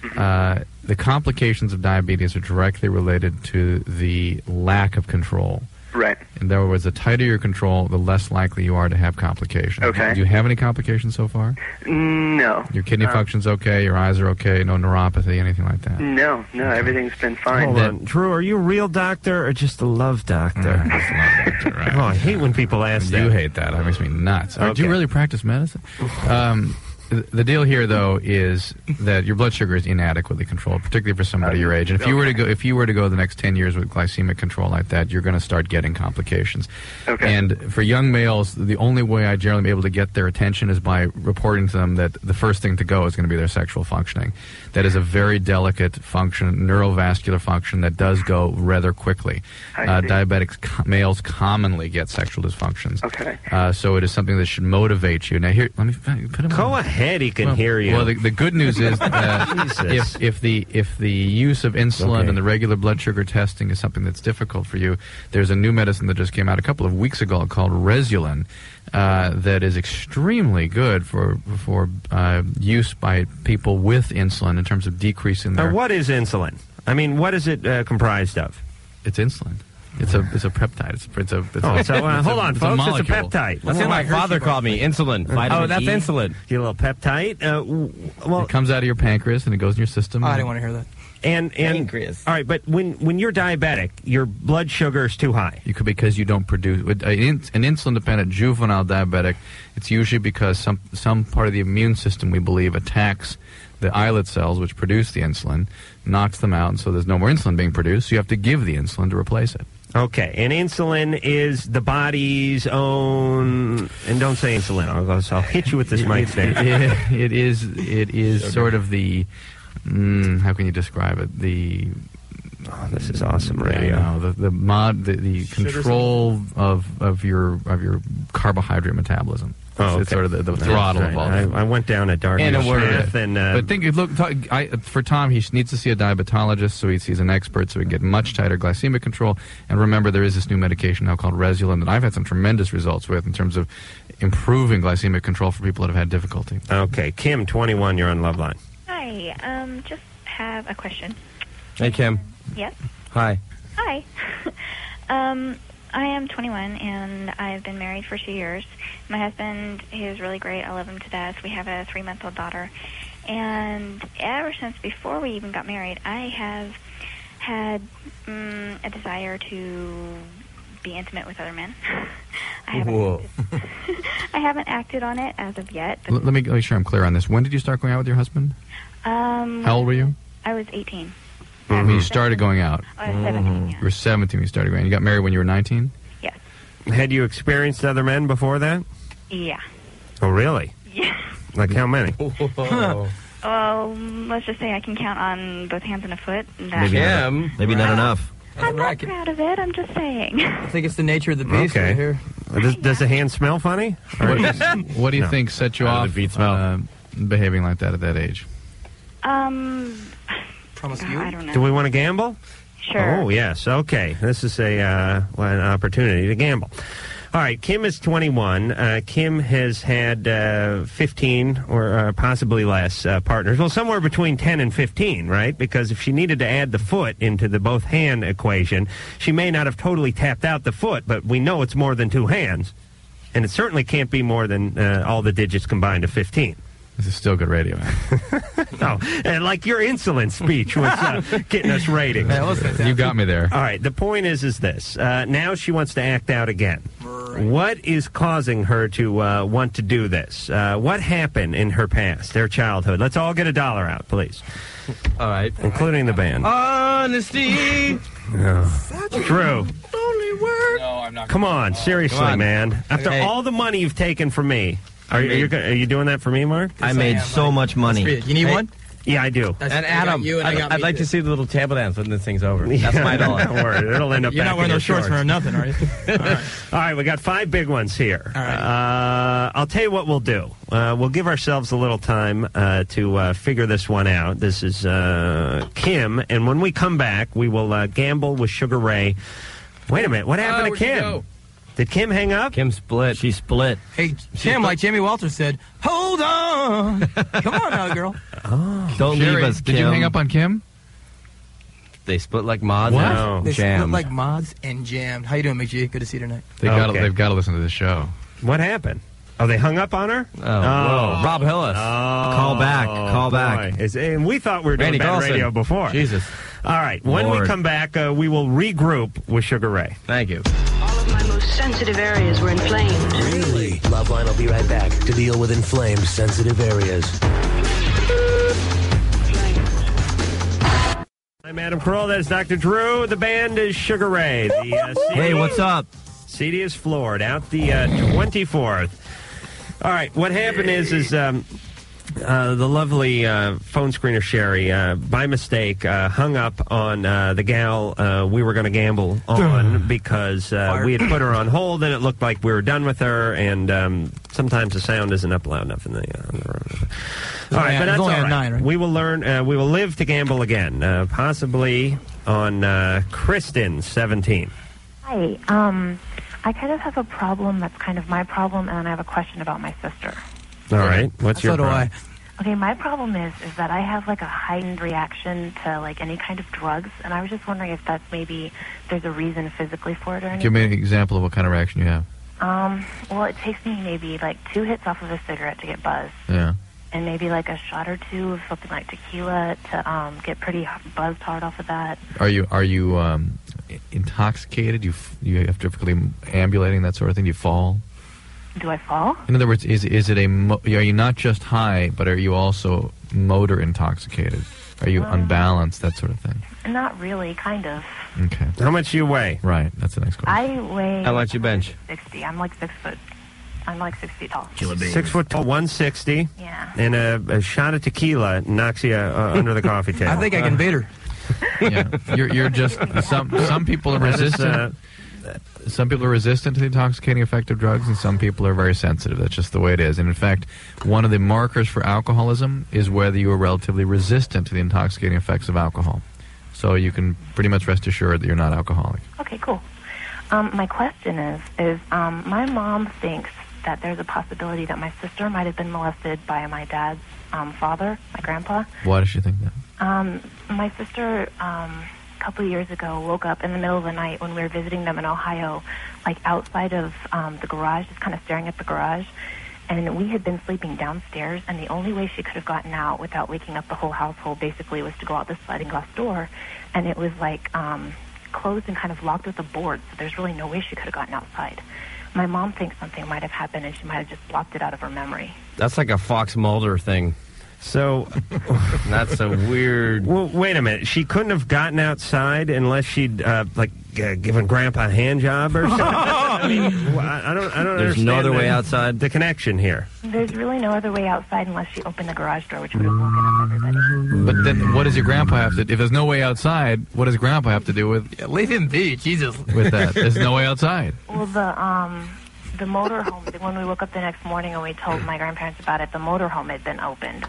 Speaker 28: Mm-hmm.
Speaker 8: Uh, the complications of diabetes are directly related to the lack of control.
Speaker 28: Right.
Speaker 8: In other words, the tighter your control, the less likely you are to have complications.
Speaker 28: Okay.
Speaker 8: Do you have any complications so far?
Speaker 28: No.
Speaker 8: Your kidney
Speaker 28: Uh,
Speaker 8: function's okay, your eyes are okay, no neuropathy, anything like that.
Speaker 28: No, no, everything's been fine.
Speaker 3: Hold on, Drew. Are you a real doctor or just a love doctor? Oh, I hate when people ask that.
Speaker 8: You hate that. That makes me nuts. Uh, Do you
Speaker 3: Okay.
Speaker 8: really practice medicine? Um, th- the deal here, though, is that your blood sugar is inadequately controlled, particularly for somebody your age. And if you were to go, if you were to go the next ten years with glycemic control like that, you're going to start getting complications. Okay. And for young males, the only way I generally am able to get their attention is by reporting to them that the first thing to go is going to be their sexual functioning. That is a very delicate function, neurovascular function that does go rather quickly. Uh, diabetics, co- males commonly get sexual dysfunctions.
Speaker 28: Okay.
Speaker 8: Uh, so it is something that should motivate you. Now, here, let me fi- put him.
Speaker 3: Go
Speaker 8: on.
Speaker 3: ahead, he can
Speaker 8: Well-
Speaker 3: hear you.
Speaker 8: Well, the, the good news is uh,
Speaker 3: Jesus.
Speaker 8: if if the if the use of insulin
Speaker 3: Okay.
Speaker 8: and the regular blood sugar testing is something that's difficult for you, there's a new medicine that just came out a couple of weeks ago called Resulin. Uh, that is extremely good for for uh, use by people with insulin in terms of decreasing
Speaker 3: Now,
Speaker 8: their
Speaker 3: what is insulin? I mean, what is it uh, comprised of?
Speaker 8: It's insulin. It's a it's a peptide. It's it's a it's
Speaker 3: Oh,
Speaker 8: a,
Speaker 3: so, uh,
Speaker 8: it's a-
Speaker 3: hold on,
Speaker 8: it's
Speaker 3: folks.
Speaker 8: A
Speaker 3: It's a
Speaker 8: molecule.
Speaker 3: peptide.
Speaker 6: That's what my father called me. Insulin. Vitamin
Speaker 3: oh, that's
Speaker 6: E.
Speaker 3: insulin. You little peptide. Uh, w- well, it
Speaker 8: comes out of your pancreas and it goes in your system.
Speaker 6: Oh,
Speaker 4: I didn't want to hear that.
Speaker 3: And and
Speaker 6: Pancreas.
Speaker 3: all right, but when when you're diabetic, your blood sugar is too high.
Speaker 8: You could because you don't produce with an ins- an insulin-dependent juvenile diabetic. It's usually because some some part of the immune system we believe attacks the islet cells which produce the insulin, knocks them out, and so there's no more insulin being produced. So you have to give the insulin to replace it.
Speaker 3: Okay, and insulin is the body's own. And don't say insulin. I'll, go- I'll hit you with this mic thing.
Speaker 8: It- it is it is sort of the mm, how can you describe it the
Speaker 3: oh, this is awesome
Speaker 8: radio the the mod the, the control of of your of your carbohydrate metabolism It's-
Speaker 3: Oh,
Speaker 8: it's
Speaker 3: okay.
Speaker 8: sort of the, the
Speaker 3: That's
Speaker 8: throttle
Speaker 3: right.
Speaker 8: of all
Speaker 3: I-
Speaker 8: that.
Speaker 3: I went down a dark
Speaker 8: In
Speaker 3: path
Speaker 8: word.
Speaker 3: and, uh,
Speaker 8: but think, look, talk, I, for Tom, he needs to see a diabetologist so he sees an expert so he can get much tighter glycemic control. And remember, there is this new medication now called Resulin that I've had some tremendous results with in terms of improving glycemic control for people that have had difficulty.
Speaker 3: Okay, Kim, 21, you're on Love Line.
Speaker 29: Hi. Um, just have a question.
Speaker 6: Hey, Kim.
Speaker 29: Yes.
Speaker 6: Hi.
Speaker 29: Hi. um, I am 21 and I've been married for two years. My husband is really great. I love him to death. We have a three-month-old daughter, And ever since before we even got married, I have had mm, a desire to be intimate with other men.
Speaker 8: Whoa.
Speaker 29: I haven't acted on it as of yet.
Speaker 8: L- let me make sure I'm clear on this. When did you start going out with your husband?
Speaker 29: Mm-hmm. Um,
Speaker 8: How old were you?
Speaker 29: I was 18.
Speaker 3: Mm-hmm.
Speaker 8: When you started going out?
Speaker 29: I was 17,
Speaker 8: You were 17 when you started going. You got married when you were 19?
Speaker 29: Yes.
Speaker 3: Had you experienced other men before that?
Speaker 29: Yeah.
Speaker 3: Oh, really?
Speaker 29: Yeah.
Speaker 3: Like how many?
Speaker 29: Um, let's just say I can count on both hands and a foot. and That
Speaker 6: Maybe not- maybe not enough.
Speaker 29: I'm not proud of it. I'm just saying.
Speaker 4: I think it's the nature of the beast right here.
Speaker 3: Does, does the hand smell funny?
Speaker 8: What, what do you
Speaker 3: No.
Speaker 8: think set you
Speaker 3: Out
Speaker 8: off
Speaker 3: of the beat
Speaker 8: uh, behaving like that at that age?
Speaker 29: Um, I don't know.
Speaker 3: Do we want to gamble?
Speaker 29: Sure.
Speaker 3: Oh, yes. Okay. This is a uh, an opportunity to gamble. All right. Kim is 21. Uh, Kim has had uh, 15 or uh, possibly less uh, partners. Well, somewhere between 10 and 15, right? Because if she needed to add the foot into the both hand equation, she may not have totally tapped out the foot, but we know it's more than two hands. And it certainly can't be more than uh, all the digits combined of 15.
Speaker 8: This is still good radio.
Speaker 3: no, and Oh, uh, like your insolent speech was uh, getting us ratings.
Speaker 8: you got me there.
Speaker 3: All right. The point is, is this? Uh, now she wants to act out again. What is causing her to uh, want to do this? Uh, what happened in her past, her childhood? Let's all get a dollar out, please.
Speaker 6: All right,
Speaker 3: including the band.
Speaker 6: Honesty.
Speaker 3: Oh. Drew,
Speaker 6: Only word. No, I'm not.
Speaker 3: come on, seriously,
Speaker 6: Come on.
Speaker 3: man. After
Speaker 6: Okay.
Speaker 3: all the money you've taken from me, are, you,
Speaker 6: I
Speaker 3: are, you,
Speaker 6: made-
Speaker 3: go- are you doing that for me, Mark?
Speaker 6: I Yes, I made am, so buddy. much money. Let's read it. You need one?
Speaker 3: Yeah, I do.
Speaker 6: and Adam, I'd, I'd like to see the little table dance when this thing's over. That's my dollar.
Speaker 3: Don't worry, it'll end up.
Speaker 6: You're
Speaker 3: back
Speaker 6: not wearing
Speaker 3: in your
Speaker 6: those shorts for
Speaker 4: nothing, are you?
Speaker 3: All right. we got five big ones here. All right. Uh, I'll tell you what we'll do. Uh, we'll give ourselves a little time uh, to uh, figure this one out. This is uh, Kim, and when we come back, we will uh, gamble with Sugar Ray. Wait a minute, what happened to Kim? Did Kim hang up?
Speaker 6: Kim split. She split.
Speaker 4: Hey, Jim, like Jimmy Walter said, hold on. Come on now, girl.
Speaker 6: Don't
Speaker 8: Sherry,
Speaker 6: leave us,
Speaker 8: Did you
Speaker 6: Kim.
Speaker 8: hang up on Kim?
Speaker 6: They split like mods
Speaker 8: What?
Speaker 6: and
Speaker 4: They split
Speaker 6: jammed.
Speaker 4: like mods and jammed. How you doing, McGee? Good to see you tonight.
Speaker 8: They got they've got to listen to this show.
Speaker 3: What happened? Oh, they hung up on her. Oh,
Speaker 6: whoa. Rob Hillis. Call back. Call back.
Speaker 3: Is, and we thought we were doing
Speaker 6: Randy
Speaker 3: bad
Speaker 6: Carlson.
Speaker 3: radio before.
Speaker 6: Jesus.
Speaker 3: All right. When we
Speaker 6: Lord.
Speaker 3: come back, uh, we will regroup with Sugar Ray.
Speaker 6: Thank you.
Speaker 9: My most sensitive areas were inflamed.
Speaker 30: Really? Loveline will be right back to deal with inflamed sensitive areas.
Speaker 3: I'm Adam Carolla. That is Dr. Drew. The band is Sugar Ray. The, uh,
Speaker 6: Hey, what's up?
Speaker 3: CD is floored out the uh, 24th. All right, what happened is is um, uh, the lovely uh, phone screener Sherry, uh, by mistake, uh, hung up on uh, the gal uh, we were going to gamble on because uh, we had put her on hold and it looked like we were done with her. And um, sometimes the sound isn't up loud enough in the. Uh, on the room. All right,
Speaker 4: Yeah, it
Speaker 3: but
Speaker 4: was
Speaker 3: that's all
Speaker 4: only at
Speaker 3: right.
Speaker 4: nine,
Speaker 3: We will learn. Uh, we will live to gamble again, uh, possibly on uh, Kristen seventeen.
Speaker 20: Hi. Um, I kind of have a problem that's kind of my problem, and then I have a question about my sister.
Speaker 3: All right, what's your
Speaker 4: So do
Speaker 3: problem?
Speaker 4: I.
Speaker 20: Okay, my problem is is that I have like a heightened reaction to like any kind of drugs, and I was just wondering if that's maybe there's a reason physically for it or anything.
Speaker 8: Give me an example of what kind of reaction you have.
Speaker 20: Um, well, it takes me maybe like two hits off of a cigarette to get buzzed,
Speaker 8: Yeah.
Speaker 20: and maybe like a shot or two of something like tequila to um get pretty h- buzzed hard off of that.
Speaker 8: Are you are you um, i- intoxicated? You f- you have difficulty ambulating that sort of thing. Do you fall?
Speaker 20: Do I fall?
Speaker 8: In other words, is is it a mo- are you not just high, but are you also motor intoxicated? Are you
Speaker 20: Uh.
Speaker 8: unbalanced? That sort of thing.
Speaker 20: Not really, kind of.
Speaker 8: Okay.
Speaker 3: How much do you weigh?
Speaker 8: Right. That's the next
Speaker 20: I weigh.
Speaker 3: How much you bench?
Speaker 20: Sixty. I'm like six foot. I'm like six feet tall.
Speaker 3: Six foot tall, 160.
Speaker 20: Yeah.
Speaker 3: And a, a shot of tequila knocks you uh, under the coffee table.
Speaker 4: I think I can beat her.
Speaker 8: yeah. You're you're just some some people are
Speaker 3: That is, uh,
Speaker 8: resistant. Some people are resistant to the intoxicating effect of drugs, and some people are very sensitive. That's just the way it is. And in fact, one of the markers for alcoholism is whether you are relatively resistant to the intoxicating effects of alcohol. So you can pretty much rest assured that you're not alcoholic.
Speaker 20: Okay, cool. Um, my question is, is um, my mom thinks that there's a possibility that my sister might have been molested by my dad's um, father, my grandpa.
Speaker 8: Why does she think that?
Speaker 20: Um, my sister, um, a couple of years ago, woke up in the middle of the night when we were visiting them in Ohio, like outside of um, the garage, just kind of staring at the garage. and we had been sleeping downstairs, and the only way she could have gotten out without waking up the whole household basically was to go out the sliding glass door, and it was like um, closed and kind of locked with a board, so there's really no way she could have gotten outside. My mom thinks something might have happened, and she might have just blocked it out of her memory.
Speaker 6: That's like a Fox Mulder thing.
Speaker 3: So
Speaker 6: that's a weird.
Speaker 3: Well, wait a minute. She couldn't have gotten outside unless she'd uh, like uh, given Grandpa a hand job or something. I mean, well, I I don't. I don't.
Speaker 6: There's no
Speaker 3: understand
Speaker 6: other way
Speaker 3: the-
Speaker 6: outside.
Speaker 3: The connection here.
Speaker 20: There's really no other way outside unless she opened the garage door, which would have woken up everybody.
Speaker 8: But then, what does your grandpa have to? If there's no way outside, what does grandpa have to do with
Speaker 4: leave him be, Jesus.
Speaker 8: with that? There's no way outside.
Speaker 20: Well, the um, the motorhome. when we woke up the next morning and we told my grandparents about it, the motorhome had been opened,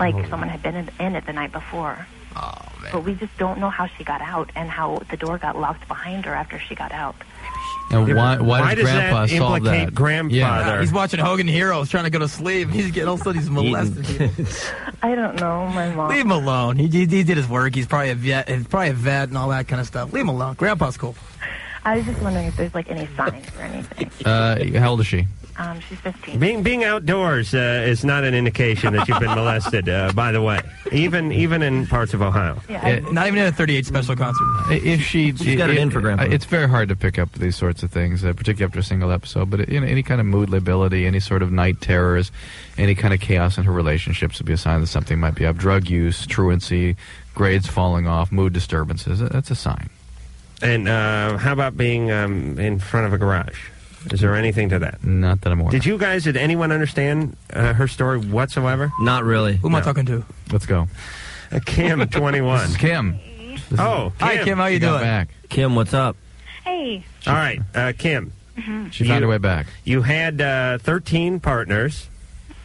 Speaker 20: like
Speaker 8: Oh.
Speaker 20: someone had been in, in it the night before. Oh man! But we just don't know how she got out and how the door got locked behind her after she got out.
Speaker 8: And why? Why,
Speaker 6: Why
Speaker 8: does,
Speaker 6: does that
Speaker 8: grandpa solve
Speaker 6: implicate
Speaker 8: that?
Speaker 6: grandfather?
Speaker 8: Yeah.
Speaker 4: He's watching Hogan Heroes, trying to go to sleep. He's getting all of a sudden he's molesting people.
Speaker 20: I don't know, my mom.
Speaker 4: Leave him alone. He, he, he did his work. He's probably a vet. He's probably a vet and all that kind of stuff. Leave him alone. Grandpa's cool.
Speaker 20: I was just wondering if there's like any signs or anything.
Speaker 8: Uh, how old is she?
Speaker 20: Um, she's 15.
Speaker 3: Being being outdoors uh, is not an indication that you've been molested. Uh, by the way, even even in parts of Ohio.
Speaker 4: not even at a 38 special concert.
Speaker 8: If she,
Speaker 4: She's got it in for grandpa.
Speaker 8: uh, It's very hard to pick up these sorts of things, uh, particularly after a single episode. But you know, any kind of mood lability, any sort of night terrors, any kind of chaos in her relationships would be a sign that something might be up. Drug use, truancy, grades falling off, mood disturbances. that- That's a sign.
Speaker 3: And uh, how about being um, in front of a garage? Is there anything to that?
Speaker 8: Not that I'm aware.
Speaker 3: Did you guys? Did anyone understand uh, her story whatsoever? Not really.
Speaker 4: Who am I talking to?
Speaker 8: Let's go.
Speaker 3: Uh, Kim, twenty-one.
Speaker 8: This is Kim.
Speaker 3: oh, Kim.
Speaker 4: Hi, Kim. How you
Speaker 3: got
Speaker 4: doing?
Speaker 8: back.
Speaker 6: Kim, what's up?
Speaker 29: Hey.
Speaker 3: All right, uh, Kim.
Speaker 29: Mhm.
Speaker 8: She found her way back.
Speaker 3: You had uh, thirteen partners.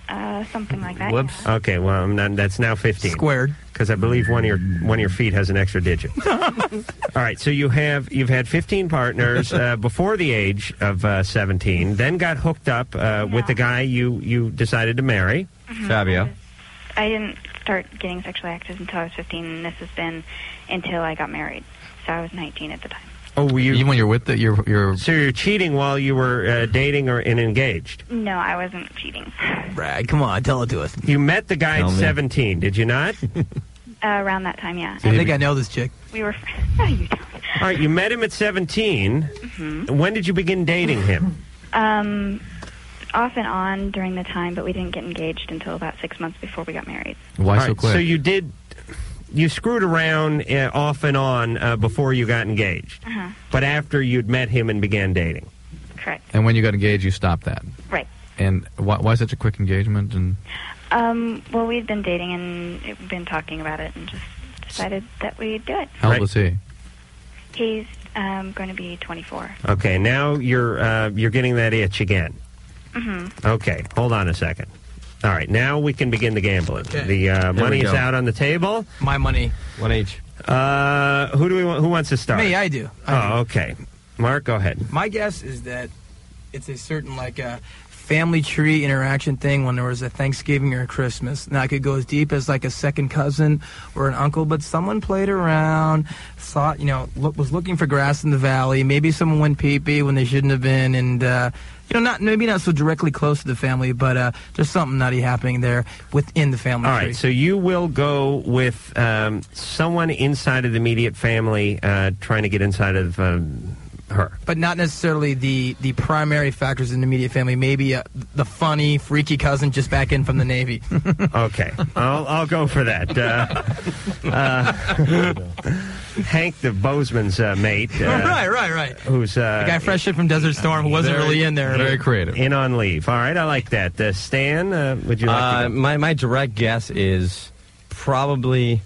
Speaker 29: Uh, something like that.
Speaker 3: Whoops. Okay. Well, I'm not, that's now 15
Speaker 4: squared
Speaker 3: because I believe one of your one of your feet has an extra digit. All right. So you have you've had 15 partners uh, before the age of uh, 17. Then got hooked up uh, with the guy you you decided to marry,
Speaker 29: Mhm.
Speaker 3: Fabio.
Speaker 29: I didn't start getting sexually active until I was 15, and this has been until I got married. So I was 19 at the time.
Speaker 3: Oh, you
Speaker 8: even when you're with the you're you're
Speaker 3: so you're cheating while you were uh, dating or and engaged.
Speaker 29: No, I wasn't cheating. Uh,
Speaker 4: Brad, come on, tell it to us.
Speaker 3: You met the guy
Speaker 4: Tell
Speaker 3: at
Speaker 4: me.
Speaker 3: 17, did you not?
Speaker 29: Uh, around that time, yeah.
Speaker 4: I think I know this chick.
Speaker 29: We were. No, you don't.
Speaker 3: All right. You met him at 17. When did you begin dating him?
Speaker 29: Um, off and on during the time, but we didn't get engaged until about six months before we got married.
Speaker 8: Why
Speaker 3: so
Speaker 8: quick?
Speaker 3: So you did, you screwed around uh, off and on uh, before you got engaged,
Speaker 29: Uh-huh.
Speaker 3: but after you'd met him and began dating.
Speaker 29: Correct.
Speaker 8: and when you got engaged, you stopped that.
Speaker 29: Right.
Speaker 8: And why, why such a quick engagement? And
Speaker 29: Um, well, we'd been dating and we'd been talking about it and just decided that we'd do it.
Speaker 8: how old was he?
Speaker 29: He's um, going to be 24.
Speaker 3: Okay, now you're uh, you're getting that itch again.
Speaker 29: hmm
Speaker 3: Okay, hold on a second. All right, now we can begin the gambling. The uh,
Speaker 6: There
Speaker 3: money
Speaker 6: we
Speaker 3: is
Speaker 6: go.
Speaker 3: out on the table.
Speaker 4: My money.
Speaker 6: One each.
Speaker 3: Uh, who do we want? Who wants to start?
Speaker 4: Me, I do.
Speaker 3: oh, okay. Mark, go ahead.
Speaker 4: My guess is that it's a certain like uh, family tree interaction thing when there was a Thanksgiving or a Christmas. Now I could go as deep as like a second cousin or an uncle, but someone played around, saw you know look, was looking for grass in the valley. Maybe someone went pee-pee when they shouldn't have been, and uh, you know not maybe not so directly close to the family, but uh, there's something nutty happening there within the family
Speaker 3: All
Speaker 4: tree.
Speaker 3: right, so you will go with um, someone inside of the immediate family uh, trying to get inside of um, her.
Speaker 4: but not necessarily the the primary factors in the immediate family. Maybe uh, the funny, freaky cousin just back in from the Navy.
Speaker 3: okay, I'll, I'll go for that. Uh, uh, Hank, the Bozeman's uh, mate. Uh,
Speaker 4: right, right, right.
Speaker 3: Who's uh,
Speaker 4: The guy fresh in from Desert Storm who wasn't
Speaker 3: very-
Speaker 4: really in there.
Speaker 3: very
Speaker 8: creative.
Speaker 3: In on leave. All right, I like that. Uh, Stan, uh, would you like
Speaker 6: Uh,
Speaker 3: to go?
Speaker 6: my my direct guess is probably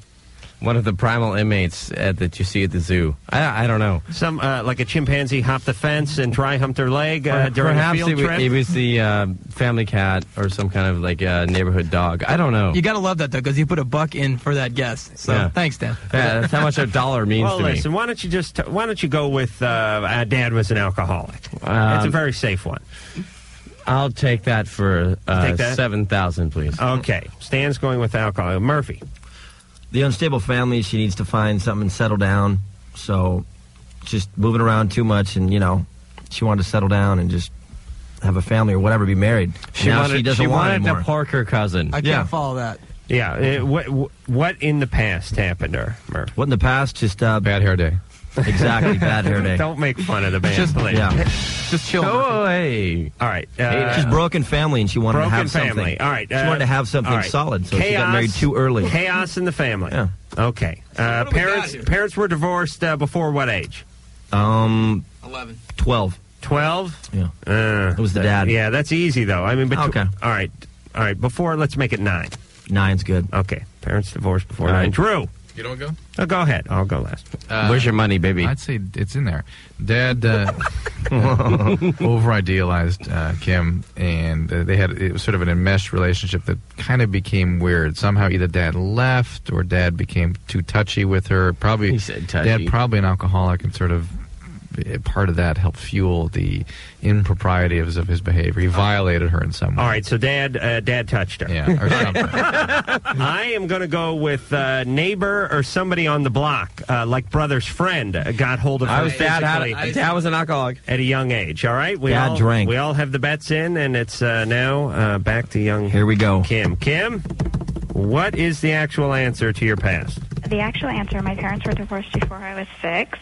Speaker 6: one of the primal inmates uh, that you see at the zoo. I, I don't know.
Speaker 3: Some uh, like a chimpanzee hopped the fence and dry humped her leg uh, during
Speaker 6: Perhaps
Speaker 3: a field
Speaker 6: it, wa-
Speaker 3: trip.
Speaker 6: it was the uh, family cat or some kind of like uh, neighborhood dog. I don't know.
Speaker 4: You gotta love that though, because you put a buck in for that guess. So
Speaker 6: Oh. Yeah.
Speaker 4: thanks, Dan.
Speaker 6: Yeah, that's how much a dollar means
Speaker 3: well,
Speaker 6: to
Speaker 3: listen. Why don't you just why don't you go with uh, uh, Dad was an alcoholic? it's a
Speaker 6: Um,
Speaker 3: very safe one.
Speaker 6: me. I'll take that for uh,
Speaker 3: Take that?
Speaker 6: seven thousand, please.
Speaker 3: Okay, Stan's going with alcohol. Murphy.
Speaker 31: The unstable family, she needs to find something and settle down. So just moving around too much and, you know, she wanted to settle down and just
Speaker 6: have a family or whatever, be married.
Speaker 32: She
Speaker 6: now
Speaker 32: wanted,
Speaker 6: she doesn't want
Speaker 32: wanted
Speaker 6: it anymore.
Speaker 32: to park her cousin.
Speaker 6: I can't Yeah.
Speaker 4: follow that.
Speaker 3: Yeah. it- what what in the past happened to her? What
Speaker 6: in the past? Just uh,
Speaker 8: bad hair day.
Speaker 6: Exactly, bad hair day.
Speaker 3: Don't make fun of the band.
Speaker 6: Just-
Speaker 3: please.
Speaker 6: yeah.
Speaker 32: Just chill.
Speaker 3: Go away. All right. uh,
Speaker 6: She's broken family, and she wanted to
Speaker 3: broken
Speaker 6: have something.
Speaker 3: family. All right.
Speaker 6: she
Speaker 3: uh,
Speaker 6: wanted to have something
Speaker 3: all right.
Speaker 6: solid, so she got married too early.
Speaker 3: Chaos in the family. Yeah. Okay. Uh, parents parents were divorced uh, before what age?
Speaker 6: Um,
Speaker 4: eleven.
Speaker 6: Twelve.
Speaker 3: Twelve.
Speaker 6: Yeah.
Speaker 3: Uh,
Speaker 6: it was the dad.
Speaker 3: Yeah, that's easy though. I mean, but
Speaker 6: Okay.
Speaker 3: All right. All right. Before, let's make it nine.
Speaker 6: Nine's good.
Speaker 3: Okay. Parents divorced before
Speaker 8: All
Speaker 3: nine.
Speaker 8: right.
Speaker 3: Drew.
Speaker 8: You don't go?
Speaker 3: Oh, go ahead. I'll go last.
Speaker 32: Where's your money, baby?
Speaker 8: Uh, I'd say it's in there. Dad uh, over idealized uh, Kim, and uh, they had it was sort of an enmeshed relationship that kind of became weird. Somehow, either Dad left or Dad became too touchy with her. Probably
Speaker 32: He said touchy.
Speaker 8: Dad probably an alcoholic, and sort of eh, part of that helped fuel the improprieties of his behavior. He violated her in some way.
Speaker 3: All right. So dad, uh, dad touched her.
Speaker 8: Yeah, or something.
Speaker 3: I am going to go with uh, neighbor or somebody on the block, uh, like brother's friend, uh, got hold of her.
Speaker 32: I was dad. Had
Speaker 3: physically
Speaker 32: a, dad was an alcoholic
Speaker 3: at a young age. All right, we
Speaker 32: Dad
Speaker 3: all
Speaker 32: drank.
Speaker 3: We all have the bets in, and it's uh, now uh, back to young. Here
Speaker 6: we go,
Speaker 3: Kim. Kim, what is the actual answer to your past?
Speaker 29: The actual answer my parents were divorced before I was six,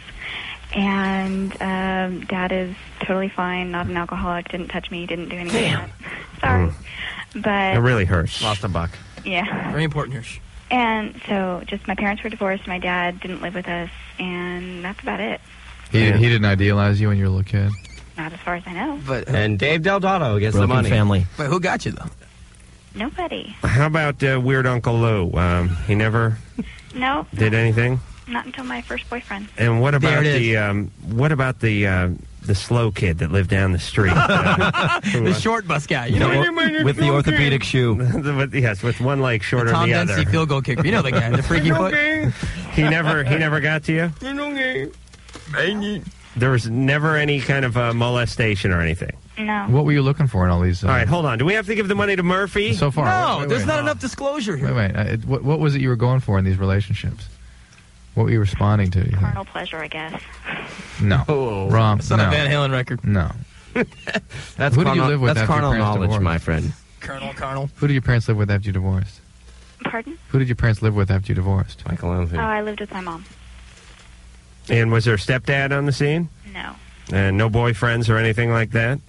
Speaker 29: and um, dad is totally fine, not an alcoholic, didn't touch me, didn't do anything. Sorry. But
Speaker 3: It Mm. really hurts. Lost a buck.
Speaker 29: yeah.
Speaker 4: Very important here.
Speaker 29: And so, just my parents were divorced. My dad didn't live with us, and that's about it.
Speaker 8: He, he didn't idealize you when you were a little kid.
Speaker 29: Not as far as I know.
Speaker 4: But
Speaker 32: and Dave Del Dotto gets the
Speaker 8: Broken
Speaker 32: money.
Speaker 8: family.
Speaker 4: But who got you though?
Speaker 29: Nobody.
Speaker 3: How about uh, weird Uncle Lou? Um, he never
Speaker 29: No,
Speaker 3: did anything.
Speaker 29: not until my first boyfriend.
Speaker 3: And what
Speaker 29: There
Speaker 3: about
Speaker 29: it is.
Speaker 3: the um, what about the uh, the slow kid that lived down the street? Uh, who,
Speaker 4: The
Speaker 3: uh,
Speaker 4: short bus guy.
Speaker 3: The
Speaker 4: You know
Speaker 3: or- with the orthopedic shoe. With- yes, with one leg shorter
Speaker 4: Tom
Speaker 3: than the
Speaker 4: Dempsey
Speaker 3: other.
Speaker 4: field goal kicker. You know the guy, the freaky foot.
Speaker 3: he never he never got to you. There was never any kind of uh, molestation or anything.
Speaker 29: No.
Speaker 8: What were you looking for in all these? Uh,
Speaker 3: All right, hold on. Do we have to give the money to Murphy?
Speaker 8: So far,
Speaker 4: No,
Speaker 8: wait, wait,
Speaker 4: there's
Speaker 8: wait.
Speaker 4: not enough disclosure here.
Speaker 8: Wait, wait. Uh, it, what, what was it you were going for in these relationships? What were you responding to? You think?
Speaker 29: Carnal pleasure, I guess.
Speaker 8: No.
Speaker 32: Oh.
Speaker 8: Wrong.
Speaker 4: It's not
Speaker 8: no.
Speaker 4: a Van Halen record.
Speaker 8: No.
Speaker 32: That's
Speaker 8: Who did
Speaker 32: carnal,
Speaker 8: you live with
Speaker 32: that's
Speaker 8: after your
Speaker 32: carnal
Speaker 8: parents
Speaker 32: knowledge,
Speaker 8: divorced?
Speaker 32: my friend.
Speaker 4: Colonel, Colonel.
Speaker 8: Who did your parents live with after you divorced?
Speaker 29: Pardon?
Speaker 8: Who did your parents live with after you divorced?
Speaker 32: Michael
Speaker 29: Oh, I lived with my mom.
Speaker 3: And was there a stepdad on the scene?
Speaker 29: No.
Speaker 3: And no boyfriends or anything like that?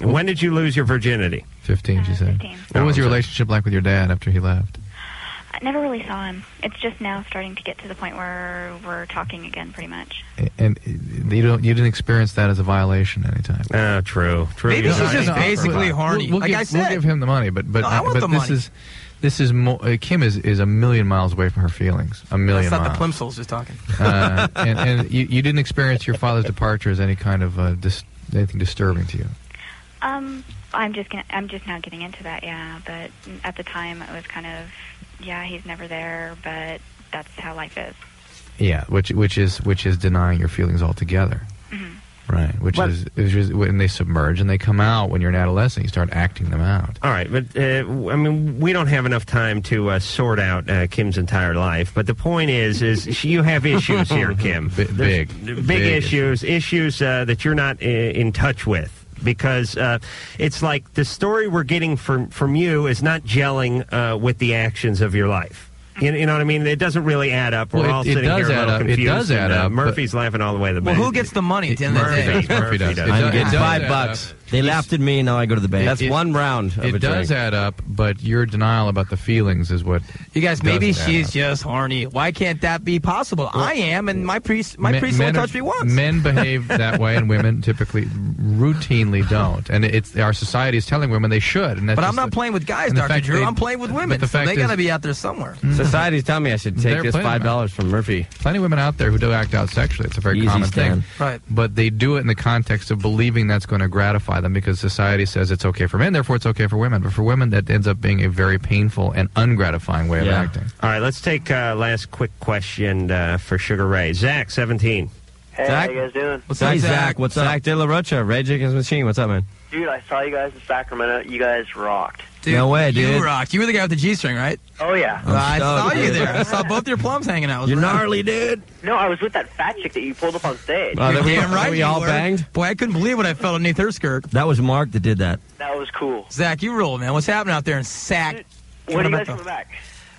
Speaker 3: When did you lose your virginity?
Speaker 8: 15, she said. What was your relationship like with your dad after he left?
Speaker 29: I never really saw him. It's just now starting to get to the point where we're talking again, pretty much.
Speaker 8: A- And uh, you don't you didn't experience that as a violation anytime.
Speaker 3: Oh, true. True.
Speaker 4: Maybe
Speaker 8: You
Speaker 4: she's
Speaker 8: don't
Speaker 4: just
Speaker 8: have to offer
Speaker 4: basically
Speaker 8: that.
Speaker 4: horny.
Speaker 8: We'll, we'll
Speaker 4: Like
Speaker 8: give,
Speaker 4: I said.
Speaker 8: we'll give him the money, but but
Speaker 4: No, I
Speaker 8: uh,
Speaker 4: want
Speaker 8: but
Speaker 4: the
Speaker 8: this
Speaker 4: money.
Speaker 8: is this is mo- uh, Kim is, is a million miles away from her feelings. A million
Speaker 4: That's not
Speaker 8: miles.
Speaker 4: the plimsolls just talking.
Speaker 8: uh, and, and you, you didn't experience your father's departure as any kind of uh, dis- anything disturbing to you.
Speaker 29: Um, I'm just gonna, I'm just now getting into that, yeah. But at the time, it was kind of, yeah, he's never there, but that's how life is.
Speaker 8: Yeah, which which is which is denying your feelings altogether. Right, which
Speaker 3: Well-
Speaker 8: is, which is when they submerge and they come out when you're an adolescent. You start acting them out.
Speaker 3: All right, but uh, w- I mean, we don't have enough time to uh, sort out uh, Kim's entire life. But the point is, is she, you have issues here, Kim.
Speaker 8: B-
Speaker 3: There's
Speaker 8: big.
Speaker 3: big,
Speaker 8: Big
Speaker 3: issues, issues uh, that you're not uh, in touch with. Because uh, it's like the story we're getting from from you is not gelling uh, with the actions of your life. You, you know what I mean? It doesn't really add up. We're
Speaker 8: Well, it-
Speaker 3: all
Speaker 8: it
Speaker 3: sitting
Speaker 8: does
Speaker 3: here a
Speaker 8: add
Speaker 3: little
Speaker 8: up. It
Speaker 3: confused.
Speaker 8: does add
Speaker 3: and, uh,
Speaker 8: up, but-
Speaker 3: Murphy's laughing all the way to the
Speaker 4: Well,
Speaker 3: bank.
Speaker 4: who gets the money at the end of the
Speaker 3: Murphy
Speaker 4: day?
Speaker 3: does. Murphy does. It
Speaker 6: I'm
Speaker 3: does-
Speaker 6: getting
Speaker 3: it does
Speaker 6: five
Speaker 3: add
Speaker 6: bucks.
Speaker 3: up.
Speaker 6: They laughed at me. Now I go to the bank.
Speaker 8: It- It does add up, but your denial about the feelings is what
Speaker 4: You guys, maybe
Speaker 8: doesn't add
Speaker 4: she's
Speaker 8: up.
Speaker 4: just horny. Why can't that be possible? I am, and my priest, my
Speaker 8: Men-
Speaker 4: priest will
Speaker 8: men are-
Speaker 4: touch me once.
Speaker 8: Men behave that way, and women typically routinely don't. And it's our society is telling women they should. And that's
Speaker 4: but I'm
Speaker 8: just
Speaker 4: not
Speaker 8: the-
Speaker 4: playing with guys,
Speaker 8: and the
Speaker 4: Doctor
Speaker 8: fact
Speaker 4: Drew.
Speaker 8: they-
Speaker 4: I'm playing with
Speaker 8: but
Speaker 4: women.
Speaker 8: the
Speaker 4: so
Speaker 8: fact
Speaker 4: they gotta
Speaker 8: is-
Speaker 4: be out there somewhere.
Speaker 32: Society's telling me I should take
Speaker 8: Mm-hmm. They're
Speaker 32: this
Speaker 8: playing
Speaker 32: five dollars from Murphy.
Speaker 8: Plenty of women out there who do act out sexually. It's a very
Speaker 32: Easy
Speaker 8: common
Speaker 32: stand.
Speaker 8: thing. Right. But they do it in the context of believing that's going to gratify them because society says it's okay for men, therefore it's okay for women. But for women, that ends up being a very painful and ungratifying way of
Speaker 3: Yeah.
Speaker 8: acting.
Speaker 3: All right, let's take uh, last quick question uh, for Sugar Ray. Zach, 17.
Speaker 28: Hey,
Speaker 32: Zach?
Speaker 28: how you guys doing?
Speaker 32: Zach De La Rocha, Rage Against the Machine. What's up, man?
Speaker 28: Dude, I saw you guys in Sacramento. You guys rocked.
Speaker 4: Dude,
Speaker 33: No way, dude.
Speaker 4: You rocked. You were the guy with the G string, right?
Speaker 28: Oh yeah.
Speaker 4: I saw
Speaker 33: stoked,
Speaker 4: you
Speaker 33: dude.
Speaker 4: there. I saw both your plums hanging out. It was
Speaker 33: You're
Speaker 4: rad.
Speaker 33: gnarly, dude.
Speaker 28: No, I was with that fat chick that you pulled up on stage.
Speaker 33: Well,
Speaker 4: You're
Speaker 33: that we-
Speaker 4: damn right
Speaker 33: we
Speaker 4: you
Speaker 33: all
Speaker 4: were.
Speaker 33: banged?
Speaker 4: Boy, I couldn't believe what I felt underneath her skirt.
Speaker 33: That was Mark that did that.
Speaker 28: That was cool.
Speaker 4: Zach, you rule, man. What's happening out there in Sac?
Speaker 28: When are you guys
Speaker 4: Winnebago?
Speaker 28: coming back?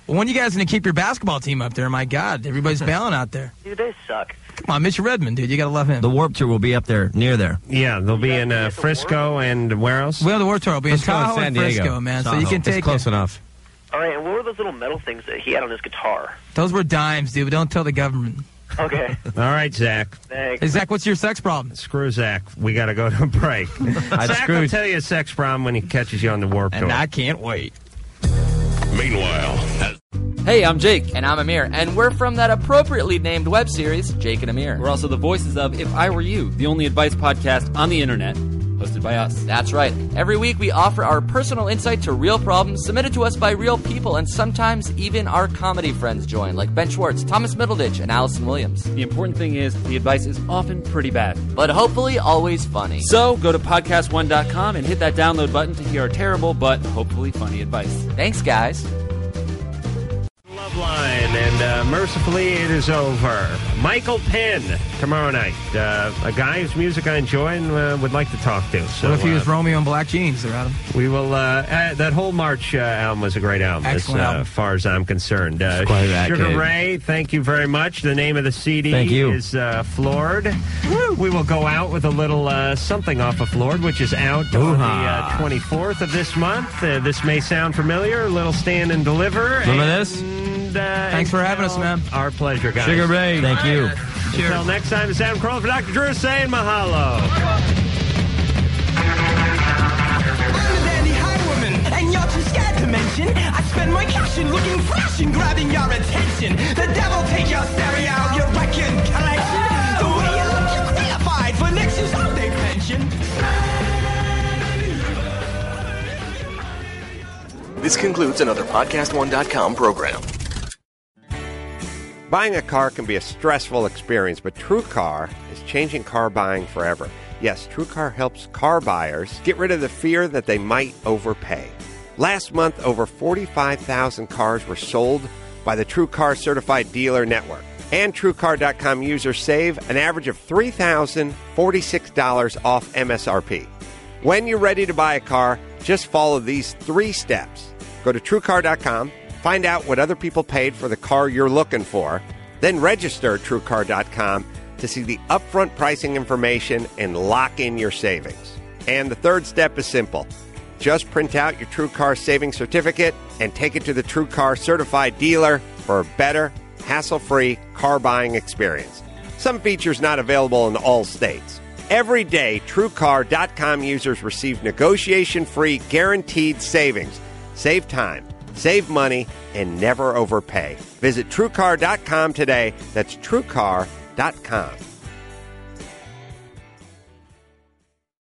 Speaker 4: Well, when you guys going to keep your basketball team up there? My God, everybody's bailing out there.
Speaker 28: Dude, they suck.
Speaker 4: Come on, Mitch Redmond, dude. You got to love him.
Speaker 33: The Warp Tour will be up there, near there.
Speaker 3: Yeah, they'll be in uh, Frisco and where else?
Speaker 4: Well, the War Tour will be in
Speaker 3: Frisco and
Speaker 4: Tahoe
Speaker 3: San
Speaker 4: and
Speaker 3: Diego.
Speaker 4: Frisco, man. So you
Speaker 3: Tahoe.
Speaker 4: can
Speaker 3: It's
Speaker 4: take
Speaker 3: close
Speaker 4: it.
Speaker 3: enough.
Speaker 28: All right, and what were those little metal things that he had on his guitar?
Speaker 4: Those were dimes, dude. But don't tell the government.
Speaker 28: Okay.
Speaker 3: All right, Zach.
Speaker 28: Thanks.
Speaker 4: Hey, Zach, what's your sex problem?
Speaker 3: Screw Zach. We got to go to a break. Zach will
Speaker 4: screwed-
Speaker 3: tell you a sex problem when he catches you on the warp
Speaker 4: And
Speaker 3: tour.
Speaker 4: I can't wait.
Speaker 3: Meanwhile,
Speaker 34: Hey, I'm Jake. And I'm Amir. And we're from that appropriately named web series, Jake and Amir. We're also the voices of If I Were You, the only advice podcast on the internet hosted by us. That's right. Every week we offer our personal insight to real problems submitted to us by real people, and sometimes even our comedy friends join, like Ben Schwartz, Thomas Middleditch, and Allison Williams. The important thing is, the advice is often pretty bad, but hopefully always funny. So go to podcast1.com and hit that download button to hear our terrible but hopefully funny advice. Thanks, guys.
Speaker 3: Love Line, and uh, mercifully it is over. Michael Penn tomorrow night. Uh, a guy whose music I enjoy and uh, would like to talk to. So
Speaker 4: what if he was
Speaker 3: uh,
Speaker 4: Romeo in black jeans? There, Adam.
Speaker 3: we will. Uh, uh, that whole March uh, album was a great album, as
Speaker 4: Excellent
Speaker 3: uh,
Speaker 4: album.
Speaker 3: far as I'm concerned. Uh,
Speaker 33: quite an
Speaker 3: Sugar
Speaker 33: arcade.
Speaker 3: Ray, thank you very much. The name of the CD
Speaker 33: Thank you.
Speaker 3: is uh, Floored. We will go out with a little uh, something off of Floored, which is out on the uh, 24th of this month. Uh, this may sound familiar. A little stand and deliver.
Speaker 33: Remember
Speaker 3: and,
Speaker 33: this?
Speaker 3: Uh,
Speaker 4: Thanks for having us, man.
Speaker 3: Our pleasure, guys.
Speaker 33: Sugar Ray. Thank you.
Speaker 3: Until next time, it's Adam Carolla for Dr. Drew saying mahalo.
Speaker 6: any high woman, and you're too scared to mention. I spend my cash in looking fresh and grabbing your attention. The devil take your stereo, your record collection. The way you look, you're qualified for next year's holiday pension.
Speaker 35: This concludes another PodcastOne.com program.
Speaker 19: Buying a car can be a stressful experience, but TrueCar is changing car buying forever. Yes, TrueCar helps car buyers get rid of the fear that they might overpay. Last month, over 45,000 cars were sold by the TrueCar certified dealer network. And TrueCar.com users save an average of $3,046 off MSRP. When you're ready to buy a car, just follow these three steps. Go to truecar.com, find out what other people paid for the car you're looking for, then register at truecar.com to see the upfront pricing information and lock in your savings. And the third step is simple. Just print out your TrueCar savings certificate and take it to the TrueCar certified dealer for a better, hassle-free car buying experience. Some features not available in all states. Every day, TrueCar.com users receive negotiation free guaranteed savings. Save time, save money, and never overpay. Visit TrueCar.com today. That's TrueCar.com.